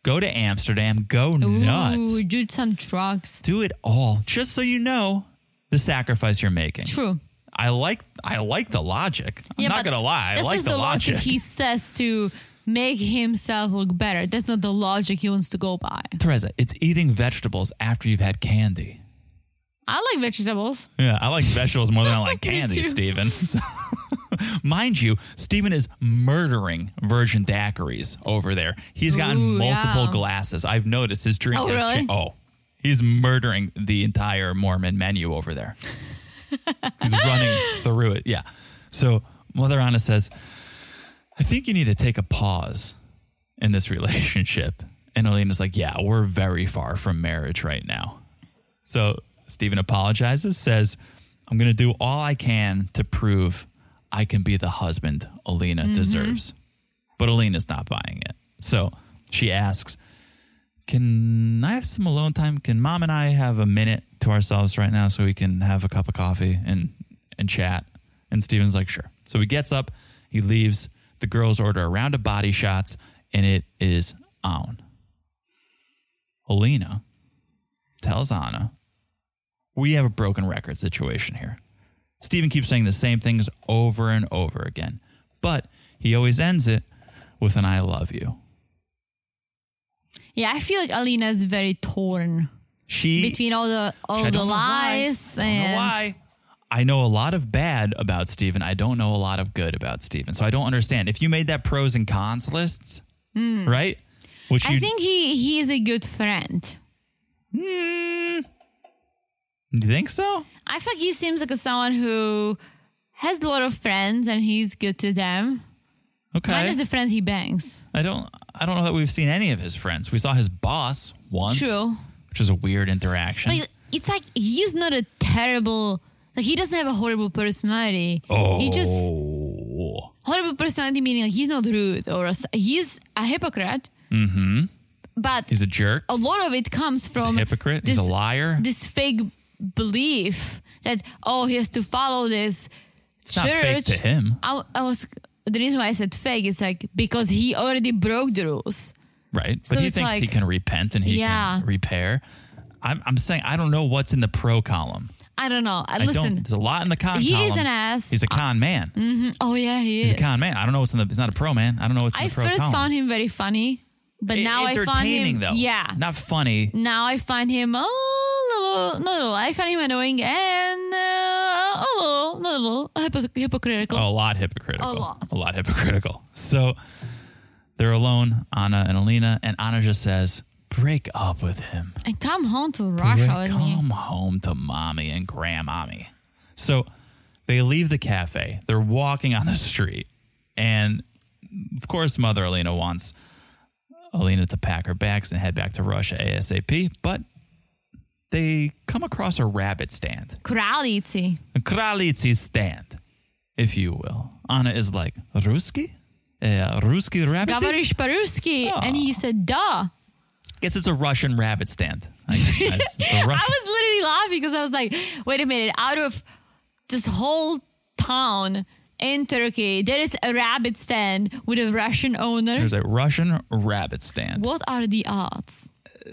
A: Go to Amsterdam, go nuts.
B: Ooh, do some drugs.
A: do it all just so you know the sacrifice you're making.
B: True.
A: I like I like the logic. I'm
B: Yeah,
A: not
B: but
A: gonna lie. I
B: This
A: like
B: is
A: the, logic.
B: he says to make himself look better. That's not the logic he wants to go by.
A: Teresa, it's eating vegetables after you've had candy.
B: I like vegetables.
A: Yeah, I like vegetables more than I like
B: Me
A: candy,
B: too.
A: Steven. So- mind you, Steven is murdering virgin daiquiris over there. He's gotten
B: Ooh,
A: multiple
B: yeah.
A: glasses. I've noticed his drink
B: Oh,
A: has
B: really?
A: cha- Oh. He's murdering the entire Mormon menu over there. He's running through it. Yeah. So Mother Anna says, I think you need to take a pause in this relationship. And Alina's like, Yeah, we're very far from marriage right now. So Stephen apologizes, says, I'm going to do all I can to prove I can be the husband Alina
B: Mm-hmm.
A: deserves. But Alina's not buying it. So she asks, Can I have some alone time? Can mom and I have a minute to ourselves right now so we can have a cup of coffee and, and chat? And Steven's like, Sure. So he gets up, he leaves. The girls order a round of body shots, and it is on. Alina tells Anna, We have a broken record situation here. Steven keeps saying the same things over and over again, but he always ends it with an I love you.
B: Yeah, I feel like Alina is very torn
A: She
B: between all the all
A: which I
B: the
A: don't know why.
B: lies
A: I don't know
B: and
A: why. I know a lot of bad about Steven. I don't know a lot of good about Steven. So I don't understand. If you made that pros and cons lists, right? Which
B: Hmm. I think he he is a good friend.
A: Mm. you think so?
B: I feel like he seems like a someone who has a lot of friends and he's good to them.
A: Okay.
B: Mine is the friends he bangs.
A: I don't I don't know that we've seen any of his friends. We saw his boss once.
B: True.
A: Which is a weird interaction.
B: But it's like he's not a terrible like he doesn't have a horrible personality.
A: oh.
B: He just horrible personality meaning like he's not rude or a, he's a hypocrite. Mm-hmm. But
A: He's a jerk.
B: a lot of it comes
A: He's
B: from
A: a hypocrite. He's a
B: Oh, this-
A: liar.
B: this fake belief that oh he has to follow this
A: it's
B: church.
A: not fake to him.
B: I, I was the reason why I said fake is like because he already broke the rules.
A: Right. But
B: So
A: he
B: it's
A: thinks he
B: like-
A: can repent and he
B: Yeah.
A: can repair. I'm, I'm saying I don't know what's in the pro column.
B: I don't know. I,
A: I
B: listen.
A: don't. There's a lot in the con
B: He
A: column.
B: is an ass.
A: He's a con man.
B: oh yeah, he
A: He's
B: is.
A: a con man. I don't know what's in the. He's not a pro man. I don't know what's in
B: I
A: the pro
B: first
A: column.
B: found him very funny, but
A: E-
B: now I find
A: entertaining
B: him
A: though.
B: yeah.
A: Not funny.
B: now I find him a little, not a little. I find him annoying and uh, a little, not a little hypo- hypocritical.
A: A lot hypocritical.
B: A lot.
A: A lot hypocritical. So they're alone, Anna and Alina, and Anna just says, "Break up with him.
B: And come home to Russia
A: Break-
B: with me.
A: Oh. come home to mommy and grandmommy." So they leave the cafe. They're walking on the street, and of course, Mother Alina wants Alina to pack her bags and head back to Russia ASAP. But they come across a rabbit stand,
B: Kraljici.
A: a kralici stand, if you will. Anna is like, Ruski? Uh, Ruski rabbit?
B: Govorish Paruski.
A: Oh.
B: And he said, duh.
A: Guess it's a Russian rabbit stand. I guess. The
B: I
A: Russian-
B: was literally laughing because I was like, wait a minute, out of this whole town in Turkey, there is a rabbit stand with a Russian owner.
A: There's a Russian rabbit stand.
B: What are the odds?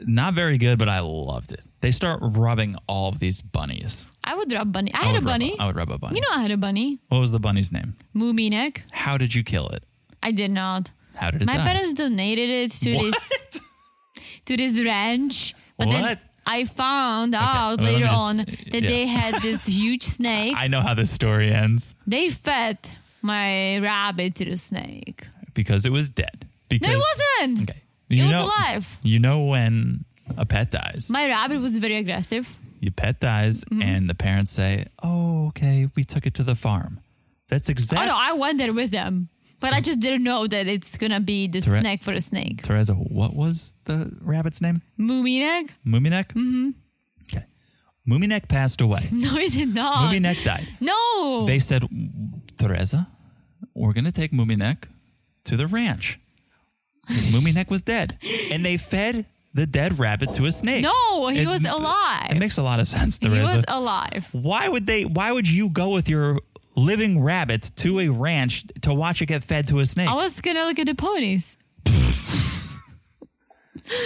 A: Not very good, but I loved it. They start rubbing all of these bunnies.
B: I would rub bunny. I, had a
A: would rub
B: bunny.
A: I would rub a bunny.
B: You know, I had a bunny.
A: what was the bunny's name?
B: Muminek.
A: How did you kill it?
B: I did not.
A: How did it
B: My
A: die?
B: parents donated it to this
A: What?
B: to this ranch. But then
A: What?
B: I found
A: well,
B: out
A: let me
B: later
A: just-
B: on that
A: yeah.
B: they had this huge snake.
A: I know how this story ends
B: they fed my rabbit to the snake.
A: because it was dead.
B: No,
A: Because
B: it wasn't.
A: Okay. You
B: was
A: know,
B: alive.
A: You know when a pet dies.
B: My Mm-hmm. rabbit was very aggressive.
A: Your pet dies, and the parents say, "Oh, okay, we took it to the farm." That's
B: Oh
A: exactly.
B: no, I went there with them, but I just didn't know that it's gonna be the
A: Tore-
B: snake for a snake.
A: Teresa, what was the rabbit's name?
B: Muminek?
A: Muminek. Mm-hmm. Okay. Muminek passed away.
B: No, it did not.
A: Muminek died.
B: No.
A: They said, Teresa, we're going to take Muminek to the ranch. 'Cause Muminek was dead. And they fed the dead rabbit to a snake.
B: No, he was alive.
A: It makes a lot of sense,
B: he
A: Teresa.
B: was alive.
A: why would they why would you go with your living rabbit to a ranch to watch it get fed to a snake?
B: I was gonna look at the ponies.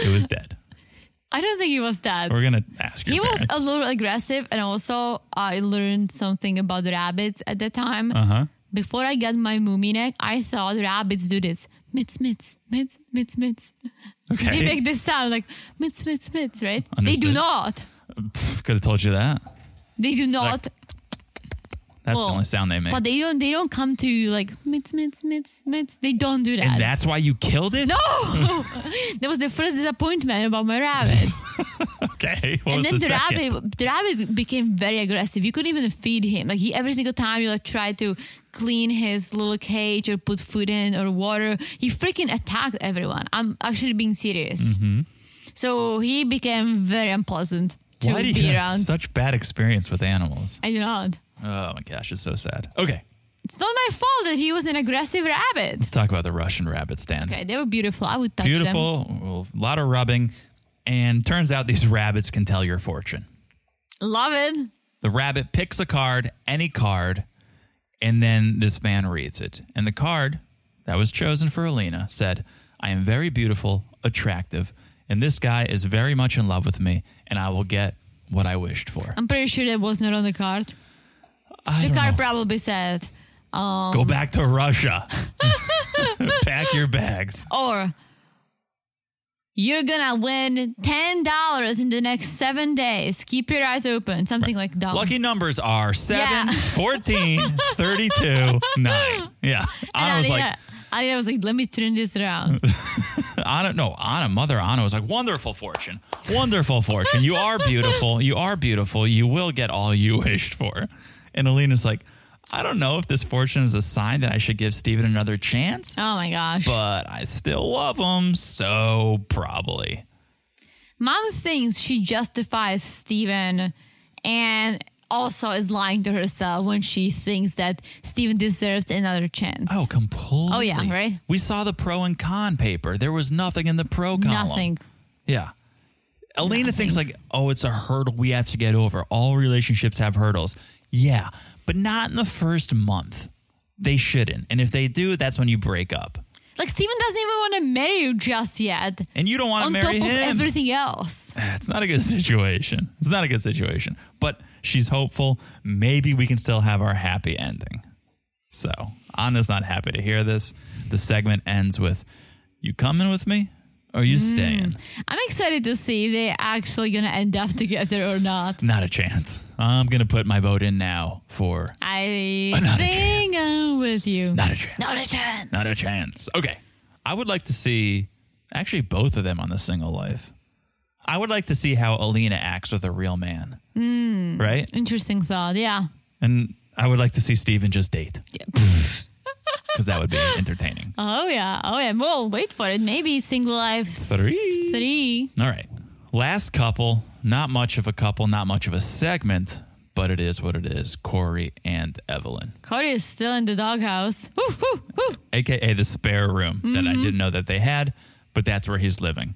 A: it was dead.
B: I don't think he was dead.
A: We're going to ask your
B: He was
A: parents.
B: a little aggressive, and also I learned something about rabbits at the time.
A: uh-huh.
B: Before I got my Muminek, I thought rabbits do this. Mitz, mitz, mitz, mitz, mitz. They
A: Okay.
B: make this sound like mitz, mitz, mitz, right? They do
A: Understood.
B: not.
A: Could have told you that.
B: They do not.
A: That's
B: Well,
A: the only sound they make.
B: But they don't. They don't come to you like mitz, mitz, mitz, mitz. They don't do that.
A: and that's why you killed it?
B: no, that was the first disappointment about my rabbit.
A: Okay. What
B: and
A: was
B: then
A: the,
B: the,
A: second?
B: rabbit, the rabbit became very aggressive. You couldn't even feed him. Like he, every single time you like tried to clean his little cage or put food in or water, he freaking attacked everyone. I'm actually being serious.
A: Mm-hmm.
B: So he became very unpleasant to
A: Why did
B: be
A: you have
B: around.
A: such bad experience with animals?
B: I do not.
A: Oh my gosh, it's so sad. Okay,
B: It's not my fault that he was an aggressive rabbit.
A: let's talk about the Russian rabbit stand.
B: Okay, they were beautiful. I would touch them.
A: Beautiful, well, a lot of rubbing, and turns out these rabbits can tell your fortune.
B: Love it.
A: The rabbit picks a card, any card, and then this man reads it. And the card that was chosen for Alina said, I am very beautiful, attractive, and this guy is very much in love with me, and I will get what I wished for.
B: I'm pretty sure that was not on the card.
A: I
B: The
A: don't
B: card
A: know.
B: probably said,
A: Go back to Russia. Pack your bags.
B: or you're gonna win ten dollars in the next seven days. Keep your eyes open. Something like that.
A: Lucky numbers are 7,
B: Yeah.
A: 14, 32, 9. Yeah. Anna was like,
B: I was like, let me turn this around.
A: Anna, no, Anna, mother Anna was like, wonderful fortune, wonderful fortune. You are beautiful. You are beautiful. You will get all you wished for. And Alina's like, I don't know if this fortune is a sign that I should give Steven another chance,
B: oh my gosh.
A: but I still love him. So probably.
B: Mom thinks she justifies Steven and also is lying to herself when she thinks that Steven deserves another chance.
A: Oh, completely.
B: Oh, yeah, right?
A: We saw the pro and con paper. There was nothing in the pro column.
B: Nothing.
A: Yeah. Alina thinks like, oh, it's a hurdle we have to get over. All relationships have hurdles. Yeah, but not in the first month. They shouldn't. And if they do, that's when you break up.
B: Like Steven doesn't even want to marry you just yet.
A: And you don't want to
B: On
A: marry
B: top of
A: him.
B: everything else.
A: it's not a good situation. It's not a good situation. But she's hopeful. Maybe we can still have our happy ending. So Anna's not happy to hear this. The segment ends with, "You coming with me, or you
B: Mm.
A: staying?"
B: I'm excited to see if they're actually gonna end up together or not.
A: Not a chance. I'm gonna put my vote in now for
B: I
A: Not a
B: think
A: chance.
B: I'm with you.
A: Not a chance.
B: Not a chance.
A: Not a chance. Okay. I would like to see actually both of them on the single life. I would like to see how Alina acts with a real man.
B: Hmm.
A: Right?
B: Interesting thought. Yeah.
A: And I would like to see Steven just date. Because that would be entertaining.
B: Uh. Oh yeah. Oh yeah. Well, wait for it. Maybe single life s-
A: Three.
B: Three.
A: All right. Last couple, not much of a couple, not much of a segment, but it is what it is. Corey and Evelyn,
B: Cody is still in the doghouse. Woo, woo, woo.
A: aka the spare room that
B: Mm-hmm.
A: I didn't know that they had, but that's where he's living.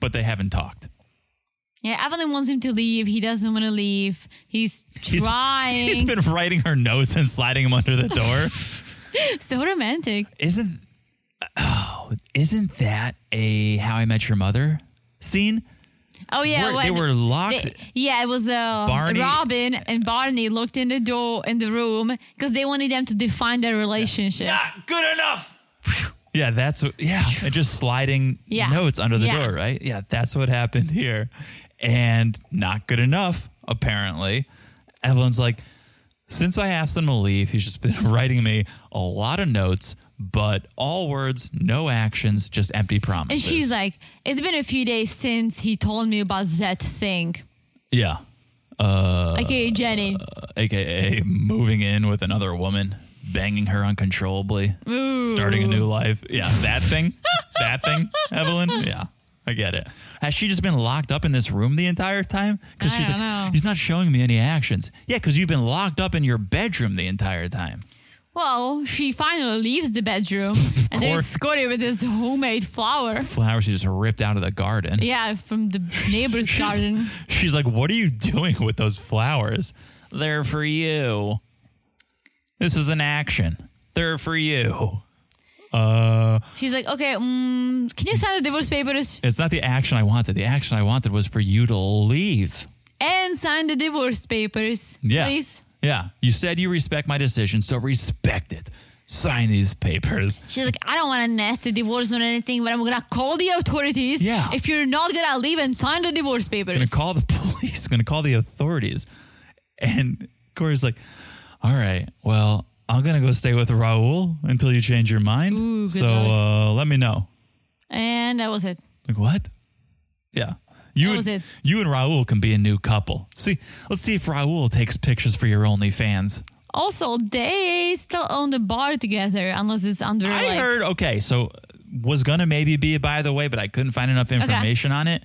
A: But they haven't talked.
B: Yeah, Evelyn wants him to leave. He doesn't want to leave. He's
A: He's-
B: trying.
A: He's been writing her notes and sliding them under the door.
B: so romantic.
A: isn't oh, isn't that a How I Met Your Mother scene?
B: Oh yeah,
A: Were-
B: when-
A: they were locked.
B: they- yeah, it was uh,
A: Barney-
B: Robin and Barney looked in the door in the room because they wanted them to define their relationship.
A: Not Ah, good enough. Phew. Yeah, that's what- yeah, and just sliding
B: Yeah.
A: notes under the
B: Yeah.
A: door, right? Yeah, that's what happened here, and not good enough apparently. Evelyn's like, since I asked him to leave, he's just been writing me a lot of notes, but all words, no actions, just empty
B: And
A: promises.
B: she's like, "It's been a few days since he told me about that thing."
A: yeah, Uh,
B: okay, Jenny.
A: aka moving in with another woman, banging her uncontrollably, starting a new life. Yeah, that thing, that thing, Evelyn. Yeah, I get it. Has she just been locked up in this room the entire time? Because
B: I
A: she's
B: don't
A: like,
B: know.
A: he's not showing me any actions. Yeah, because you've been locked up in your bedroom the entire time.
B: Well, she finally leaves the bedroom,
A: course.
B: and there's Cody with his homemade flower.
A: Flowers she just ripped out of the garden.
B: Yeah, from the neighbor's garden.
A: She's like, what are you doing with those flowers? They're for you. This is an action. They're for you. Uh.
B: She's like, "Okay, mm, can you sign the divorce papers
A: It's not the action I wanted. The action I wanted was for you to leave.
B: and sign the divorce papers,
A: Yeah.
B: please?"
A: Yeah. You said you respect my decision, so respect it. Sign these papers.
B: She's like, I don't want a nasty divorce or anything, but I'm gonna call the authorities.
A: Yeah.
B: If you're not gonna leave and sign the divorce papers.
A: I'm gonna call the police. I'm gonna call the authorities. And Corey's like, "All right, well, I'm gonna go stay with Raul until you change your mind.
B: Ooh, good
A: so
B: luck.
A: uh, let me know."
B: And that was it.
A: Like what? Yeah. You
B: That was
A: and,
B: it.
A: you and Raul can be a new couple. See, let's see if Raul takes pictures for your OnlyFans.
B: Also, they still own the bar together, unless it's under
A: I
B: like
A: heard okay, so was gonna maybe be a by the way, but I couldn't find enough information on it.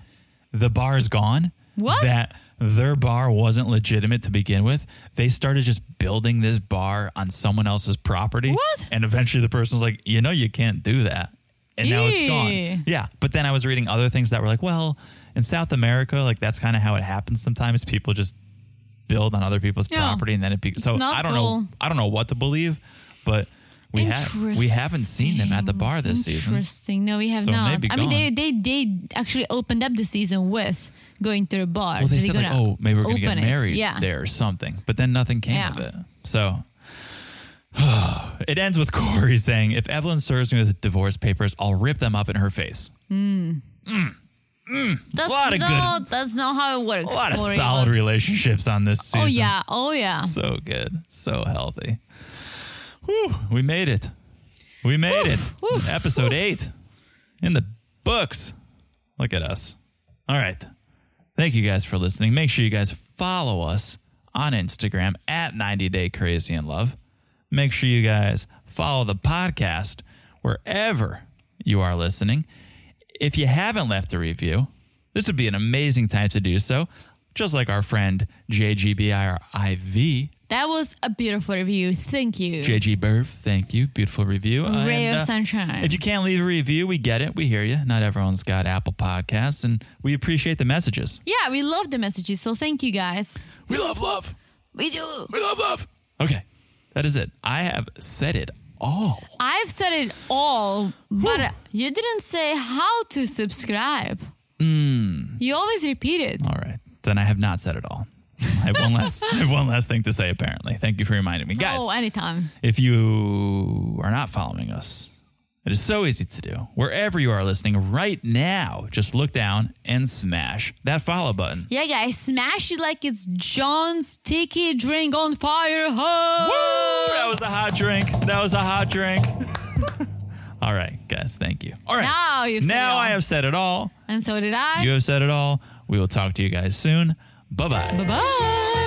A: The bar's gone.
B: What?
A: That their bar wasn't legitimate to begin with. They started just building this bar on someone else's property.
B: What?
A: And eventually the person was like, you know, you can't do that. And now it's
B: Gee.
A: gone. Yeah. But then I was reading other things that were like, well, in South America, like that's kind of how it happens sometimes. People just build on other people's
B: Yeah.
A: property and then it be- so
B: not
A: I don't know
B: cool.
A: I don't know what to believe, but we have we haven't seen them at the bar this
B: Interesting.
A: season.
B: Interesting. No, we have
A: So it may
B: not.
A: be
B: I mean, they,
A: gone.
B: they they actually opened up the season with going to the bar.
A: Well, they
B: They're
A: said like,
B: gonna
A: oh, maybe we're gonna get
B: open it.
A: married
B: Yeah.
A: there or something, but then nothing came
B: Yeah.
A: of it. So. It ends with Corey saying, "If Evelyn serves me with divorce papers, I'll rip them up in her face."
B: That's
A: lot of good-
B: not, That's not how it works.
A: A lot of
B: Corey.
A: solid relationships on this season.
B: Oh yeah. Oh yeah.
A: so good, so healthy. Whew, we made it. We made it.
B: oof,
A: Episode eight in the books. Look at us. All right. Thank you guys for listening. Make sure you guys follow us on Instagram at 90 Day Crazy in Love. Make sure you guys follow the podcast wherever you are listening. If you haven't left a review, this would be an amazing time to do so. Just like our friend JGBIRIV,
B: That was a beautiful review. Thank you.
A: JG Burf, thank you. Beautiful review. uh,
B: Ray of sunshine.
A: If you can't leave a review, we get it. We hear you. Not everyone's got Apple Podcasts, and we appreciate the messages.
B: yeah, we love the messages. So thank you guys.
A: We love love.
B: We do.
A: We love love. Okay, that is it. I have said it all.
B: I've said it all, but you didn't say how to subscribe. You always repeat it.
A: All right, then I have not said it all. I have one last. I have one last thing to say. Apparently, thank you for reminding me, guys.
B: Oh, anytime.
A: If you are not following us, it is so easy to do. Wherever you are listening right now, just look down and smash that follow button.
B: Yeah, guys, smash it like it's John's tiki drink on fire.
A: Woo!
B: Ho!
A: That was a hot drink. That was a hot drink. all right, guys, thank you. All right.
B: Now you've said it
A: Now
B: all.
A: I have said it all.
B: And so did I.
A: You have said it all. We will talk to you guys soon. Bye bye.
B: Bye bye.